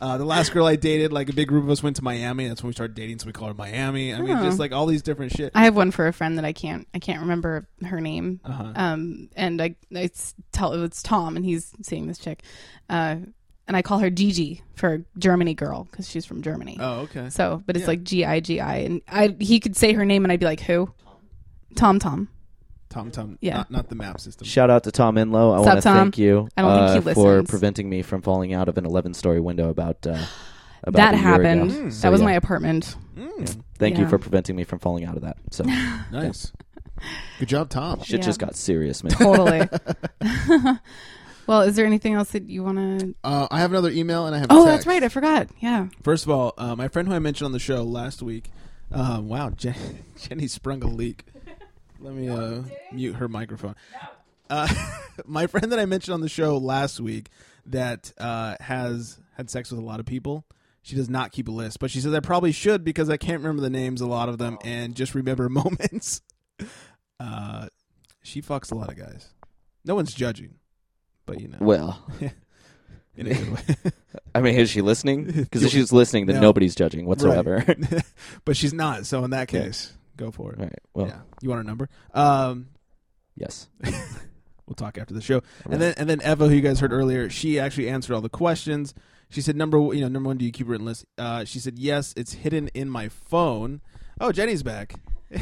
[SPEAKER 1] uh, the last girl I dated, like a big group of us went to Miami. That's when we started dating, so we call her Miami. I mean,
[SPEAKER 3] Oh.
[SPEAKER 1] just like all these different shit.
[SPEAKER 3] I have one for a friend that I can't I can't remember her name.
[SPEAKER 1] Uh-huh.
[SPEAKER 3] Um, and I it's tell it's Tom, and he's seeing this chick, uh, and I call her Gigi for Germany girl because she's from Germany.
[SPEAKER 1] Oh, okay.
[SPEAKER 3] So, but it's
[SPEAKER 1] Yeah.
[SPEAKER 3] like G I G I, and I he could say her name, and I'd be like, who? Tom Tom.
[SPEAKER 1] Tom Tom.
[SPEAKER 3] Yeah.
[SPEAKER 1] Not, not the map system.
[SPEAKER 10] Shout out to Tom Inlow. Oh, I
[SPEAKER 3] Sup,
[SPEAKER 10] want to
[SPEAKER 3] Tom?
[SPEAKER 10] thank you
[SPEAKER 3] I don't think he
[SPEAKER 10] uh, for
[SPEAKER 3] listens.
[SPEAKER 10] preventing me from falling out of an 11 story window about. Uh, about
[SPEAKER 3] that
[SPEAKER 10] a year ago.
[SPEAKER 3] happened.
[SPEAKER 1] Mm.
[SPEAKER 10] So,
[SPEAKER 3] that was
[SPEAKER 10] yeah.
[SPEAKER 3] my apartment.
[SPEAKER 10] Thank you
[SPEAKER 3] Yeah.
[SPEAKER 10] for preventing me from falling out of that. So
[SPEAKER 15] Nice. Good job, Tom.
[SPEAKER 10] shit
[SPEAKER 3] Yeah.
[SPEAKER 10] just got serious, man.
[SPEAKER 3] totally. well, is there anything else that you want to?
[SPEAKER 15] Uh, I have another email and I have.
[SPEAKER 3] Oh, that's right. I forgot. Yeah.
[SPEAKER 1] First of all, uh, my friend who I mentioned on the show last week, um, wow, Jen- Jenny sprung a leak. Let me uh, mute her microphone. Uh, my friend that I mentioned on the show last week that uh, has had sex with a lot of people. She does not keep a list, but she says I probably should because I can't remember the names, of a lot of them, and just remember moments. Uh, she fucks a lot of guys. No one's judging, but you know.
[SPEAKER 10] Well.
[SPEAKER 1] in a good way.
[SPEAKER 10] I mean, is she listening? Because if she's listening, then
[SPEAKER 1] No.
[SPEAKER 10] nobody's judging whatsoever.
[SPEAKER 1] Right. but she's not, so in that
[SPEAKER 10] Yeah.
[SPEAKER 1] case, go for it.
[SPEAKER 10] All right, well.
[SPEAKER 1] yeah. you want her number? Um,
[SPEAKER 10] yes.
[SPEAKER 1] we'll talk after the show. And then and then Eva, who you guys heard earlier, she actually answered all the questions. She said number you know number one, do you keep a written list? Uh, she said yes, it's hidden in my phone. Oh, Jenny's back.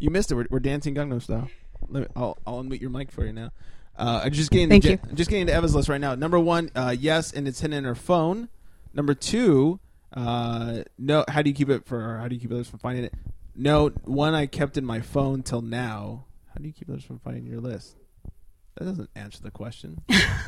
[SPEAKER 1] you missed it. We're, we're dancing Gangnam style. Let me, I'll I'll unmute your mic for you now. Uh, I'm just getting
[SPEAKER 3] Thank
[SPEAKER 1] Je-
[SPEAKER 3] you.
[SPEAKER 1] I'm just getting to Eva's list right now. Number one, uh, yes, and it's hidden in her phone. Number two, uh, no. How do you keep it for? Or how do you keep others from finding it? No, one I kept in my phone till now. How do you keep others from finding your list? That doesn't answer the question.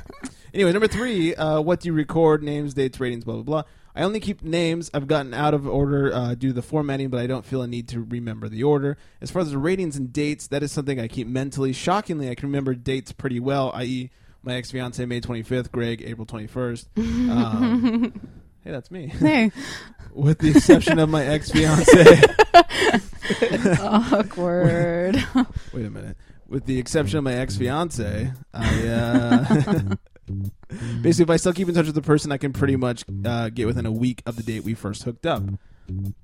[SPEAKER 1] anyway, number three, uh, what do you record? Names, dates, ratings, blah, blah, blah. I only keep names I've gotten out of order uh, due to the formatting, but I don't feel a need to remember the order. As far as the ratings and dates, that is something I keep mentally. Shockingly, I can remember dates pretty well, i.e., my ex fiance, May 25th, Greg, April 21st. Um, hey, that's me.
[SPEAKER 3] Hey.
[SPEAKER 1] With the exception of my ex fiance.
[SPEAKER 3] Awkward.
[SPEAKER 1] Wait a minute. With the exception of my ex fiance, I uh, basically, if I still keep in touch with the person, I can pretty much uh, get within a week of the date we first hooked up.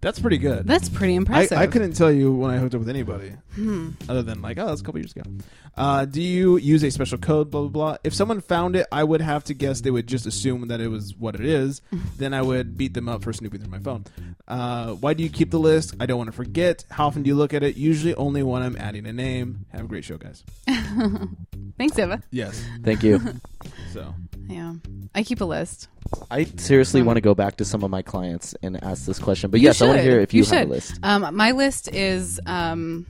[SPEAKER 1] That's pretty good.
[SPEAKER 3] That's pretty
[SPEAKER 1] I-
[SPEAKER 3] impressive.
[SPEAKER 1] I, couldn't tell you when I hooked up with anybody,
[SPEAKER 3] Hmm.
[SPEAKER 1] other than like, oh, that's a couple years ago. Uh, do you use a special code? Blah blah blah. If someone found it, I would have to guess they would just assume that it was what it is. then I would beat them up for snooping through my phone. Uh, why do you keep the list? I don't want to forget. How often do you look at it? Usually only when I'm adding a name. Have a great show, guys.
[SPEAKER 3] Thanks, Eva.
[SPEAKER 1] Yes.
[SPEAKER 10] Thank you.
[SPEAKER 1] So
[SPEAKER 3] yeah, I keep a list.
[SPEAKER 10] I seriously want to go back to some of my clients and ask this question. But
[SPEAKER 3] You
[SPEAKER 10] yes, I want to
[SPEAKER 3] should.
[SPEAKER 10] hear if you, have
[SPEAKER 3] should.
[SPEAKER 10] a list.
[SPEAKER 3] Um, my list is um,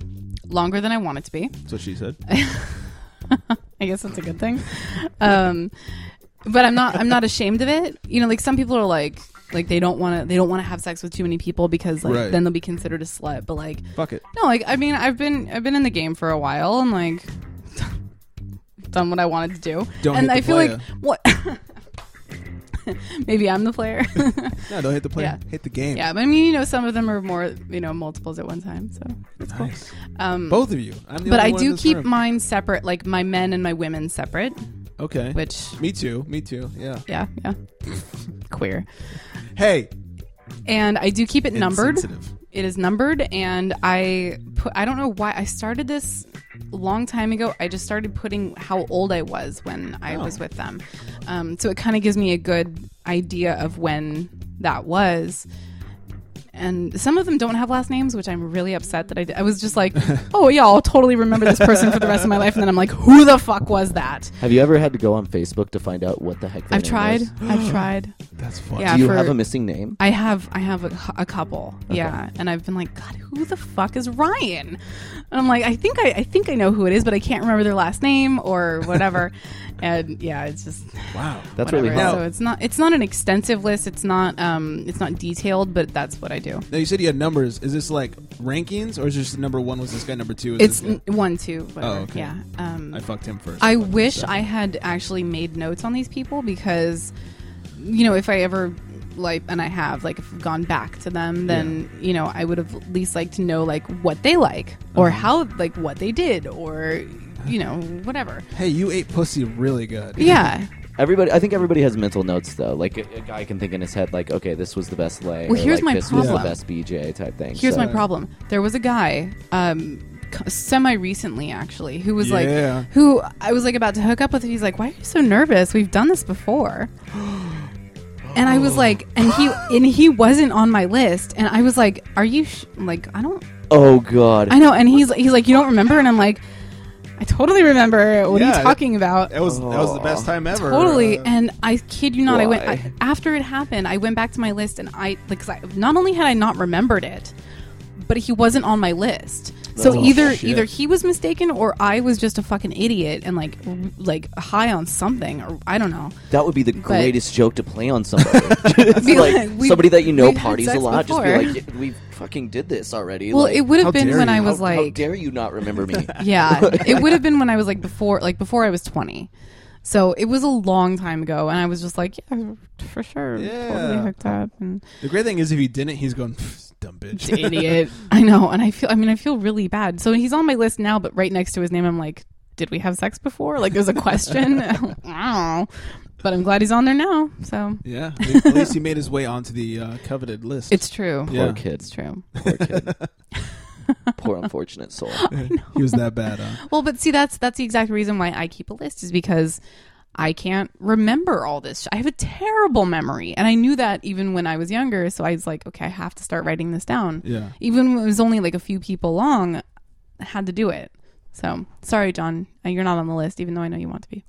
[SPEAKER 3] longer than I want it to be.
[SPEAKER 1] That's what she said.
[SPEAKER 3] I guess that's a good thing. Um, but I'm not I'm not ashamed of it. You know, like some people are like like they don't want to they don't want to have sex with too many people because like
[SPEAKER 1] Right.
[SPEAKER 3] then they'll be considered a slut. But like
[SPEAKER 1] Fuck it.
[SPEAKER 3] no, like I mean I've been I've been in the game for a while and like done what I wanted to do.
[SPEAKER 1] Don't
[SPEAKER 3] and
[SPEAKER 1] hit the
[SPEAKER 3] I feel
[SPEAKER 1] player.
[SPEAKER 3] like what maybe I'm the player.
[SPEAKER 1] No, don't hit the player. Hit the game.
[SPEAKER 3] Yeah, but I mean, you know, some of them are more, you know, multiples at one time, so it's cool.
[SPEAKER 1] Nice.
[SPEAKER 3] Um,
[SPEAKER 1] Both of you. I'm the
[SPEAKER 3] but
[SPEAKER 1] only
[SPEAKER 3] I
[SPEAKER 1] one in
[SPEAKER 3] do
[SPEAKER 1] this
[SPEAKER 3] keep
[SPEAKER 1] room.
[SPEAKER 3] mine separate, like my men and my women separate.
[SPEAKER 1] Okay.
[SPEAKER 3] Which
[SPEAKER 1] Me too. Me too. Yeah.
[SPEAKER 3] yeah, yeah. Queer.
[SPEAKER 1] Hey.
[SPEAKER 3] And I do keep it numbered.
[SPEAKER 1] Insensitive.
[SPEAKER 3] It is numbered, and I put. I don't know why I started this a long time ago. I just started putting how old I was when I
[SPEAKER 14] Oh.
[SPEAKER 3] was with them, um, so it kind of gives me a good idea of when that was. And some of them don't have last names, which I'm really upset that I did. I was just like, oh yeah, I'll totally remember this person for the rest of my life, and then I'm like, who the fuck was that?
[SPEAKER 10] Have you ever had to go on Facebook to find out what the heck? their
[SPEAKER 3] I've
[SPEAKER 10] name
[SPEAKER 3] tried.
[SPEAKER 10] was?
[SPEAKER 3] I've tried. That's
[SPEAKER 10] funny. Do you have a missing name?
[SPEAKER 3] I have. I have a, a couple. Yeah, and I've been like, God, who the fuck is Ryan? And I'm like, I think I, I think I know who it is, but I can't remember their last name or whatever. and yeah, it's just
[SPEAKER 1] wow.
[SPEAKER 10] That's really
[SPEAKER 3] whatever.
[SPEAKER 10] hard.
[SPEAKER 3] So it's not. It's not an extensive list. It's not. Um, it's not detailed, but that's what I do.
[SPEAKER 1] Now you said you had numbers. Is this like rankings, or is this number one was this guy? Number two is
[SPEAKER 3] It's
[SPEAKER 1] this
[SPEAKER 3] n- one, two, whatever.
[SPEAKER 1] Oh, okay.
[SPEAKER 3] Yeah. Um,
[SPEAKER 1] I fucked him first.
[SPEAKER 3] I
[SPEAKER 1] Fuck this
[SPEAKER 3] wish
[SPEAKER 1] guy.
[SPEAKER 3] I had actually made notes on these people because, you know, if I ever like and I have like gone back to them, then you know I would have at least liked to know like what they like or how like what they did or you know whatever.
[SPEAKER 1] Hey, you ate pussy really good.
[SPEAKER 3] Yeah.
[SPEAKER 10] Everybody, I think everybody has mental notes though. Like a, a guy can think in his head, like, okay, this was the best lay.
[SPEAKER 3] Well,
[SPEAKER 10] or,
[SPEAKER 3] here's
[SPEAKER 10] like,
[SPEAKER 3] my
[SPEAKER 10] this
[SPEAKER 3] problem.
[SPEAKER 10] was the best BJ type thing.
[SPEAKER 3] Here's
[SPEAKER 10] So-
[SPEAKER 3] my problem. There was a guy, um, semi recently actually, who was
[SPEAKER 10] Yeah.
[SPEAKER 3] like, who I was like about to hook up with. And he's like, "Why are you so nervous? We've done this before." And I was like, and he and he wasn't on my list, and I was like, "Are you sh-? I'm like I don't
[SPEAKER 10] Oh God.
[SPEAKER 3] I know?" And he's he's like, "You don't remember?" And I'm like, "I totally remember. What are
[SPEAKER 1] Yeah,
[SPEAKER 3] you talking about?"
[SPEAKER 1] That was that was
[SPEAKER 10] Oh.
[SPEAKER 1] the best time ever. Uh,
[SPEAKER 3] Totally. and I kid you not, I went
[SPEAKER 1] why?
[SPEAKER 3] I, after it happened. I went back to my list, and I like 'cause I, not only had I not remembered it, but he wasn't on my list. so
[SPEAKER 14] Oh,
[SPEAKER 3] either
[SPEAKER 14] shit.
[SPEAKER 3] either he was mistaken, or I was just a fucking idiot and like r- like high on something, or I don't know.
[SPEAKER 10] That would be the
[SPEAKER 3] But-
[SPEAKER 10] greatest joke to play on somebody. It's
[SPEAKER 3] Be
[SPEAKER 10] like,
[SPEAKER 3] like, we've-
[SPEAKER 10] somebody that you know
[SPEAKER 3] we've had
[SPEAKER 10] parties a
[SPEAKER 3] sex
[SPEAKER 10] lot.
[SPEAKER 3] before.
[SPEAKER 10] Just be like, "Yeah, we fucking did this already.
[SPEAKER 3] Well,
[SPEAKER 10] Like,
[SPEAKER 3] it would have
[SPEAKER 10] how
[SPEAKER 3] been
[SPEAKER 10] dare
[SPEAKER 3] when
[SPEAKER 10] you?
[SPEAKER 3] I was
[SPEAKER 10] How- how
[SPEAKER 3] like-
[SPEAKER 10] dare you not remember me?
[SPEAKER 3] Yeah, it would have been when I was like before, like before I was twenty. So it was a long time ago, and I was just like, yeah, for sure, totally hooked up, and
[SPEAKER 1] The great thing is, if you didn't, he's going "Pfft, dumb bitch,
[SPEAKER 3] idiot. I know, and I feel. I mean, I feel really bad. So he's on my list now, but right next to his name, I'm like, did we have sex before? Like, there's a question. I don't know. But I'm glad he's on there now. So
[SPEAKER 1] yeah, I mean, at least he made his way onto the uh, coveted list.
[SPEAKER 3] It's true.
[SPEAKER 1] Yeah.
[SPEAKER 10] Poor kid.
[SPEAKER 3] It's true.
[SPEAKER 10] Poor kid. Poor unfortunate soul.
[SPEAKER 1] he was that bad. Huh?
[SPEAKER 3] Well, but see, that's that's the exact reason why I keep a list is because I can't remember all this. sh- I have a terrible memory, and I knew that even when I was younger. So I was like, okay, I have to start writing this down.
[SPEAKER 1] Yeah.
[SPEAKER 3] Even when it was only like a few people long, I had to do it. So sorry, John, uh, you're not on the list, even though I know you want to be.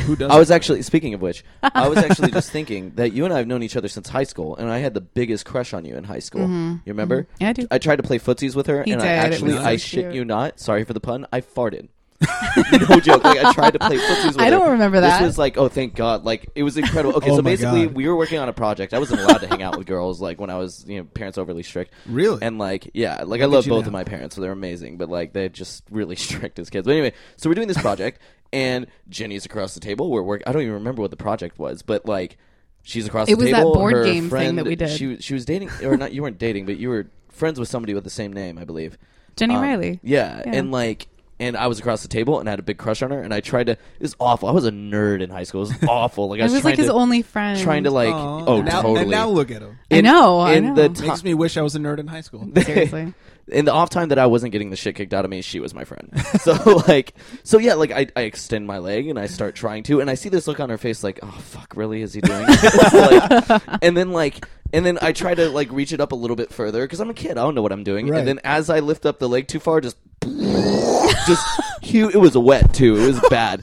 [SPEAKER 1] Who does?
[SPEAKER 10] I was actually speaking of which, I was actually just thinking that you and I have known each other since high school, and I had the biggest crush on you in high school.
[SPEAKER 3] Mhm.
[SPEAKER 10] You remember?
[SPEAKER 3] Mhm. Yeah, I do.
[SPEAKER 10] I tried to play footsies with her,
[SPEAKER 3] He
[SPEAKER 10] and I
[SPEAKER 3] did. It
[SPEAKER 10] actually,
[SPEAKER 3] was so
[SPEAKER 10] I shit
[SPEAKER 3] cute.
[SPEAKER 10] you not. Sorry for the pun. I farted.
[SPEAKER 3] Mm-hmm.
[SPEAKER 10] no joke. Like I tried to play footsies with
[SPEAKER 3] I
[SPEAKER 10] her.
[SPEAKER 3] don't remember that.
[SPEAKER 10] This was like, oh, thank God! Like it was incredible. Okay,
[SPEAKER 1] Oh
[SPEAKER 10] so
[SPEAKER 1] my
[SPEAKER 10] basically,
[SPEAKER 1] God.
[SPEAKER 10] we were working on a project. I wasn't allowed to hang out with girls. Like when I was, you know, parents overly strict.
[SPEAKER 1] Really?
[SPEAKER 10] And like, yeah, like I
[SPEAKER 1] Look at
[SPEAKER 10] love
[SPEAKER 1] you
[SPEAKER 10] both
[SPEAKER 1] now.
[SPEAKER 10] of my parents, so they're amazing. But like, they're just really strict as kids. But anyway, so we're doing this project, and Jenny's across the table. We're working. I don't even remember what the project was, but like, she's across
[SPEAKER 3] It
[SPEAKER 10] the
[SPEAKER 3] was that
[SPEAKER 10] table.
[SPEAKER 3] board
[SPEAKER 10] her
[SPEAKER 3] game thing
[SPEAKER 10] friend-
[SPEAKER 3] that we did.
[SPEAKER 10] She she was dating, or not? You weren't dating, but you were friends with somebody with the same name, I believe. Um,
[SPEAKER 3] Jenny Riley.
[SPEAKER 10] Yeah,
[SPEAKER 3] Yeah.
[SPEAKER 10] and like. And I was across the table, and I had a big crush on her. And I tried to. It was awful. I was a nerd in high school. It was awful. Like
[SPEAKER 3] It
[SPEAKER 10] I was,
[SPEAKER 3] was, like,
[SPEAKER 10] trying
[SPEAKER 3] his
[SPEAKER 10] to-
[SPEAKER 3] only friend.
[SPEAKER 10] Trying to like.
[SPEAKER 1] Aw.
[SPEAKER 10] Oh,
[SPEAKER 1] And now,
[SPEAKER 10] totally.
[SPEAKER 1] And now look at him.
[SPEAKER 10] In-
[SPEAKER 1] I
[SPEAKER 10] In the
[SPEAKER 1] It
[SPEAKER 10] ti-
[SPEAKER 1] makes me wish I was a nerd in high school.
[SPEAKER 3] Seriously.
[SPEAKER 10] in the off time that I wasn't getting the shit kicked out of me, she was my friend. So like, so yeah, like I, I extend my leg and I start trying to, and I see this look on her face, like, oh fuck, really? Is he doing? this? like, and then like, and then I try to like reach it up a little bit further because I'm a kid, I don't know what I'm doing.
[SPEAKER 1] Right.
[SPEAKER 10] And then as I lift up the leg too far, just, just huge. It was wet too. It was bad.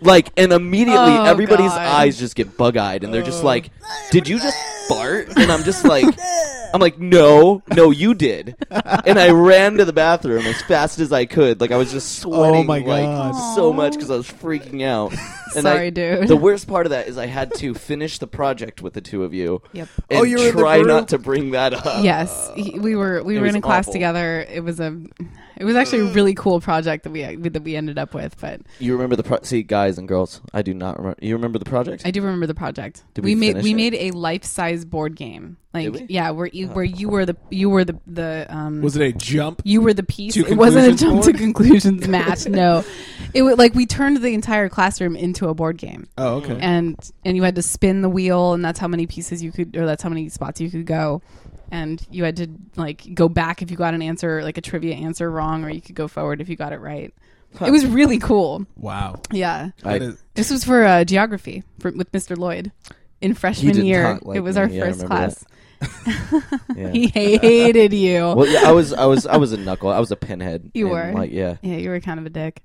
[SPEAKER 10] Like, and immediately
[SPEAKER 16] Oh,
[SPEAKER 10] everybody's
[SPEAKER 16] God.
[SPEAKER 10] eyes just get bug eyed, and they're just like, "Did you just fart?" And I'm just like, "I'm like, no, no, you did." And I ran to the bathroom as fast as I could. Like I was just sweating,
[SPEAKER 1] Oh my
[SPEAKER 10] like
[SPEAKER 3] Oh,
[SPEAKER 10] so much because I was freaking out. And
[SPEAKER 3] Sorry,
[SPEAKER 10] I-
[SPEAKER 3] dude.
[SPEAKER 10] The worst part of that is I had to finish the project with the two of you.
[SPEAKER 3] Yep.
[SPEAKER 10] And
[SPEAKER 3] Oh, you were in the
[SPEAKER 10] try
[SPEAKER 3] group?
[SPEAKER 10] not to bring that up.
[SPEAKER 3] yes, he- we were we
[SPEAKER 10] Uh, it
[SPEAKER 3] were in
[SPEAKER 10] was
[SPEAKER 3] a class
[SPEAKER 10] awful. Mm.
[SPEAKER 3] together. It was a it was actually a really cool project that we that we ended up with. But
[SPEAKER 10] You remember the pro- see, guys and girls. I do not remember. You remember the project?
[SPEAKER 3] I do remember the project.
[SPEAKER 10] Did
[SPEAKER 3] we,
[SPEAKER 10] we
[SPEAKER 3] made
[SPEAKER 10] finish
[SPEAKER 3] we
[SPEAKER 10] it?
[SPEAKER 3] made a life size board game. Like
[SPEAKER 10] we?
[SPEAKER 3] yeah, where you
[SPEAKER 10] Oh.
[SPEAKER 3] where you were the you were the the um
[SPEAKER 1] Was it a jump?
[SPEAKER 3] You were the piece.
[SPEAKER 1] to
[SPEAKER 3] It wasn't a
[SPEAKER 1] conclusions
[SPEAKER 3] jump
[SPEAKER 1] board?
[SPEAKER 3] to conclusions match. No, it was like we turned the entire classroom into a board game.
[SPEAKER 1] Oh, okay.
[SPEAKER 3] And and you had to spin the wheel, and that's how many pieces you could, or that's how many spots you could go. And you had to like go back if you got an answer, like a trivia answer wrong, or you could go forward if you got it right.
[SPEAKER 10] Huh.
[SPEAKER 3] It was really cool.
[SPEAKER 1] Wow.
[SPEAKER 3] Yeah.
[SPEAKER 10] I- That is-
[SPEAKER 3] this was for uh, geography for, with Mr. Lloyd in freshman
[SPEAKER 10] did
[SPEAKER 3] year.
[SPEAKER 10] not like
[SPEAKER 3] it was
[SPEAKER 10] me.
[SPEAKER 3] our
[SPEAKER 10] Yeah, I
[SPEAKER 3] first
[SPEAKER 10] remember
[SPEAKER 3] class.
[SPEAKER 10] Yeah.
[SPEAKER 3] He hated you.
[SPEAKER 10] Well, yeah, I was, I was, I was a knuckle. I was a pinhead.
[SPEAKER 3] You
[SPEAKER 10] And,
[SPEAKER 3] were
[SPEAKER 10] like, yeah,
[SPEAKER 3] yeah. You were kind of a dick.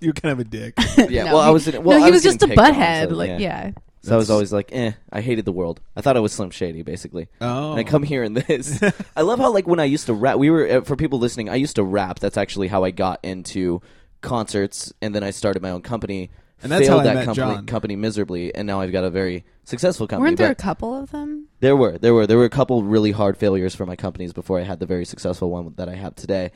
[SPEAKER 1] You're kind of a dick.
[SPEAKER 10] yeah.
[SPEAKER 3] No,
[SPEAKER 10] well, I
[SPEAKER 3] he-
[SPEAKER 10] was. In, well,
[SPEAKER 3] no,
[SPEAKER 10] I
[SPEAKER 3] he was just
[SPEAKER 10] getting
[SPEAKER 3] a
[SPEAKER 10] picked on,
[SPEAKER 3] butthead,
[SPEAKER 10] so,
[SPEAKER 3] like, yeah.
[SPEAKER 10] So I was always like, eh. I hated the world. I thought I was Slim Shady, basically.
[SPEAKER 1] Oh.
[SPEAKER 10] And I come here in this. I love how, like, when I used to rap, we were uh, for people listening. I used to rap. That's actually how I got into concerts, and then I started my own company.
[SPEAKER 1] And that's how
[SPEAKER 10] failed
[SPEAKER 1] I
[SPEAKER 10] that
[SPEAKER 1] met
[SPEAKER 10] company,
[SPEAKER 1] John.
[SPEAKER 10] company miserably, and now I've got a very successful company.
[SPEAKER 3] Weren't there
[SPEAKER 10] but-
[SPEAKER 3] a couple of them?
[SPEAKER 10] There were there were there were a couple really hard failures for my companies before I had the very successful one that I have today.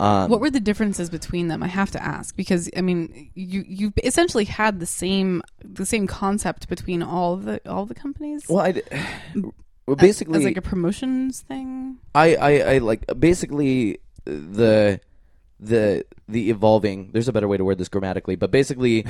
[SPEAKER 10] Um,
[SPEAKER 3] what were the differences between them? I have to ask because I mean, you you essentially had the same the same concept between all the all the companies.
[SPEAKER 10] Well, I d- well,
[SPEAKER 3] As-
[SPEAKER 10] basically,
[SPEAKER 3] as, like a promotions thing.
[SPEAKER 10] I, I, I like basically the the the evolving. There's a better way to word this grammatically, but basically,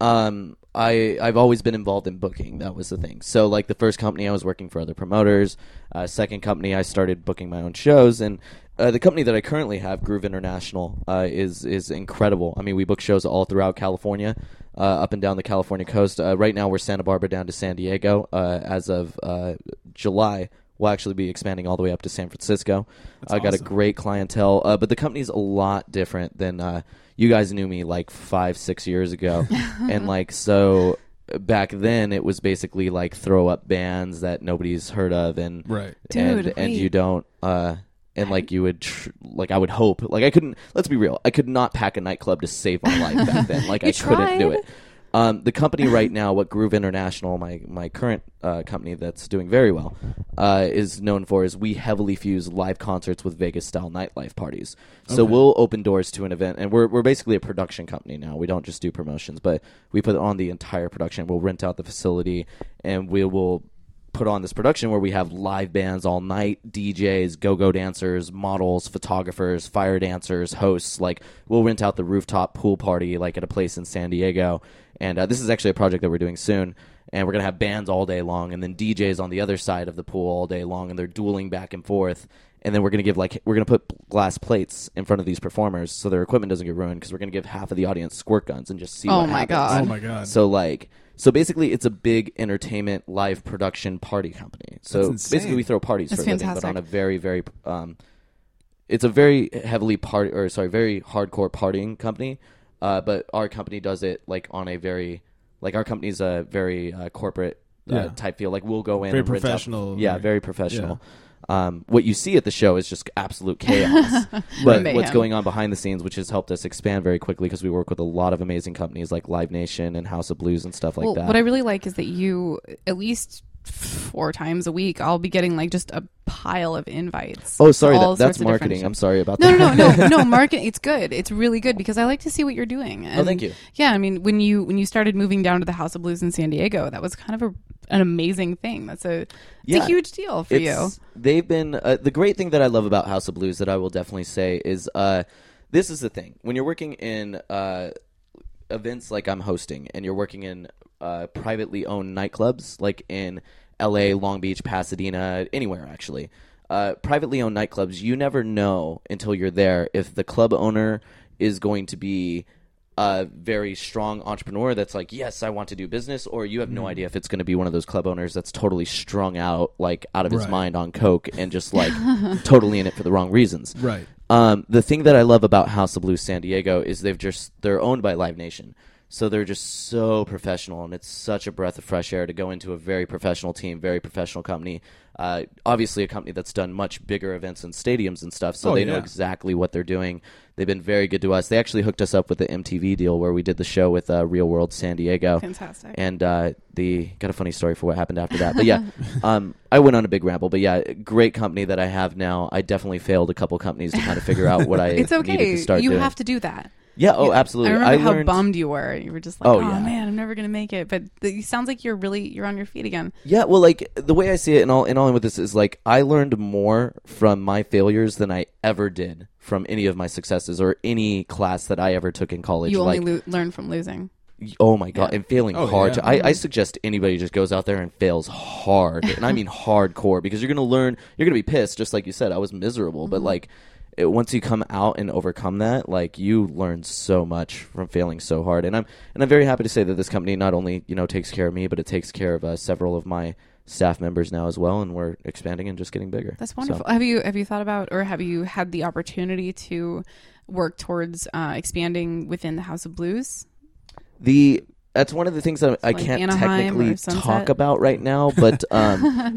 [SPEAKER 10] um, I I've always been involved in booking. That was the thing. So like the first company I was working for other promoters. Uh, second company I started booking my own shows, and uh, the company that I currently have, Groove International, uh, is is incredible. I mean, we book shows all throughout California, uh, up and down the California coast. Uh, right now, we're Santa Barbara down to San Diego. Uh, as of uh, July, we'll actually be expanding all the way up to San Francisco. I got a great clientele, uh, but the company's a lot different than uh, you guys knew me like five, six years ago, and like so. Back then, it was basically like throw up bands that nobody's heard of, and
[SPEAKER 1] Right.
[SPEAKER 10] and
[SPEAKER 1] Dude,
[SPEAKER 10] and
[SPEAKER 1] wait.
[SPEAKER 10] you don't uh and like you would tr- like i would hope like i couldn't let's be real i could not pack a nightclub to save my life back then like
[SPEAKER 16] You
[SPEAKER 10] i couldn't do
[SPEAKER 16] tried.
[SPEAKER 10] it um, the company right now, what Groove International, my my current uh, company that's doing very well, uh, is known for is we heavily fuse live concerts with Vegas style nightlife parties. So
[SPEAKER 16] Okay.
[SPEAKER 10] we'll open doors to an event, and we're we're basically a production company now. We don't just do promotions, but we put on the entire production. We'll rent out the facility, and we will put on this production where we have live bands all night, DJs, go-go dancers, models, photographers, fire dancers, hosts. Like we'll rent out the rooftop pool party like at a place in San Diego, and uh, this is actually a project that we're doing soon. And we're gonna have bands all day long, and then DJs on the other side of the pool all day long, and they're dueling back and forth. And then we're gonna give like we're gonna put glass plates in front of these performers so their equipment doesn't get ruined because we're gonna give half of the audience squirt guns and just see.
[SPEAKER 3] Oh
[SPEAKER 10] what
[SPEAKER 3] my
[SPEAKER 10] happens.
[SPEAKER 3] God. Oh my God.
[SPEAKER 10] So like, so basically, it's a big entertainment live production party company. So
[SPEAKER 16] That's insane.
[SPEAKER 10] basically, we throw parties
[SPEAKER 16] That's
[SPEAKER 10] for a living, but
[SPEAKER 16] fantastic.
[SPEAKER 10] on a very, very, um, it's a very heavily party or sorry, very hardcore partying company. Uh, but our company does it like on a very, like our company's a very uh, corporate uh,
[SPEAKER 1] Yeah.
[SPEAKER 10] type feel. Like we'll go in
[SPEAKER 1] Very
[SPEAKER 10] and rent out-
[SPEAKER 1] professional,
[SPEAKER 10] yeah,
[SPEAKER 1] very-
[SPEAKER 10] very professional. Um, what you see at the show is just absolute chaos, but
[SPEAKER 1] Right.
[SPEAKER 10] what's
[SPEAKER 1] Mayhem.
[SPEAKER 10] going going on behind the scenes, which has helped us expand very quickly because we work with a lot of amazing companies like Live Nation and House of Blues and stuff like
[SPEAKER 3] well,
[SPEAKER 10] that.
[SPEAKER 3] what I really like is that you at least four times a week I'll be getting like just a pile of invites.
[SPEAKER 10] Oh, sorry,
[SPEAKER 3] to
[SPEAKER 10] that-
[SPEAKER 3] all
[SPEAKER 10] that's
[SPEAKER 3] sorts of different
[SPEAKER 10] marketing.
[SPEAKER 3] shit.
[SPEAKER 10] I'm sorry about
[SPEAKER 3] no,
[SPEAKER 10] that.
[SPEAKER 3] No, no, no, no, marketing. It's good. It's really good because I like to see what you're doing. And
[SPEAKER 10] Oh, thank you.
[SPEAKER 3] Yeah, I mean, when you when you started moving down to the House of Blues in San Diego, that was kind of a, an amazing thing. That's a it's a huge deal for you.
[SPEAKER 10] It's- They've been uh, the great thing that I love about House of Blues that I will definitely say is uh, this is the thing when you're working in uh, events like I'm hosting and you're working in uh, privately owned nightclubs like in L.A., Long Beach, Pasadena, anywhere actually. Uh, privately owned nightclubs, you never know until you're there if the club owner is going to be a very strong entrepreneur that's like, yes, I want to do business, or you have no
[SPEAKER 16] Mhm.
[SPEAKER 1] Mm-hmm.
[SPEAKER 10] idea if it's going to be one of those club owners that's totally strung out, like out of his
[SPEAKER 16] Right.
[SPEAKER 10] mind on coke and just like totally in it for the wrong reasons.
[SPEAKER 1] Right.
[SPEAKER 10] Um, the thing that I love about House of Blues San Diego is they've just they're owned by Live Nation. So they're just so professional, and it's such a breath of fresh air to go into a very professional team, very professional company. Uh, obviously, a company that's done much bigger events in stadiums and stuff, so
[SPEAKER 16] Oh,
[SPEAKER 10] they know
[SPEAKER 16] yeah.
[SPEAKER 10] exactly what they're doing. They've been very good to us. They actually hooked us up with the MTV deal where we did the show with uh, Real World San Diego.
[SPEAKER 3] Fantastic.
[SPEAKER 10] And uh, the got a funny story for what happened after that, but yeah, um, I went on a big ramble. But yeah, great company that I have now. I definitely failed a couple companies to kind of figure out what I
[SPEAKER 3] it's
[SPEAKER 10] needed
[SPEAKER 3] okay.
[SPEAKER 10] to start
[SPEAKER 3] you
[SPEAKER 10] doing.
[SPEAKER 3] have to do that.
[SPEAKER 10] Yeah, oh, absolutely.
[SPEAKER 3] I remember
[SPEAKER 10] I
[SPEAKER 3] how
[SPEAKER 10] learned-
[SPEAKER 3] bummed you were. You were just like, oh,
[SPEAKER 10] Oh, yeah.
[SPEAKER 3] man, I'm never gonna make it. But th- it sounds like you're really you're on your feet again.
[SPEAKER 10] Yeah, well, like the way I see it, and all and all in with this is like I learned more from my failures than I ever did from any of my successes or any class that I ever took in college.
[SPEAKER 3] You only
[SPEAKER 10] like,
[SPEAKER 3] lo- learn from losing.
[SPEAKER 10] oh my god, and failing
[SPEAKER 3] Oh,
[SPEAKER 10] hard.
[SPEAKER 3] yeah.
[SPEAKER 10] I, I suggest anybody just goes out there and fails hard, and I mean hardcore, because you're gonna learn. You're gonna be pissed, just like you said. I was miserable, but
[SPEAKER 3] Mm-hmm.
[SPEAKER 16] Mhm.
[SPEAKER 10] like. It, once you come out and overcome that, like you learn so much from failing so hard, and I'm and I'm very happy to say that this company not only you know takes care of me, but it takes care of uh, several of my staff members now as well, and we're expanding and just getting bigger.
[SPEAKER 3] That's
[SPEAKER 10] So-
[SPEAKER 3] wonderful. Have you have you thought about or have you had the opportunity to work towards uh, expanding within the House of Blues?
[SPEAKER 10] the that's one of the things that I
[SPEAKER 3] Like
[SPEAKER 10] can't
[SPEAKER 3] Anaheim or
[SPEAKER 10] technically
[SPEAKER 3] Sunset?
[SPEAKER 10] talk about right now, but um,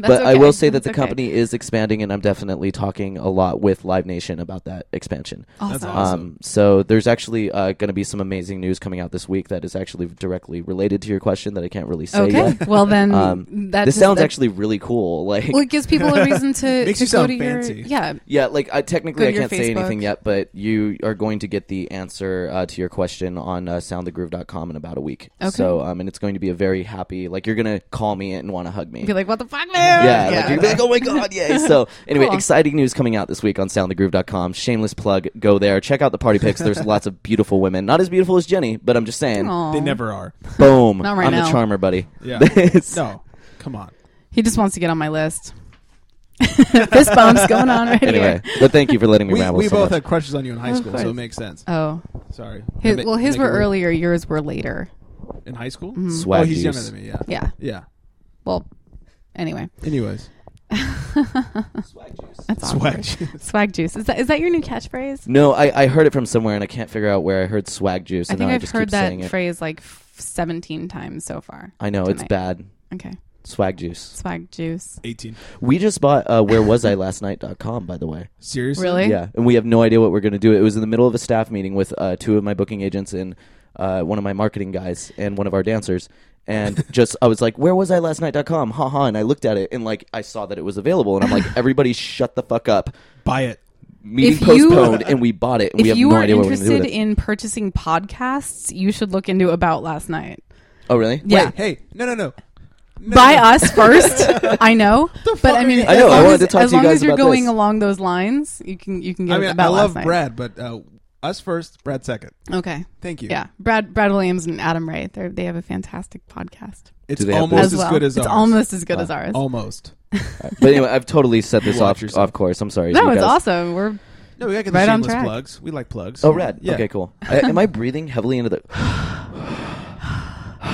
[SPEAKER 3] That's
[SPEAKER 10] but I will
[SPEAKER 3] okay.
[SPEAKER 10] say that
[SPEAKER 3] That's
[SPEAKER 10] the
[SPEAKER 3] okay.
[SPEAKER 10] company is expanding, and I'm definitely talking a lot with Live Nation about that expansion.
[SPEAKER 3] Awesome. That's
[SPEAKER 10] Um, so there's actually uh, going to be some amazing news coming out this week that is actually directly related to your question that I can't really say.
[SPEAKER 3] Okay.
[SPEAKER 10] yet.
[SPEAKER 3] Well, then,
[SPEAKER 10] um,
[SPEAKER 3] that
[SPEAKER 10] this
[SPEAKER 3] just-
[SPEAKER 10] sounds
[SPEAKER 3] that-
[SPEAKER 10] actually really cool. Like,
[SPEAKER 3] Well, it gives people a reason to
[SPEAKER 1] Makes
[SPEAKER 3] to
[SPEAKER 1] you
[SPEAKER 3] go
[SPEAKER 1] sound
[SPEAKER 3] to
[SPEAKER 1] fancy.
[SPEAKER 3] Your, yeah,
[SPEAKER 10] yeah, like I
[SPEAKER 3] Go
[SPEAKER 10] technically
[SPEAKER 3] to
[SPEAKER 10] I
[SPEAKER 3] your
[SPEAKER 10] can't say
[SPEAKER 3] Facebook.
[SPEAKER 10] anything yet, but you are going to get the answer uh, to your question on uh, soundthegroove.com in about a week.
[SPEAKER 3] Okay.
[SPEAKER 10] So, um, and it's going to be a very happy. Like you're gonna call me and want to hug me.
[SPEAKER 3] be like, what the fuck, man?
[SPEAKER 10] yeah, like you're gonna be like, oh my god, yay! So anyway,
[SPEAKER 3] Cool.
[SPEAKER 10] exciting news coming out this week on soundthegroove.com. Shameless plug, go there, check out the party pics. There's lots of beautiful women, not as beautiful as Jenny, but I'm just saying
[SPEAKER 3] Aw. "Oh, They never are.
[SPEAKER 10] Boom,
[SPEAKER 3] Not right
[SPEAKER 10] I'm
[SPEAKER 3] now.
[SPEAKER 10] the charmer, buddy.
[SPEAKER 1] Yeah. no, come on.
[SPEAKER 3] He just wants to get on my list. Fist bumps going on right
[SPEAKER 10] Anyway,
[SPEAKER 3] here.
[SPEAKER 10] but thank you for letting me
[SPEAKER 1] We-
[SPEAKER 10] ramble.
[SPEAKER 1] we
[SPEAKER 10] so
[SPEAKER 1] both
[SPEAKER 10] much.
[SPEAKER 1] had crushes on you in high
[SPEAKER 3] Of
[SPEAKER 1] school, so
[SPEAKER 3] course.
[SPEAKER 1] it makes sense.
[SPEAKER 3] Oh,
[SPEAKER 1] sorry.
[SPEAKER 3] His,
[SPEAKER 1] Make-
[SPEAKER 3] well, his
[SPEAKER 1] make it
[SPEAKER 3] were
[SPEAKER 1] weird.
[SPEAKER 3] earlier. Yours were later.
[SPEAKER 1] in high school.
[SPEAKER 3] Mhm.
[SPEAKER 10] Swag
[SPEAKER 1] oh, he's
[SPEAKER 10] juice.
[SPEAKER 1] younger than me. Yeah.
[SPEAKER 3] Yeah.
[SPEAKER 1] Yeah.
[SPEAKER 3] Well, anyway.
[SPEAKER 1] Anyways.
[SPEAKER 3] Swag juice. That's
[SPEAKER 1] Swag
[SPEAKER 3] awkward.
[SPEAKER 1] juice.
[SPEAKER 3] Swag juice. Is that is that your new catchphrase?
[SPEAKER 10] No, I, I heard it from somewhere and I can't figure out where I heard swag juice.
[SPEAKER 3] I
[SPEAKER 10] And
[SPEAKER 3] think
[SPEAKER 10] now I
[SPEAKER 3] I've
[SPEAKER 10] just
[SPEAKER 3] heard
[SPEAKER 10] keep saying
[SPEAKER 3] that
[SPEAKER 10] it.
[SPEAKER 3] phrase like f- seventeen times so far.
[SPEAKER 10] I know it's
[SPEAKER 3] tonight.
[SPEAKER 10] bad.
[SPEAKER 3] Okay.
[SPEAKER 10] Swag juice.
[SPEAKER 3] Swag juice.
[SPEAKER 1] Eighteen.
[SPEAKER 10] We just bought uh, where was I last night.com, by the way.
[SPEAKER 1] Seriously?
[SPEAKER 3] Really?
[SPEAKER 10] Yeah. And we have no idea what we're going to do. It was in the middle of a staff meeting with uh, two of my booking agents and uh, one of my marketing guys and one of our dancers. And just, I was like, where was I last night.com? Ha ha. And I looked at it and like, I saw that it was available. And I'm like, everybody shut the fuck up.
[SPEAKER 1] Buy it.
[SPEAKER 10] Meeting
[SPEAKER 3] If you-
[SPEAKER 10] postponed. and we bought it. And we
[SPEAKER 3] if
[SPEAKER 10] have
[SPEAKER 3] you
[SPEAKER 10] no
[SPEAKER 3] are
[SPEAKER 10] idea what we're going to do
[SPEAKER 3] interested
[SPEAKER 10] with it.
[SPEAKER 3] in purchasing podcasts, you should look into About Last Night.
[SPEAKER 10] oh, really?
[SPEAKER 3] Yeah.
[SPEAKER 1] Hey, no, no, no.
[SPEAKER 3] By us first, I know, but I mean,
[SPEAKER 10] I know,
[SPEAKER 3] As
[SPEAKER 10] I
[SPEAKER 3] long
[SPEAKER 10] wanted
[SPEAKER 3] as,
[SPEAKER 10] to talk
[SPEAKER 3] as
[SPEAKER 10] to you
[SPEAKER 3] long
[SPEAKER 10] guys
[SPEAKER 3] as you're
[SPEAKER 10] about this.
[SPEAKER 3] going along those lines, you can you can get
[SPEAKER 1] I mean,
[SPEAKER 3] about
[SPEAKER 1] I love
[SPEAKER 3] last night.
[SPEAKER 1] Brad, but uh, us first, Brad second.
[SPEAKER 3] Okay,
[SPEAKER 1] Thank you.
[SPEAKER 3] Yeah, Brad Brad Williams and Adam Ray. They they have a fantastic podcast.
[SPEAKER 1] It's
[SPEAKER 10] Do they have
[SPEAKER 1] almost
[SPEAKER 10] boobs?
[SPEAKER 1] as,
[SPEAKER 10] As well.
[SPEAKER 1] good as
[SPEAKER 3] It's
[SPEAKER 1] ours. Uh,
[SPEAKER 3] almost as good as ours.
[SPEAKER 1] Almost.
[SPEAKER 10] but anyway, I've totally set this
[SPEAKER 1] Watch
[SPEAKER 10] off off course. I'm sorry.
[SPEAKER 3] No,
[SPEAKER 10] you
[SPEAKER 3] it's
[SPEAKER 10] guys.
[SPEAKER 3] awesome. We're
[SPEAKER 1] No, we got to get
[SPEAKER 3] right
[SPEAKER 1] the
[SPEAKER 3] on
[SPEAKER 1] shameless
[SPEAKER 3] track.
[SPEAKER 1] plugs. We like plugs.
[SPEAKER 10] Oh, red.
[SPEAKER 1] Yeah.
[SPEAKER 10] Okay, cool. I, am I breathing heavily into the?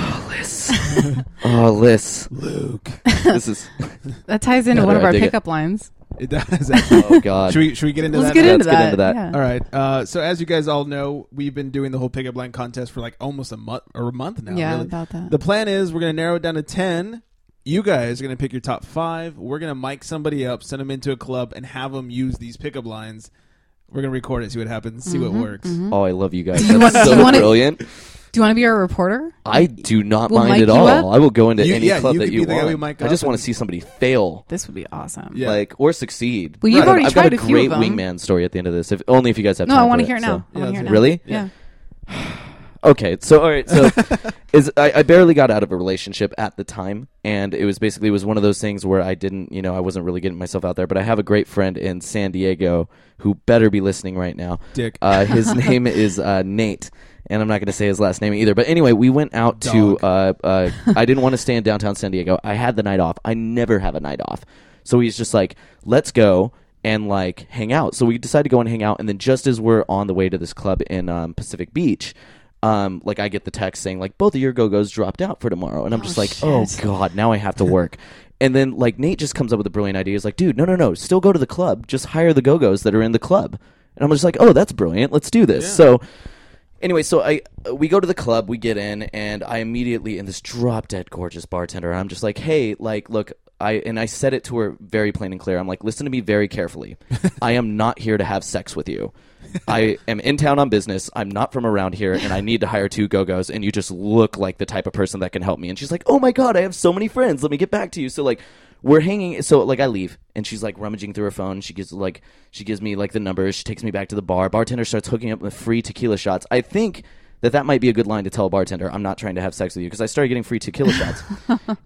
[SPEAKER 10] oh, Liz.
[SPEAKER 1] Luke.
[SPEAKER 10] This is.
[SPEAKER 3] That ties into
[SPEAKER 10] No,
[SPEAKER 3] one
[SPEAKER 10] no,
[SPEAKER 3] of
[SPEAKER 10] I
[SPEAKER 3] our
[SPEAKER 10] dig it.
[SPEAKER 3] pickup lines.
[SPEAKER 1] It does. actually.
[SPEAKER 10] Oh, God.
[SPEAKER 1] Should we should we get into
[SPEAKER 3] Let's
[SPEAKER 1] that?
[SPEAKER 3] get Let's into get into that, that. yeah.
[SPEAKER 1] All right. Uh, so as you guys all know, we've been doing the whole pickup line contest for like almost a month or a month now.
[SPEAKER 3] Yeah,
[SPEAKER 1] really.
[SPEAKER 3] about that.
[SPEAKER 1] The plan is we're gonna narrow it down to ten. You guys are gonna pick your top five. We're gonna mic somebody up, send them into a club, and have them use these pickup lines. We're gonna record it, see what happens, see
[SPEAKER 3] Mm-hmm,
[SPEAKER 1] what works.
[SPEAKER 10] Oh, I love you guys.
[SPEAKER 1] you
[SPEAKER 10] That's
[SPEAKER 1] want- do
[SPEAKER 10] so
[SPEAKER 1] you wanna-
[SPEAKER 10] brilliant.
[SPEAKER 3] Do you want to be our reporter?
[SPEAKER 10] I do not
[SPEAKER 3] We'll
[SPEAKER 10] mind
[SPEAKER 3] mic
[SPEAKER 10] at
[SPEAKER 3] you
[SPEAKER 10] all.
[SPEAKER 3] up?
[SPEAKER 10] I will go into
[SPEAKER 1] You-
[SPEAKER 10] any
[SPEAKER 1] yeah,
[SPEAKER 10] club
[SPEAKER 1] you
[SPEAKER 10] that
[SPEAKER 1] could
[SPEAKER 10] you
[SPEAKER 1] be the guy we
[SPEAKER 10] want.
[SPEAKER 1] mic
[SPEAKER 10] I
[SPEAKER 1] up
[SPEAKER 10] just want
[SPEAKER 1] and-
[SPEAKER 10] to see somebody fail.
[SPEAKER 3] This would be awesome.
[SPEAKER 10] Like or succeed.
[SPEAKER 3] Well, you've already
[SPEAKER 10] I've
[SPEAKER 3] tried
[SPEAKER 10] got
[SPEAKER 3] a
[SPEAKER 10] a
[SPEAKER 3] few
[SPEAKER 10] great
[SPEAKER 3] of them.
[SPEAKER 10] wingman story at the end of this. If only if you guys have
[SPEAKER 3] No,
[SPEAKER 10] time
[SPEAKER 3] I wanna
[SPEAKER 10] for
[SPEAKER 3] hear it now. I
[SPEAKER 10] So.
[SPEAKER 3] wanna hear it now.
[SPEAKER 10] Really?
[SPEAKER 3] Yeah.
[SPEAKER 10] Okay, so all right, so is I, I barely got out of a relationship at the time, and it was basically it was one of those things where I didn't, you know, I wasn't really getting myself out there. But I have a great friend in San Diego who better be listening right now.
[SPEAKER 1] Dick.
[SPEAKER 10] Uh, his name is uh, Nate, and I'm not going to say his last name either. But anyway, we went out to. Uh, uh, I didn't want to stay in downtown San Diego. I had the night off. I never have a night off, so he's just like, let's go and like hang out. So we decide to go and hang out, and then just as we're on the way to this club in um, Pacific Beach, um, like I get the text saying like both of your go go's dropped out for tomorrow, and I'm just like, oh god, now I have to work. and then like Nate just comes up with a brilliant idea. He's like, dude, no, no, no, still go to the club. Just hire the go go's that are in the club. And I'm just like, oh, that's brilliant. Let's do this. So Anyway, so I we go to the club, we get in, and I immediately and this drop dead gorgeous bartender. And I'm just like, hey, like, look, I and I said it to her very plain and clear. I'm like, listen to me very carefully. I am not here to have sex with you. I am in town on business. I'm not from around here, and I need to hire two go gos. And you just look like the type of person that can help me. And she's like, oh my god, I have so many friends. Let me get back to you. So like. We're hanging, so like I leave, and she's like rummaging through her phone. She gives like she gives me like the numbers. She takes me back to the bar. Bartender starts hooking up with free tequila shots. I think that that might be a good line to tell a bartender. I'm not trying to have sex with you because I started getting free tequila shots.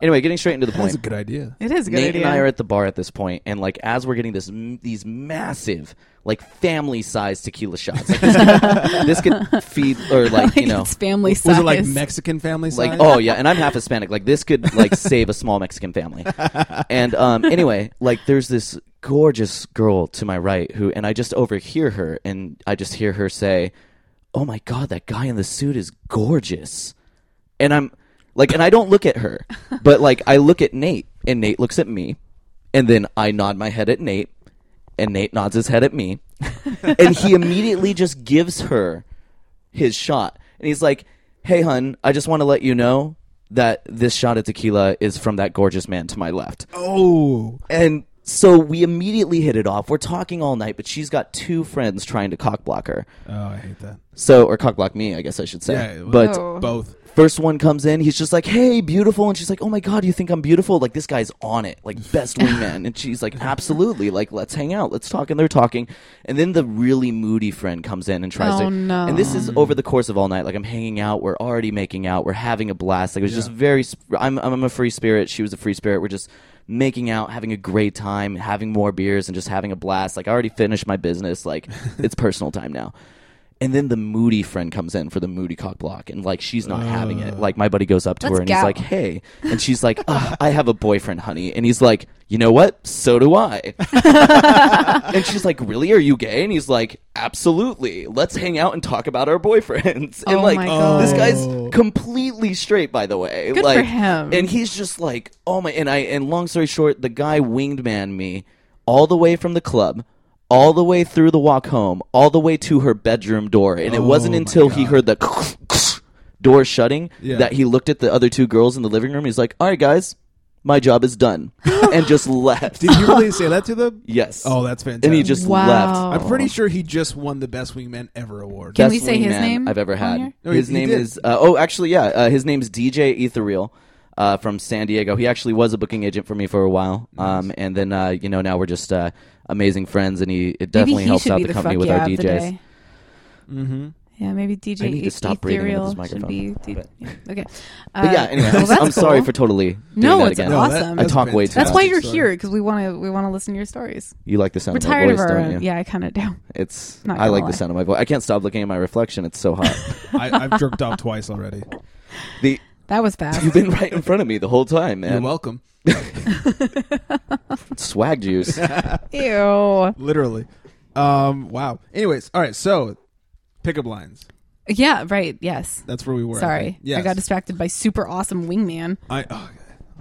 [SPEAKER 10] anyway, getting straight into the point.
[SPEAKER 1] That's a good idea.
[SPEAKER 3] It is a good
[SPEAKER 10] Nate and
[SPEAKER 3] idea.
[SPEAKER 10] I are at the bar at this point, and like as we're getting this m- these massive like family sized tequila shots. Like, this, could, this could feed or like, you know
[SPEAKER 3] It's family
[SPEAKER 1] Was it like
[SPEAKER 3] size.
[SPEAKER 1] Mexican family size?
[SPEAKER 10] like oh yeah and i'm half hispanic like this could like save a small mexican family and um anyway like there's this gorgeous girl to my right who and i just overhear her and i just hear her say oh my god that guy in the suit is gorgeous and i'm like and i don't look at her but like i look at nate and nate looks at me and then i nod my head at nate and nate nods his head at me and he immediately just gives her his shot. And he's like, Hey, hun, I just want to let you know that this shot of tequila is from that gorgeous man to my left.
[SPEAKER 1] Oh.
[SPEAKER 10] And so we immediately hit it off. We're talking all night, but she's got two friends trying to cock block her.
[SPEAKER 1] Oh, I hate that.
[SPEAKER 10] So, or cock block me, I guess I should say.
[SPEAKER 1] Yeah, well,
[SPEAKER 10] but
[SPEAKER 1] Oh. both.
[SPEAKER 10] First one comes in, he's just like, "Hey, beautiful," and she's like, "Oh my god, you think I'm beautiful?" Like this guy's on it, like best wingman, and she's like, "Absolutely, like let's hang out, let's talk." And they're talking, and then the really moody friend comes in and tries
[SPEAKER 3] Oh,
[SPEAKER 10] to.
[SPEAKER 3] no.
[SPEAKER 10] And this is over the course of all night. Like I'm hanging out, we're already making out, we're having a blast. Like it was just very. sp- I'm I'm a free spirit. She was a free spirit. We're just making out, having a great time, having more beers, and just having a blast. Like I already finished my business. Like it's personal time now. And then the moody friend comes in for the moody cock block, and like she's not having it. Like my buddy goes up to
[SPEAKER 16] Let's
[SPEAKER 10] her and he's
[SPEAKER 16] go.
[SPEAKER 10] like, "Hey," and she's like, "Ugh, "I have a boyfriend, honey," and he's like, "You know what? So do I." and she's like, "Really? Are you gay?" And he's like, "Absolutely. Let's hang out and talk about our boyfriends." And
[SPEAKER 16] Oh
[SPEAKER 10] like,
[SPEAKER 16] my God.
[SPEAKER 10] this
[SPEAKER 1] Oh.
[SPEAKER 10] guy's completely straight, by the way.
[SPEAKER 16] Good for
[SPEAKER 10] like,
[SPEAKER 16] him.
[SPEAKER 10] And he's just like, "Oh my!" And I and long story short, the guy winged man me all the way from the club. All the way through the walk home, all the way to her bedroom door, and it wasn't until he heard the door shutting
[SPEAKER 16] Yeah.
[SPEAKER 10] that he looked at the other two girls in the living room. He's like, "All right, guys, my job is done," and just left.
[SPEAKER 1] Did you really say that to them?
[SPEAKER 10] Yes.
[SPEAKER 1] Oh, that's fantastic.
[SPEAKER 10] And he just Oh. Wow. left.
[SPEAKER 1] I'm pretty sure he just won the Best Wingman Ever award.
[SPEAKER 10] Best wingman I've ever had.
[SPEAKER 1] No, he-
[SPEAKER 10] his
[SPEAKER 1] he
[SPEAKER 10] name
[SPEAKER 1] did.
[SPEAKER 10] is uh, oh, actually, yeah, uh, his name's DJ Ethereal. Uh, from San Diego, he actually was a booking agent for me for a while, um, and then uh, you know now we're just uh, amazing friends, and he it definitely
[SPEAKER 3] he
[SPEAKER 10] helps
[SPEAKER 3] should
[SPEAKER 10] out
[SPEAKER 3] be
[SPEAKER 10] the
[SPEAKER 3] the
[SPEAKER 10] company
[SPEAKER 3] fuck
[SPEAKER 10] with
[SPEAKER 3] yeah
[SPEAKER 10] our
[SPEAKER 3] of the
[SPEAKER 10] DJs.
[SPEAKER 3] day. Yeah, maybe DJ
[SPEAKER 10] I need to
[SPEAKER 3] E-
[SPEAKER 10] stop breathing into
[SPEAKER 3] Ethereal
[SPEAKER 10] this
[SPEAKER 3] should
[SPEAKER 10] microphone.
[SPEAKER 3] be D- yeah, okay.
[SPEAKER 10] But yeah, anyway,
[SPEAKER 3] well,
[SPEAKER 10] I'm-
[SPEAKER 3] that's
[SPEAKER 10] I'm sorry
[SPEAKER 3] cool.
[SPEAKER 10] for totally doing
[SPEAKER 3] no,
[SPEAKER 10] that
[SPEAKER 3] it's
[SPEAKER 10] again. No, that-
[SPEAKER 3] awesome.
[SPEAKER 10] I that's talk way too
[SPEAKER 3] That's why
[SPEAKER 10] much.
[SPEAKER 3] you're
[SPEAKER 10] Sorry.
[SPEAKER 3] here because we want to we want to listen to your stories.
[SPEAKER 10] You like the sound
[SPEAKER 3] We're
[SPEAKER 10] of my
[SPEAKER 3] tired
[SPEAKER 10] voice,
[SPEAKER 3] of our
[SPEAKER 10] don't you?
[SPEAKER 3] yeah, I kind of do.
[SPEAKER 10] It's
[SPEAKER 3] Not
[SPEAKER 10] I
[SPEAKER 3] gonna
[SPEAKER 10] like
[SPEAKER 3] lie.
[SPEAKER 10] the sound of my voice. I can't stop looking at my reflection. It's so hot.
[SPEAKER 1] I, I've jerked off twice already.
[SPEAKER 10] The
[SPEAKER 3] That was fast.
[SPEAKER 10] You've been right in front of me the whole time, man.
[SPEAKER 1] You're welcome.
[SPEAKER 10] Swag juice.
[SPEAKER 3] Ew.
[SPEAKER 1] Literally. Um, wow. Anyways, all right. So, pickup lines.
[SPEAKER 3] Yeah, right. Yes.
[SPEAKER 1] That's where we were.
[SPEAKER 3] Sorry,
[SPEAKER 1] Yes.
[SPEAKER 3] I got distracted by super awesome wingman.
[SPEAKER 1] I oh,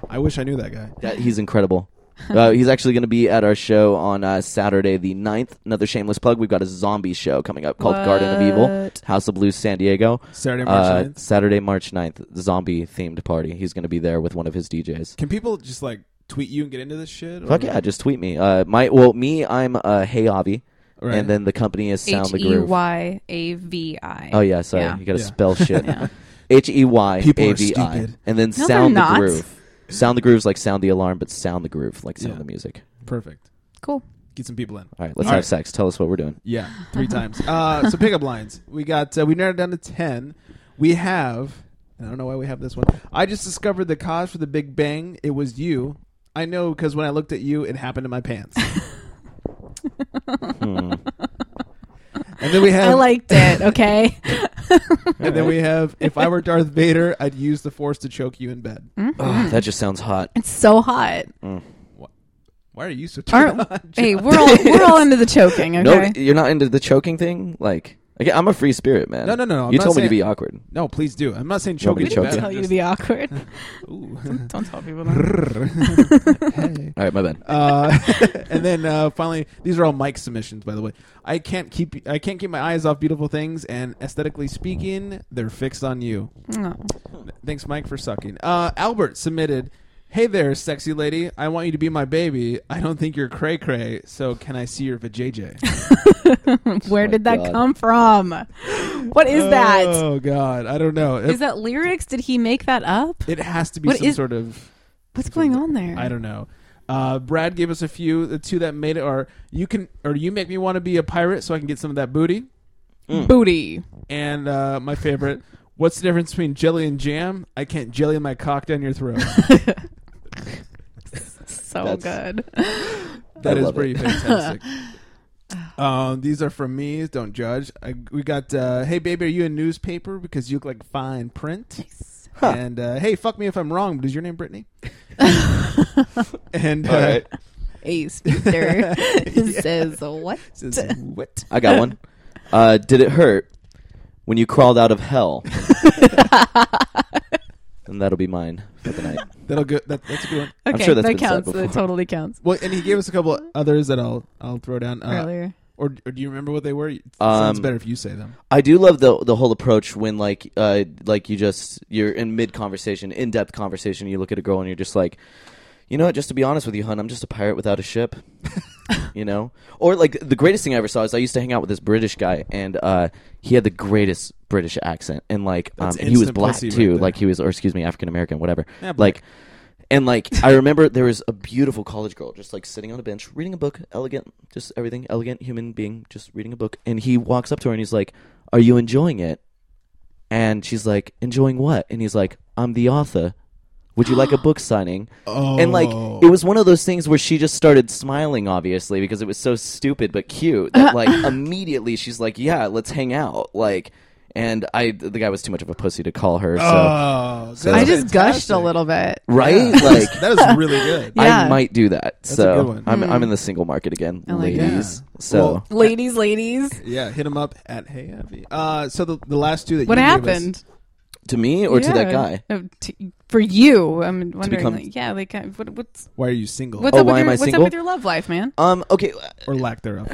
[SPEAKER 1] I wish I knew that guy.
[SPEAKER 10] That- he's incredible. Uh, he's actually going to be at our show on uh, Saturday the 9th. Another shameless plug. We've got a zombie show coming up called Garden of Evil,
[SPEAKER 1] What?
[SPEAKER 10] House of Blues, San Diego.
[SPEAKER 1] Saturday, March
[SPEAKER 10] uh,
[SPEAKER 1] 9th?
[SPEAKER 10] Saturday, March 9th. Zombie themed party. He's going to be there with one of his DJs.
[SPEAKER 1] Can people just like tweet you and get into this shit? or-
[SPEAKER 10] Fuck yeah, just tweet me. Uh, my Well, me, I'm uh, Hey Avi.
[SPEAKER 1] Right.
[SPEAKER 10] And then the company is Sound
[SPEAKER 3] H
[SPEAKER 10] the
[SPEAKER 3] e
[SPEAKER 10] Groove.
[SPEAKER 3] y a v i.
[SPEAKER 10] Oh yeah, sorry. You got to
[SPEAKER 3] Yeah.
[SPEAKER 10] spell shit.
[SPEAKER 3] Yeah.
[SPEAKER 10] H e y
[SPEAKER 1] People
[SPEAKER 10] a
[SPEAKER 1] are
[SPEAKER 10] v i,
[SPEAKER 1] stupid.
[SPEAKER 10] and then
[SPEAKER 3] No, they're
[SPEAKER 10] sound the
[SPEAKER 3] not.
[SPEAKER 10] groove. Sound the groove's like sound the alarm, but sound the groove like sound
[SPEAKER 1] Yeah.
[SPEAKER 10] the music.
[SPEAKER 1] Perfect.
[SPEAKER 3] Cool.
[SPEAKER 1] Get some people in.
[SPEAKER 10] All right, let's
[SPEAKER 1] All
[SPEAKER 10] have
[SPEAKER 1] right.
[SPEAKER 10] sex. Tell us what we're doing.
[SPEAKER 1] Yeah, three times. Uh, so pickup lines. We got uh, we narrowed it down to ten. We have. And I don't know why we have this one. I just discovered the cause for the Big Bang. It was you. I know because when I looked at you, it happened in my pants. And then we have.
[SPEAKER 3] I liked it. Okay.
[SPEAKER 1] and then we have. If I were Darth Vader, I'd use the Force to choke you in bed.
[SPEAKER 10] Ugh, that just sounds hot.
[SPEAKER 3] It's so hot.
[SPEAKER 1] Why are you so?
[SPEAKER 3] Aren't- hey, we're all we're all into the choking. Okay.
[SPEAKER 10] No, you're not into the choking thing. Like Okay, I'm a free spirit, man.
[SPEAKER 1] No, no, no. no. I'm
[SPEAKER 10] you
[SPEAKER 1] not
[SPEAKER 10] told me
[SPEAKER 1] saying-
[SPEAKER 10] to be awkward.
[SPEAKER 1] No, please do. I'm not saying
[SPEAKER 10] You
[SPEAKER 1] choke
[SPEAKER 10] want me
[SPEAKER 1] you
[SPEAKER 10] to
[SPEAKER 1] to
[SPEAKER 10] choke
[SPEAKER 1] death.
[SPEAKER 10] you?
[SPEAKER 3] Tell you to
[SPEAKER 1] Just-
[SPEAKER 3] be awkward.
[SPEAKER 1] Ooh.
[SPEAKER 3] Don't, don't tell people
[SPEAKER 1] that.
[SPEAKER 10] All right, my bad.
[SPEAKER 1] Uh, and then uh, finally, these are all Mike's submissions, by the way. I can't keep I can't keep my eyes off beautiful things, and aesthetically speaking, they're fixed on you.
[SPEAKER 3] No.
[SPEAKER 1] Thanks, Mike, for sucking. Uh, Albert submitted. Hey there, sexy lady. I want you to be my baby. I don't think you're cray cray, so can I see your
[SPEAKER 10] Oh
[SPEAKER 1] vajayjay?
[SPEAKER 3] Where did that
[SPEAKER 1] God.
[SPEAKER 3] come from? What is that?
[SPEAKER 1] Oh God, I don't know.
[SPEAKER 3] Is that lyrics? Did he make that up?
[SPEAKER 1] It has to be
[SPEAKER 3] What
[SPEAKER 1] some
[SPEAKER 3] is-
[SPEAKER 1] sort of.
[SPEAKER 3] What's going on there?
[SPEAKER 1] I don't know. Uh, Brad gave us a few. The two that made it are you can or you make me want to be a pirate so I can get some of that booty.
[SPEAKER 10] Hmm.
[SPEAKER 3] Booty.
[SPEAKER 1] And uh, my favorite. What's the difference between jelly and jam? I can't jelly my cock down your throat.
[SPEAKER 3] So
[SPEAKER 1] That's-
[SPEAKER 3] good.
[SPEAKER 1] That
[SPEAKER 3] I
[SPEAKER 1] is
[SPEAKER 3] love
[SPEAKER 1] pretty
[SPEAKER 3] it.
[SPEAKER 1] fantastic. um, these are from me. Don't judge. I, we got, uh, hey baby, are you a newspaper because you look like fine print? And uh, hey, fuck me if I'm wrong. But is your name Brittany? and uh,
[SPEAKER 10] All right.
[SPEAKER 3] Ace Peter says what?
[SPEAKER 1] Says what?
[SPEAKER 10] I got one. Uh, did it hurt when you crawled out of hell? and that'll be mine for the night.
[SPEAKER 1] That'll go. That, that's a good one.
[SPEAKER 10] I'm
[SPEAKER 3] Okay,
[SPEAKER 10] sure that's
[SPEAKER 3] that
[SPEAKER 10] been said
[SPEAKER 3] counts.
[SPEAKER 10] before.
[SPEAKER 3] That totally counts.
[SPEAKER 1] Well, and he gave us a couple others that I'll I'll throw down uh,
[SPEAKER 3] Earlier.
[SPEAKER 1] Or, or do you remember what they were? It sounds
[SPEAKER 10] Um,
[SPEAKER 1] better if you say them.
[SPEAKER 10] I do love the the whole approach when like uh like you just you're in mid conversation, in depth conversation. You look at a girl and you're just like, you know what? Just to be honest with you, hun, I'm just a pirate without a ship. you know, or like the greatest thing I ever saw is I used to hang out with this British guy and uh he had the greatest British accent and like um
[SPEAKER 1] That's
[SPEAKER 10] and he was
[SPEAKER 1] instant
[SPEAKER 10] black
[SPEAKER 1] pussy right
[SPEAKER 10] too,
[SPEAKER 1] there.
[SPEAKER 10] like he was or excuse me African American, whatever.
[SPEAKER 1] Yeah, black.
[SPEAKER 10] like. And like I remember, there was a beautiful college girl just like sitting on a bench reading a book, elegant, just everything, elegant human being, just reading a book. And he walks up to her and he's like, "Are you enjoying it?" And she's like, "Enjoying what?" And he's like, "I'm the author. Would you like a book signing?" And like
[SPEAKER 1] Oh.
[SPEAKER 10] it was one of those things where she just started smiling, obviously because it was so stupid but cute. That like immediately she's like, "Yeah, let's hang out." Like. And I, the guy was too much of a pussy to call her. So,
[SPEAKER 1] Oh,
[SPEAKER 10] so-
[SPEAKER 3] I just gushed a little bit.
[SPEAKER 10] right?
[SPEAKER 1] Yeah.
[SPEAKER 10] Like
[SPEAKER 1] That is really good.
[SPEAKER 10] I
[SPEAKER 3] Yeah.
[SPEAKER 10] might do that.
[SPEAKER 1] That's a
[SPEAKER 10] so
[SPEAKER 1] good one.
[SPEAKER 10] I'm
[SPEAKER 1] Mm.
[SPEAKER 10] I'm in the single market again,
[SPEAKER 1] I like
[SPEAKER 10] ladies.
[SPEAKER 1] that.
[SPEAKER 10] So
[SPEAKER 1] Well,
[SPEAKER 3] Ladies, ladies.
[SPEAKER 1] Yeah, hit him up at Hey Abby. Uh, so the, the last two that
[SPEAKER 3] What
[SPEAKER 1] you gave us-
[SPEAKER 3] happened?
[SPEAKER 10] to me or to that
[SPEAKER 3] Yeah.
[SPEAKER 10] guy?
[SPEAKER 3] No, to- for you, I'm wondering.
[SPEAKER 10] become-
[SPEAKER 3] like, yeah, like, uh, what, what's
[SPEAKER 1] Why are you single?
[SPEAKER 3] What's
[SPEAKER 10] Oh,
[SPEAKER 3] up with
[SPEAKER 10] why
[SPEAKER 3] your,
[SPEAKER 10] am I
[SPEAKER 3] what's
[SPEAKER 10] single?
[SPEAKER 3] up with your love life, man?
[SPEAKER 10] Um. Okay.
[SPEAKER 1] Or lack thereof.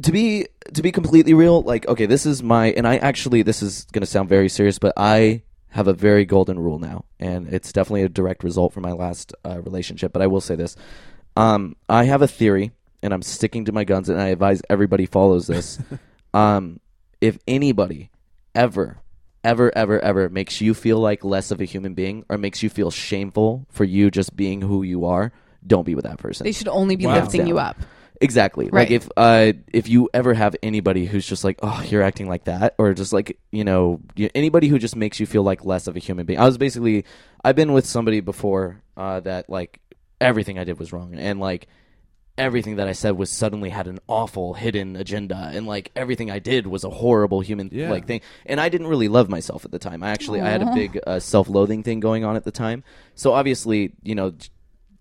[SPEAKER 10] To be to be completely real, like okay, this is my and I actually this is gonna sound very serious, but I have a very golden rule now, and it's definitely a direct result from my last uh, relationship. But I will say this: um, I have a theory, and I'm sticking to my guns, and I advise everybody follows this. um, if anybody ever ever ever ever makes you feel like less of a human being or makes you feel shameful for you just being who you are don't be with that person
[SPEAKER 3] They should only be
[SPEAKER 10] Hands
[SPEAKER 3] lifting you up.
[SPEAKER 10] exactly like
[SPEAKER 3] Right.
[SPEAKER 10] if uh if you ever have anybody who's just like oh you're acting like that or just like you know y- anybody who just makes you feel like less of a human being i was basically i've been with somebody before uh that like everything i did was wrong and like everything that I said was suddenly had an awful hidden agenda, and like everything I did was a horrible human
[SPEAKER 1] Yeah.
[SPEAKER 10] like thing. And I didn't really love myself at the time. I actually I had a
[SPEAKER 1] Aw.
[SPEAKER 10] big uh, self loathing thing going on at the time. So obviously, you know,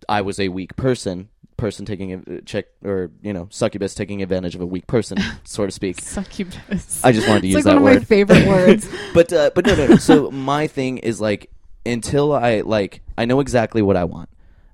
[SPEAKER 10] I was a weak person. Person taking a check or you know succubus taking advantage of a weak person, so to speak.
[SPEAKER 3] Succubus.
[SPEAKER 10] I just wanted to
[SPEAKER 3] It's like
[SPEAKER 10] use that
[SPEAKER 3] one of my
[SPEAKER 10] word.
[SPEAKER 3] favorite words.
[SPEAKER 10] but uh, but no no. no. So my thing is like until I like I know exactly what I want.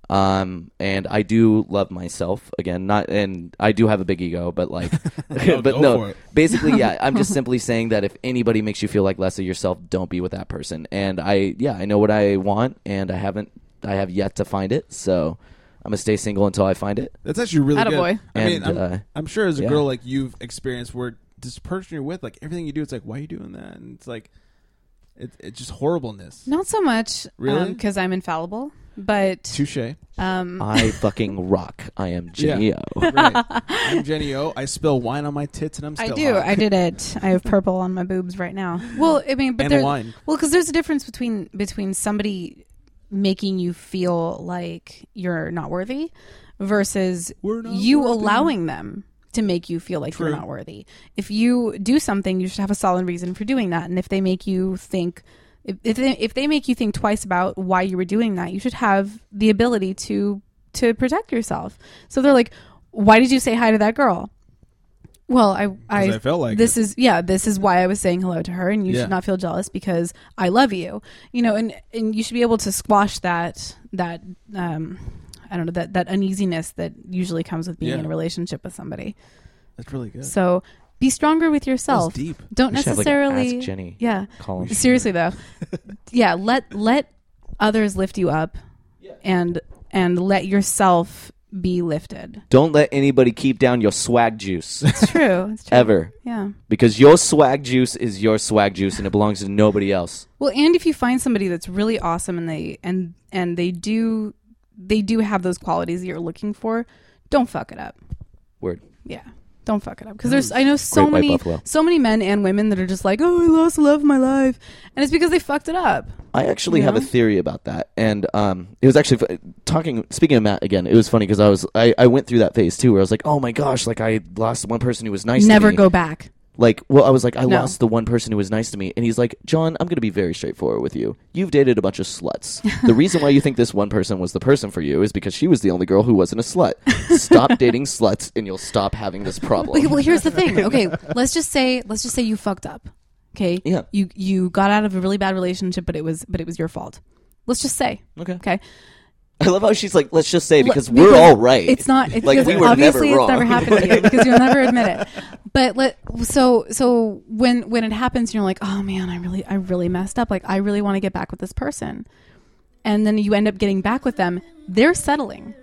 [SPEAKER 10] Um and I do love myself again not and I do have a big ego but like
[SPEAKER 1] No, go
[SPEAKER 10] but
[SPEAKER 1] for
[SPEAKER 10] no
[SPEAKER 1] it.
[SPEAKER 10] basically yeah I'm just simply saying that if anybody makes you feel like less of yourself don't be with that person and I yeah I know what I want and I haven't I have yet to find it so I'm gonna stay single until I find it
[SPEAKER 1] That's actually really good. I mean,
[SPEAKER 10] And,
[SPEAKER 1] I'm,
[SPEAKER 10] uh,
[SPEAKER 1] I'm sure as a
[SPEAKER 10] yeah.
[SPEAKER 1] girl, like you've experienced where this person you're with, like everything you do, it's like, why are you doing that? And it's like, it, it's just horribleness.
[SPEAKER 3] Not so much,
[SPEAKER 1] Really?
[SPEAKER 3] because I'm infallible. But
[SPEAKER 1] Touche.
[SPEAKER 3] Um,
[SPEAKER 10] I fucking rock I am Jenny O.
[SPEAKER 1] right. I'm Jenny O. I spill wine on my tits and I'm
[SPEAKER 3] I
[SPEAKER 1] still
[SPEAKER 3] do.
[SPEAKER 1] hot.
[SPEAKER 3] I did it. I have purple on my boobs right now. Well, I mean, but
[SPEAKER 1] And
[SPEAKER 3] there,
[SPEAKER 1] wine.
[SPEAKER 3] well, because there's a difference between between somebody making you feel like you're not worthy versus you allowing them to make you feel like
[SPEAKER 14] True.
[SPEAKER 3] you're not worthy. If you do something, you should have a solid reason for doing that. And if they make you think, if if they, if they make you think twice about why you were doing that, you should have the ability to to protect yourself. So they're like, "Why did you say hi to that girl?" Well, I, I,
[SPEAKER 1] I felt like
[SPEAKER 3] this is yeah, this is why I was saying hello to her, and you
[SPEAKER 1] Yeah.
[SPEAKER 3] should not feel jealous because I love you, you know, and and you should be able to squash that that um, I don't know that that uneasiness that usually comes with being
[SPEAKER 1] Yeah.
[SPEAKER 3] in a relationship with somebody.
[SPEAKER 1] That's really good.
[SPEAKER 3] So be stronger with yourself.
[SPEAKER 1] deep.
[SPEAKER 3] Don't
[SPEAKER 1] We should have, like, an
[SPEAKER 3] necessarily
[SPEAKER 1] Ask Jenny
[SPEAKER 3] Yeah.
[SPEAKER 1] column.
[SPEAKER 3] Seriously though, yeah. Let let others lift you up, and and let yourself be lifted.
[SPEAKER 10] Don't let anybody keep down your swag juice. It's
[SPEAKER 3] true. It's true.
[SPEAKER 10] Ever.
[SPEAKER 3] Yeah.
[SPEAKER 10] Because your swag juice is your swag juice and it belongs to nobody else.
[SPEAKER 3] Well, and if you find somebody that's really awesome and they and and they do they do have those qualities that you're looking for, don't fuck it up.
[SPEAKER 10] Word. Mm.
[SPEAKER 3] Yeah. Don't fuck it up because there's I know so
[SPEAKER 10] Great White
[SPEAKER 3] many
[SPEAKER 10] Buffalo.
[SPEAKER 3] so many men and women that are just like, "Oh, I lost the love of my life." And it's because they fucked it up.
[SPEAKER 10] I actually
[SPEAKER 3] You
[SPEAKER 10] have a
[SPEAKER 3] know?
[SPEAKER 10] theory about that, and um, it was actually f- talking. Speaking of Matt again, it was funny because I was I, I went through that phase too, where I was like, oh my gosh, like I lost one person who was nice.
[SPEAKER 3] Never
[SPEAKER 10] to me.
[SPEAKER 3] go back.
[SPEAKER 10] Like, well, I was like, I
[SPEAKER 3] No.
[SPEAKER 10] lost the one person who was nice to me, and he's like, John, I'm going to be very straightforward with you. You've dated a bunch of sluts. the reason why you think this one person was the person for you is because she was the only girl who wasn't a slut. Stop dating sluts, and you'll stop having this problem.
[SPEAKER 3] Okay, well, here's the thing. Okay, let's just say let's just say you fucked up. Okay.
[SPEAKER 10] Yeah.
[SPEAKER 3] You you got out of a really bad relationship, but it was but it was your fault. Let's just say.
[SPEAKER 10] Okay.
[SPEAKER 3] Okay.
[SPEAKER 10] I love how she's like, let's just say
[SPEAKER 3] Look,
[SPEAKER 10] because we're all right.
[SPEAKER 3] It's not. It's
[SPEAKER 10] like
[SPEAKER 3] because
[SPEAKER 10] we were
[SPEAKER 3] obviously
[SPEAKER 10] never wrong.
[SPEAKER 3] it's never happened to you because you'll never admit it. But let so so when when it happens, you're like, oh man, I really I really messed up. Like I really want to get back with this person, and then you end up getting back with them. They're settling.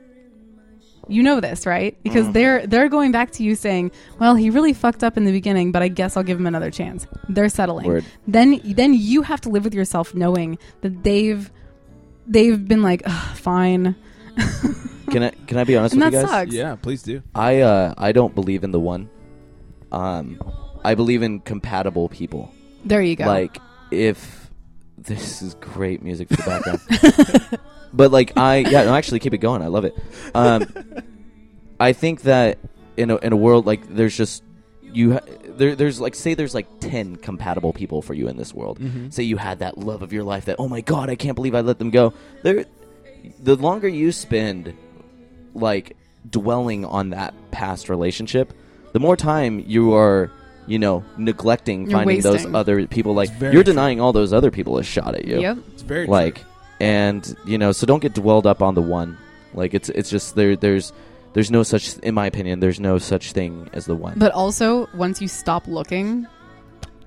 [SPEAKER 3] You know this, right? Because
[SPEAKER 14] Mm.
[SPEAKER 3] they're they're going back to you saying, "Well, he really fucked up in the beginning, but I guess I'll give him another chance." They're settling.
[SPEAKER 14] Word.
[SPEAKER 3] Then then you have to live with yourself knowing that they've they've been like, "Ugh, "Fine."
[SPEAKER 10] Can I can I be honest
[SPEAKER 3] And
[SPEAKER 10] with
[SPEAKER 3] that
[SPEAKER 10] you guys?
[SPEAKER 3] sucks. Yeah,
[SPEAKER 1] please do.
[SPEAKER 10] I uh I don't believe in the one. Um I believe in compatible people.
[SPEAKER 3] There you go.
[SPEAKER 10] Like if this is great music for the background. but like I yeah, no actually keep it going. I love it. Um I think that in a in a world like there's just you ha- there there's like say there's like 10 compatible people for you in this world.
[SPEAKER 17] Mhm.
[SPEAKER 10] Say you had that love of your life that oh my god, I can't believe I let them go. There the longer you spend like dwelling on that past relationship, the more time you are, you know, neglecting
[SPEAKER 1] You're
[SPEAKER 10] finding
[SPEAKER 1] wasting.
[SPEAKER 10] those other people. Like
[SPEAKER 1] very
[SPEAKER 10] you're denying all those other people a shot at you.
[SPEAKER 1] Yep. It's very true.
[SPEAKER 10] like, and you know, so don't get dwelled up on the one. Like it's it's just there. There's there's no such, in my opinion, there's no such thing as the one.
[SPEAKER 3] But also, once you stop looking,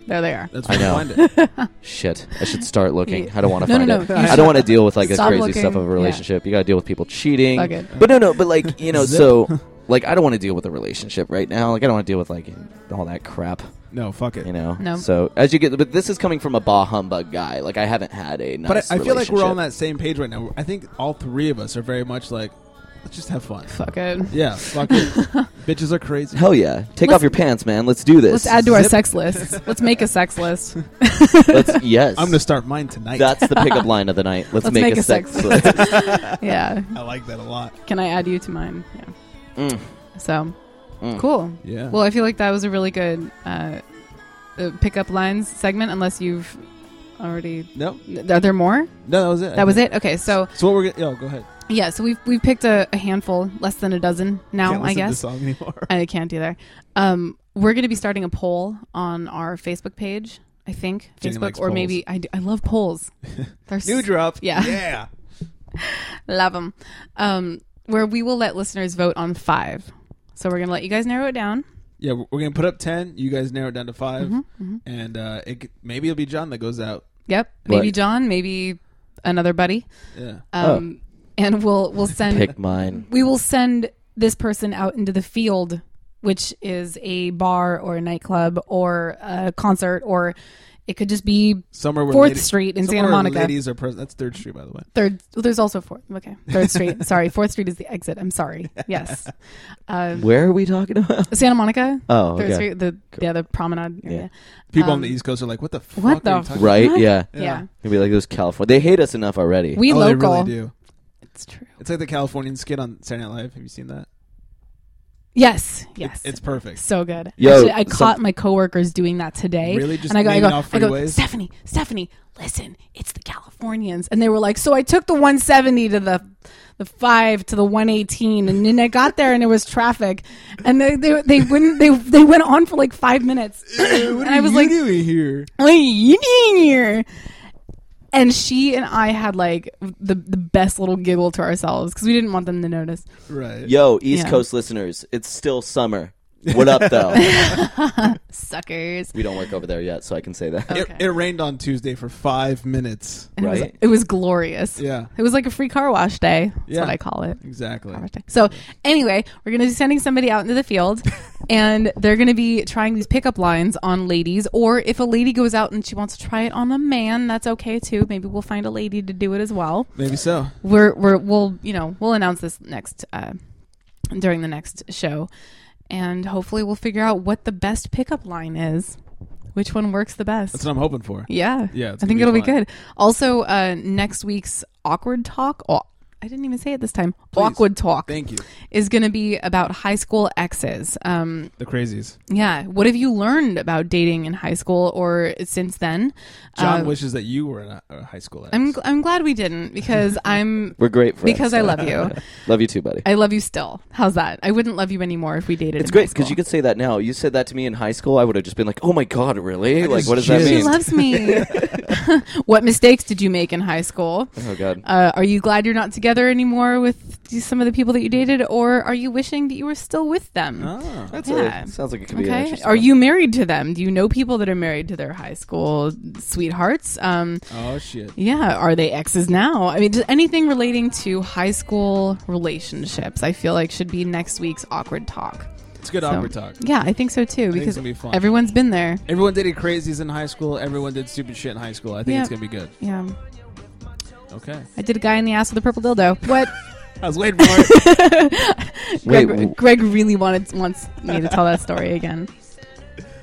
[SPEAKER 3] there they are.
[SPEAKER 1] That's
[SPEAKER 10] I know. Shit, I should start looking. I don't want to
[SPEAKER 3] No,
[SPEAKER 10] find
[SPEAKER 3] no,
[SPEAKER 10] it.
[SPEAKER 3] no, you
[SPEAKER 10] I
[SPEAKER 3] should-
[SPEAKER 10] don't want to deal with like this
[SPEAKER 3] Stop
[SPEAKER 10] crazy
[SPEAKER 3] looking.
[SPEAKER 10] stuff of a
[SPEAKER 3] Yeah.
[SPEAKER 10] relationship. You got to deal with people cheating.
[SPEAKER 3] Fuck it.
[SPEAKER 10] But no, no. But like you know,
[SPEAKER 1] Zip.
[SPEAKER 10] so like I don't want to deal with a relationship right now. Like I don't want to deal with like all that crap.
[SPEAKER 1] No, fuck it.
[SPEAKER 10] You know.
[SPEAKER 1] No.
[SPEAKER 10] So as you get, but this is coming from a bah humbug guy. Like I haven't had a
[SPEAKER 1] But
[SPEAKER 10] nice.
[SPEAKER 1] I, I feel like we're
[SPEAKER 10] relationship.
[SPEAKER 1] on that same page right now. I think all three of us are very much like, let's just have fun.
[SPEAKER 3] Fuck it.
[SPEAKER 1] Yeah, fuck it. Bitches are crazy.
[SPEAKER 10] Hell yeah! Take
[SPEAKER 1] Let's-
[SPEAKER 10] off your pants, man. Let's do this.
[SPEAKER 3] Let's add to our
[SPEAKER 1] Zip.
[SPEAKER 3] sex list. Let's make a sex list.
[SPEAKER 10] Let's, yes.
[SPEAKER 1] I'm gonna start mine tonight.
[SPEAKER 10] That's the pickup line of the night. Let's, make, a sex. list.
[SPEAKER 3] yeah.
[SPEAKER 1] I like that a lot.
[SPEAKER 3] Can I add you to mine? Yeah.
[SPEAKER 10] Mm.
[SPEAKER 3] So,
[SPEAKER 10] Mm.
[SPEAKER 3] cool.
[SPEAKER 1] Yeah.
[SPEAKER 3] Well, I feel like that was a really good uh, uh, pickup lines segment. Unless you've already
[SPEAKER 1] No.
[SPEAKER 3] N- Are there more?
[SPEAKER 1] No, that was it. I
[SPEAKER 3] That was
[SPEAKER 1] think.
[SPEAKER 3] it. Okay, so
[SPEAKER 1] so what we're gonna? Yo, go ahead.
[SPEAKER 3] Yeah, so we've we've picked a, a handful, less than a dozen now.
[SPEAKER 1] Can't
[SPEAKER 3] I
[SPEAKER 1] listen to
[SPEAKER 3] guess
[SPEAKER 1] this song anymore.
[SPEAKER 3] I can't either. Um, we're going to be starting a poll on our Facebook page. I think
[SPEAKER 1] Jenny
[SPEAKER 3] Facebook
[SPEAKER 1] likes
[SPEAKER 3] or
[SPEAKER 1] polls.
[SPEAKER 3] maybe I, d- I love polls. They're s-
[SPEAKER 1] New drop.
[SPEAKER 3] Yeah,
[SPEAKER 1] Yeah.
[SPEAKER 3] love them. Um, where we will let listeners vote on five. So we're going to let you guys narrow it down.
[SPEAKER 1] Yeah, we're we're gonna put up ten. You guys narrow it down to 5
[SPEAKER 3] Mhm, mhm.
[SPEAKER 1] and uh, it, could- maybe it'll be John that goes out.
[SPEAKER 3] Yep. Maybe
[SPEAKER 1] Right.
[SPEAKER 3] John. Maybe another buddy.
[SPEAKER 1] Yeah.
[SPEAKER 3] Um, and we'll we'll send
[SPEAKER 10] Pick mine.
[SPEAKER 3] We will send this person out into the field, which is a bar or a nightclub or a concert or it could just be
[SPEAKER 1] Somewhere where
[SPEAKER 3] Fourth
[SPEAKER 1] ladi-
[SPEAKER 3] Street in
[SPEAKER 1] somewhere
[SPEAKER 3] Santa
[SPEAKER 1] where
[SPEAKER 3] Monica.
[SPEAKER 1] Ladies are present. That's Third Street, by the way.
[SPEAKER 3] Third. well, There's also fourth. Okay, Third Street. sorry, Fourth Street is the exit. I'm sorry. Yes. Um,
[SPEAKER 10] Where are we talking about?
[SPEAKER 3] Santa Monica.
[SPEAKER 10] Oh,
[SPEAKER 3] Third
[SPEAKER 10] okay.
[SPEAKER 3] Street. The yeah, the promenade area.
[SPEAKER 1] People on
[SPEAKER 3] Um,
[SPEAKER 1] the East Coast are like, "What the fuck?"
[SPEAKER 3] what
[SPEAKER 1] are you
[SPEAKER 3] the
[SPEAKER 1] talking
[SPEAKER 10] Right?
[SPEAKER 1] about?"
[SPEAKER 10] Yeah.
[SPEAKER 3] Yeah.
[SPEAKER 10] It'd be like those California. They hate us enough already.
[SPEAKER 3] We
[SPEAKER 1] oh,
[SPEAKER 3] local.
[SPEAKER 1] They really do.
[SPEAKER 3] It's true.
[SPEAKER 1] It's like the Californian skit on Saturday Night Live. Have you seen that?
[SPEAKER 3] Yes, yes.
[SPEAKER 1] it's perfect.
[SPEAKER 3] So good.
[SPEAKER 1] Yo,
[SPEAKER 3] Actually, I
[SPEAKER 1] so-
[SPEAKER 3] caught my coworkers doing that today.
[SPEAKER 1] Really? Just
[SPEAKER 3] and I go, I
[SPEAKER 1] naming
[SPEAKER 3] go,
[SPEAKER 1] off
[SPEAKER 3] I go,
[SPEAKER 1] freeways?
[SPEAKER 3] Stephanie, Stephanie, listen, it's the Californians, and they were like, so I took the 170 to the the five to the 118, and then I got there and there was traffic, and they they, they wouldn't they they went on for like five minutes, and I was like,
[SPEAKER 1] doing here?
[SPEAKER 3] what are you doing here? And she and I had like the the best little giggle to ourselves because we didn't want them to notice.
[SPEAKER 1] Right.
[SPEAKER 10] Yo, East
[SPEAKER 3] Yeah.
[SPEAKER 10] Coast listeners, it's still summer. What up, though?
[SPEAKER 3] Suckers.
[SPEAKER 10] we don't work over there yet, so I can say that.
[SPEAKER 1] It, it rained on Tuesday for five minutes.
[SPEAKER 3] And it, was, it was glorious.
[SPEAKER 1] Yeah.
[SPEAKER 3] It was like a free car wash day. That's
[SPEAKER 1] Yeah.
[SPEAKER 3] what I call it.
[SPEAKER 1] Exactly.
[SPEAKER 3] So, anyway, we're going to be sending somebody out into the field and they're going to be trying these pickup lines on ladies. Or if a lady goes out and she wants to try it on a man, that's okay too. Maybe we'll find a lady to do it as well.
[SPEAKER 1] Maybe so.
[SPEAKER 3] We're, we're, we'll, you know, we'll announce this next, uh, during the next show. And hopefully we'll figure out what the best pickup line is, which one works the best.
[SPEAKER 1] That's what I'm hoping for.
[SPEAKER 3] Yeah.
[SPEAKER 1] Yeah. it's gonna
[SPEAKER 3] I think it'll be
[SPEAKER 1] fun.
[SPEAKER 3] good. Also, uh, next week's awkward talk. aw- I didn't even say it this time. Awkward talk.
[SPEAKER 1] Thank you.
[SPEAKER 3] Is going to be about high school exes. Um,
[SPEAKER 1] The crazies.
[SPEAKER 3] yeah. What have you learned about dating in high school or since then?
[SPEAKER 1] John
[SPEAKER 3] Uh,
[SPEAKER 1] wishes that you were in a, a high school.
[SPEAKER 3] I'm gl- I'm glad we didn't because I'm
[SPEAKER 10] We're great friends.
[SPEAKER 3] because I love you.
[SPEAKER 10] love you too, buddy.
[SPEAKER 3] I love you still. How's that? I wouldn't love you anymore if we dated.
[SPEAKER 10] it's
[SPEAKER 3] in
[SPEAKER 10] great
[SPEAKER 3] high school.
[SPEAKER 10] because you could say that now. You said that to me in high school, I would have just been like, "Oh my god, really? Like, what does that mean?"
[SPEAKER 3] She loves me. what mistakes did you make in high school?
[SPEAKER 10] Oh, God.
[SPEAKER 3] Uh, are you glad you're not together anymore with some of the people that you dated, or are you wishing that you were still with them?
[SPEAKER 1] Ah.
[SPEAKER 10] Oh, that's a- sounds like it could be an
[SPEAKER 3] okay.
[SPEAKER 10] interesting
[SPEAKER 3] Are you married to them? Do you know people that are married to their high school sweethearts? Um,
[SPEAKER 1] Oh, shit.
[SPEAKER 3] Yeah. Are they exes now? I mean, just anything relating to high school relationships. I feel like should be next week's awkward talk.
[SPEAKER 1] It's good
[SPEAKER 3] So-
[SPEAKER 1] awkward talk.
[SPEAKER 3] Yeah, I think
[SPEAKER 1] I
[SPEAKER 3] so too.
[SPEAKER 1] think it's
[SPEAKER 3] because
[SPEAKER 1] gonna be fun.
[SPEAKER 3] everyone's been there.
[SPEAKER 1] Everyone dated crazies in high school. Everyone did stupid shit in high school. I think
[SPEAKER 3] Yeah.
[SPEAKER 1] it's gonna be good.
[SPEAKER 3] Yeah.
[SPEAKER 1] Okay.
[SPEAKER 3] I did a guy in the ass with a purple dildo. What?
[SPEAKER 1] I was waiting for it.
[SPEAKER 3] Greg,
[SPEAKER 1] Wait, wh-
[SPEAKER 3] Greg really wanted wants me to tell that story again.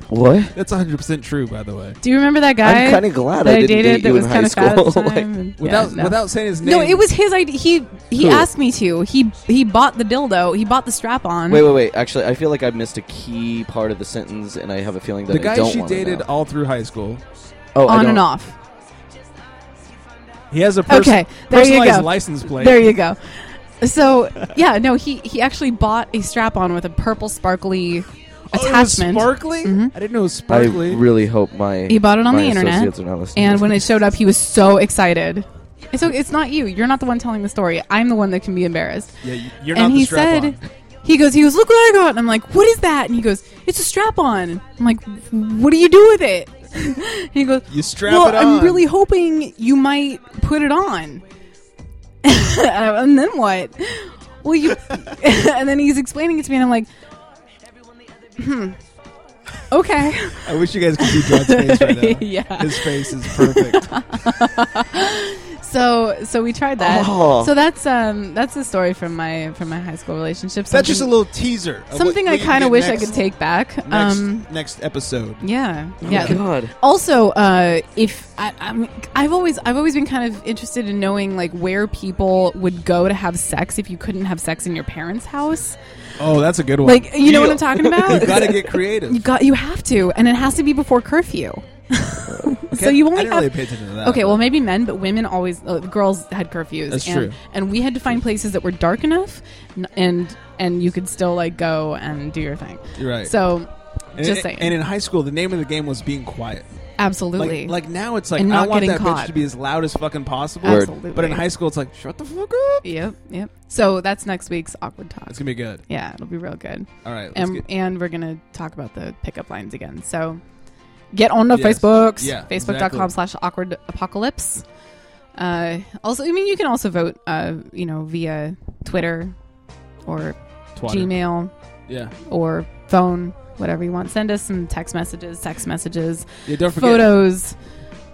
[SPEAKER 10] What?
[SPEAKER 1] That's 100 percent true, by the way.
[SPEAKER 3] Do you remember that guy?
[SPEAKER 10] I'm kinda glad
[SPEAKER 3] that
[SPEAKER 10] I didn't
[SPEAKER 3] dated
[SPEAKER 10] date
[SPEAKER 3] that
[SPEAKER 10] you
[SPEAKER 3] was
[SPEAKER 10] in
[SPEAKER 3] kind of
[SPEAKER 10] high
[SPEAKER 3] fat at the
[SPEAKER 10] school.
[SPEAKER 3] time.
[SPEAKER 10] Like,
[SPEAKER 3] and-
[SPEAKER 1] without-
[SPEAKER 3] no.
[SPEAKER 1] without saying his
[SPEAKER 3] No,
[SPEAKER 1] name.
[SPEAKER 3] it was his idea. He he
[SPEAKER 10] Who?
[SPEAKER 3] asked me to. He he bought the dildo. He bought the strap on.
[SPEAKER 10] Wait, wait, wait. Actually, I feel like I missed a key part of the sentence, and I have a feeling that
[SPEAKER 1] The
[SPEAKER 10] I
[SPEAKER 1] guy
[SPEAKER 10] don't
[SPEAKER 1] she
[SPEAKER 10] wanna
[SPEAKER 1] dated
[SPEAKER 10] know.
[SPEAKER 1] all through high school.
[SPEAKER 10] Oh, I
[SPEAKER 3] on
[SPEAKER 10] don't-
[SPEAKER 3] and off.
[SPEAKER 1] He has a pers-
[SPEAKER 3] okay. There you
[SPEAKER 1] personalized
[SPEAKER 3] go.
[SPEAKER 1] license plate.
[SPEAKER 3] There you go. So yeah, no, he he actually bought a strap on with a purple sparkly
[SPEAKER 1] Oh, it was
[SPEAKER 3] attachment. Mm-hmm.
[SPEAKER 1] sparkly? I didn't know it was
[SPEAKER 10] I
[SPEAKER 1] sparkly.
[SPEAKER 10] really hope my
[SPEAKER 3] He bought it on
[SPEAKER 10] my
[SPEAKER 3] the internet,
[SPEAKER 10] associates are not listening.
[SPEAKER 3] and when it showed up, he was so excited. It's okay, it's not you. You're not the one telling the story. I'm the one that can be embarrassed.
[SPEAKER 1] Yeah, y- you're
[SPEAKER 3] and
[SPEAKER 1] not the
[SPEAKER 3] he
[SPEAKER 1] strap-on.
[SPEAKER 3] said, he goes, he goes, look what I got. And I'm like, what is that? And he goes, it's a strap on. I'm like, what do you do with it? And he goes,
[SPEAKER 1] You strap
[SPEAKER 3] well,
[SPEAKER 1] it
[SPEAKER 3] I'm
[SPEAKER 1] on."
[SPEAKER 3] really hoping you might put it on. and then what? Well, you. and then he's explaining it to me, and I'm like, hmm. Okay.
[SPEAKER 1] I wish you guys could see John's face right now.
[SPEAKER 3] Yeah.
[SPEAKER 1] His face is perfect.
[SPEAKER 3] So so we tried that.
[SPEAKER 1] Oh.
[SPEAKER 3] So that's um that's the story from my from my high school relationship.
[SPEAKER 1] That's just a
[SPEAKER 3] Something-
[SPEAKER 1] little teaser. of what-
[SPEAKER 3] Something
[SPEAKER 1] what
[SPEAKER 3] I
[SPEAKER 1] you can
[SPEAKER 3] kind of
[SPEAKER 1] get
[SPEAKER 3] wish I
[SPEAKER 1] next-
[SPEAKER 3] could take back.
[SPEAKER 1] Next,
[SPEAKER 3] um
[SPEAKER 1] next episode.
[SPEAKER 3] yeah.
[SPEAKER 1] Oh
[SPEAKER 3] yeah.
[SPEAKER 1] my God.
[SPEAKER 3] Also, uh, if I, I'm, I've always I've always been kind of interested in knowing like where people would go to have sex if you couldn't have sex in your parents' house.
[SPEAKER 1] Oh, that's a good one.
[SPEAKER 3] Like you know what I'm talking about?
[SPEAKER 1] you got to get creative.
[SPEAKER 3] You got you have to, and it has to be before curfew. so you
[SPEAKER 1] I
[SPEAKER 3] only
[SPEAKER 1] didn't
[SPEAKER 3] have,
[SPEAKER 1] really pay attention to that,
[SPEAKER 3] Okay,
[SPEAKER 1] but-
[SPEAKER 3] well maybe men, but women always uh, girls had curfews.
[SPEAKER 1] That's
[SPEAKER 3] and,
[SPEAKER 1] true.
[SPEAKER 3] And we had to find places that were dark enough, n- and and you could still like go and do your thing.
[SPEAKER 1] You're right.
[SPEAKER 3] So
[SPEAKER 1] And-
[SPEAKER 3] just
[SPEAKER 1] and-
[SPEAKER 3] saying,
[SPEAKER 1] And in high school, the name of the game was being quiet.
[SPEAKER 3] absolutely.
[SPEAKER 1] Like, like now, it's like
[SPEAKER 3] And
[SPEAKER 1] I
[SPEAKER 3] not
[SPEAKER 1] want
[SPEAKER 3] getting
[SPEAKER 1] that bitch
[SPEAKER 3] caught.
[SPEAKER 1] to be as loud as fucking possible.
[SPEAKER 3] Word. Absolutely.
[SPEAKER 1] But in high school, it's like shut the fuck up.
[SPEAKER 3] Yep, yep. So that's next week's awkward talk.
[SPEAKER 1] It's gonna be good.
[SPEAKER 3] Yeah, it'll be real good.
[SPEAKER 1] All right, let's
[SPEAKER 3] and
[SPEAKER 1] get-
[SPEAKER 3] and we're gonna talk about the pickup lines again. So get on the
[SPEAKER 1] Yes.
[SPEAKER 3] Facebooks.
[SPEAKER 1] Yeah,
[SPEAKER 3] Facebook.com
[SPEAKER 1] exactly.
[SPEAKER 3] slash awkward apocalypse. Uh, also, I mean, you can also vote. Uh, you know, via Twitter or
[SPEAKER 1] Twatter.
[SPEAKER 3] Gmail.
[SPEAKER 1] Yeah.
[SPEAKER 3] Or phone, whatever you want. Send us some text messages, text messages,
[SPEAKER 1] Yeah, don't forget-
[SPEAKER 3] photos,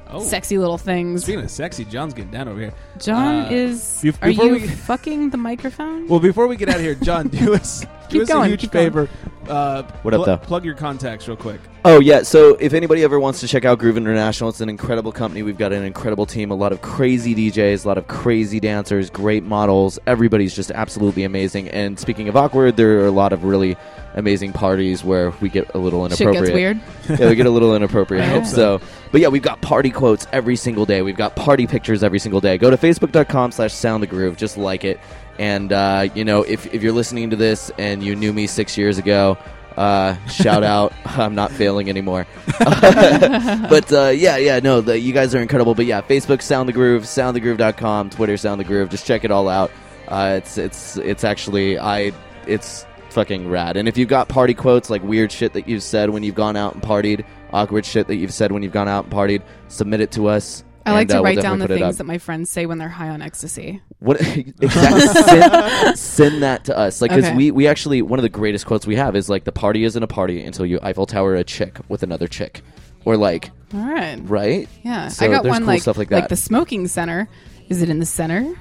[SPEAKER 1] Oh.
[SPEAKER 3] sexy little things.
[SPEAKER 1] Speaking of sexy, John's getting down over here.
[SPEAKER 3] John
[SPEAKER 1] Uh,
[SPEAKER 3] is.
[SPEAKER 1] bef-
[SPEAKER 3] are
[SPEAKER 1] before
[SPEAKER 3] you
[SPEAKER 1] we get-
[SPEAKER 3] fucking the microphone?
[SPEAKER 1] Well, before we get out of here, John, do us do
[SPEAKER 3] Keep
[SPEAKER 1] us a
[SPEAKER 3] going,
[SPEAKER 1] huge
[SPEAKER 3] keep going.
[SPEAKER 1] favor. Uh,
[SPEAKER 10] What up,
[SPEAKER 1] pl-
[SPEAKER 10] though?
[SPEAKER 1] Plug your contacts real quick.
[SPEAKER 10] Oh yeah. So if anybody ever wants to check out Groove International, it's an incredible company. We've got an incredible team, a lot of crazy DJs, a lot of crazy dancers, great models. Everybody's just absolutely amazing. And speaking of awkward, there are a lot of really amazing parties where we get a little
[SPEAKER 3] Shit gets
[SPEAKER 10] inappropriate.
[SPEAKER 3] weird.
[SPEAKER 10] Yeah, we get a little inappropriate.
[SPEAKER 3] I hope
[SPEAKER 10] so. But yeah, we've got party quotes every single day. We've got party pictures every single day. Go to facebook.com slash sound the groove. Just like it. And, uh, you know, if, if you're listening to this and you knew me six years ago, uh, shout out. I'm not failing anymore. but uh, yeah, yeah, no, the, you guys are incredible. But yeah, Facebook, Sound the Groove, soundthegroove.com, Twitter, Sound the Groove. Just check it all out. Uh, it's it's it's actually I it's fucking rad. And if you've got party quotes like weird shit that you've said when you've gone out and partied, awkward shit that you've said when you've gone out and partied, submit it to us.
[SPEAKER 3] I like
[SPEAKER 10] and,
[SPEAKER 3] to
[SPEAKER 10] uh, we'll
[SPEAKER 3] write down the
[SPEAKER 10] definitely put it
[SPEAKER 3] things
[SPEAKER 10] up.
[SPEAKER 3] that my friends say when they're high on ecstasy.
[SPEAKER 10] What exactly? send, send that to us, like, because
[SPEAKER 3] Okay.
[SPEAKER 10] we we actually one of the greatest quotes we have is like, "The party isn't a party until you Eiffel Tower a chick with another chick," or like,
[SPEAKER 3] All right.
[SPEAKER 10] right?
[SPEAKER 3] Yeah.
[SPEAKER 10] So
[SPEAKER 3] I got
[SPEAKER 10] there's
[SPEAKER 3] one
[SPEAKER 10] cool
[SPEAKER 3] like,
[SPEAKER 10] stuff like that.
[SPEAKER 3] the smoking center. Is it in the center?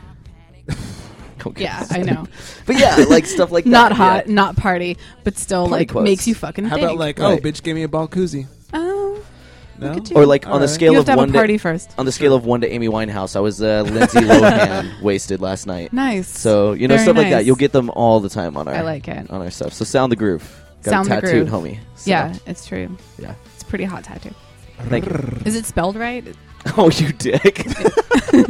[SPEAKER 10] Okay.
[SPEAKER 3] Yeah, I know.
[SPEAKER 10] But yeah, like stuff like that,
[SPEAKER 3] not
[SPEAKER 10] yeah.
[SPEAKER 3] hot, not party, but still
[SPEAKER 10] Party
[SPEAKER 3] like
[SPEAKER 10] quotes.
[SPEAKER 3] makes you fucking
[SPEAKER 17] How
[SPEAKER 3] think.
[SPEAKER 17] about like, oh, bitch, give me a ball koozie.
[SPEAKER 3] Oh,
[SPEAKER 17] No?
[SPEAKER 10] Or like on the scale
[SPEAKER 3] You have
[SPEAKER 10] of
[SPEAKER 3] to have a
[SPEAKER 10] one to-
[SPEAKER 3] party first.
[SPEAKER 10] On the scale of one to Amy Winehouse, I was uh, Lindsay Lohan wasted last night.
[SPEAKER 3] Nice.
[SPEAKER 10] So you know
[SPEAKER 3] Very
[SPEAKER 10] stuff like that.
[SPEAKER 3] nice.
[SPEAKER 10] You'll get them all the time on our.
[SPEAKER 3] I like it.
[SPEAKER 10] on our stuff. So sound the groove. Got
[SPEAKER 3] sound
[SPEAKER 10] it
[SPEAKER 3] the
[SPEAKER 10] tattooed,
[SPEAKER 3] groove.
[SPEAKER 10] homie. So-
[SPEAKER 3] Yeah, it's true.
[SPEAKER 10] Yeah.
[SPEAKER 3] it's a pretty hot tattoo.
[SPEAKER 10] Thank you.
[SPEAKER 3] Is it spelled right?
[SPEAKER 10] Oh, you dick. you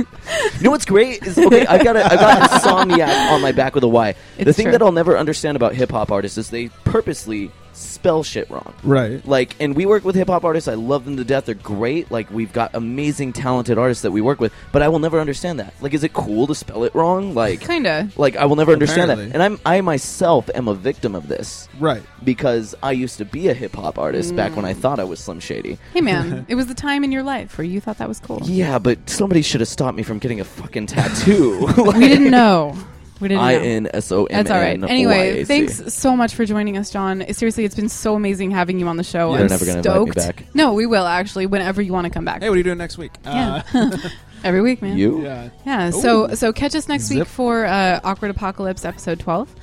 [SPEAKER 10] know what's great is okay. I've got a, I've got insomniac on my back with a Y. the
[SPEAKER 17] It's
[SPEAKER 10] thing
[SPEAKER 17] true.
[SPEAKER 10] that I'll never understand about hip hop artists is they purposely spell shit wrong.
[SPEAKER 17] Right.
[SPEAKER 10] Like, and we work with hip hop artists. I love them to death. They're great. Like, we've got amazing, talented artists that we work with. But I will never understand that. Like, is it cool to spell it wrong? Like,
[SPEAKER 3] Kinda.
[SPEAKER 10] Like, I will never understand
[SPEAKER 17] Apparently.
[SPEAKER 10] that. And I'm I myself am a victim of this.
[SPEAKER 17] Right.
[SPEAKER 10] Because I used to be a hip hop artist back when I
[SPEAKER 3] Mm.
[SPEAKER 10] thought I was Slim Shady.
[SPEAKER 3] Hey man, it was the time in your life where you thought that was cool.
[SPEAKER 10] Yeah, but somebody should have stopped me from getting a fucking tattoo.
[SPEAKER 3] we didn't know. We didn't know.
[SPEAKER 10] I N S O M N.
[SPEAKER 3] That's all right. Anyway,
[SPEAKER 10] Y A C.
[SPEAKER 3] thanks so much for joining us, John. Seriously, it's been so amazing having you on the show.
[SPEAKER 10] You're
[SPEAKER 3] I'm
[SPEAKER 10] never gonna
[SPEAKER 3] stoked.
[SPEAKER 10] invite me back.
[SPEAKER 3] No, we will actually whenever you want to come back.
[SPEAKER 17] Hey, what are you doing next week?
[SPEAKER 3] Yeah. Every week, man.
[SPEAKER 1] Uh,
[SPEAKER 10] You?
[SPEAKER 17] Yeah.
[SPEAKER 3] Yeah. So so catch us next week for uh, Awkward Apocalypse episode twelve,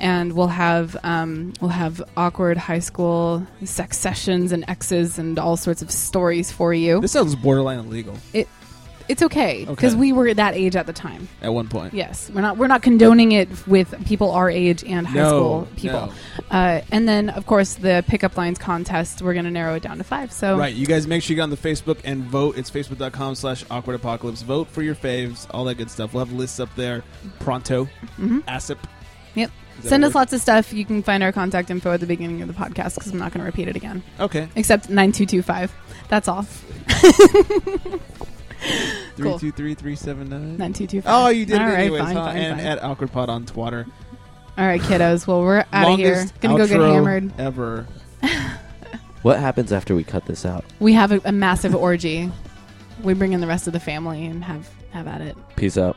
[SPEAKER 3] and we'll have um, we'll have awkward high school sex sessions and exes and all sorts of stories for you.
[SPEAKER 17] This sounds borderline illegal
[SPEAKER 3] It it's okay because
[SPEAKER 17] Okay.
[SPEAKER 3] we were that age at the time.
[SPEAKER 17] at one point.
[SPEAKER 3] Yes, we're not we're not condoning it with people our age and high
[SPEAKER 17] No,
[SPEAKER 3] school people. Uh, and then of course the pickup lines contest. We're going to narrow it down to five. So
[SPEAKER 17] Right, you guys make sure you get on the Facebook and vote. It's facebook.com slash awkward apocalypse. Vote for your faves, all that good stuff. We'll have lists up there pronto,
[SPEAKER 3] Mhm.
[SPEAKER 17] ASIP.
[SPEAKER 3] Yep.
[SPEAKER 17] Is that
[SPEAKER 3] Send
[SPEAKER 17] what
[SPEAKER 3] us
[SPEAKER 17] we're-
[SPEAKER 3] lots of stuff. You can find our contact info at the beginning of the podcast because I'm not going to repeat it again.
[SPEAKER 17] Okay.
[SPEAKER 3] Except 9225. That's all.
[SPEAKER 17] Three
[SPEAKER 3] Cool.
[SPEAKER 17] two three three seven nine.
[SPEAKER 3] 9225.
[SPEAKER 17] Oh, you did it
[SPEAKER 3] All right,
[SPEAKER 17] anyways,
[SPEAKER 3] fine,
[SPEAKER 17] huh?
[SPEAKER 3] fine,
[SPEAKER 17] and
[SPEAKER 3] fine.
[SPEAKER 17] at awkward pod on Twitter.
[SPEAKER 3] All right, kiddos. Well, we're out of here.
[SPEAKER 17] Longest
[SPEAKER 3] Going to go get
[SPEAKER 17] outro
[SPEAKER 3] hammered.
[SPEAKER 17] Ever.
[SPEAKER 10] What happens after we cut this out?
[SPEAKER 3] We have a, a massive orgy. We bring in the rest of the family and have, have at it.
[SPEAKER 10] Peace out.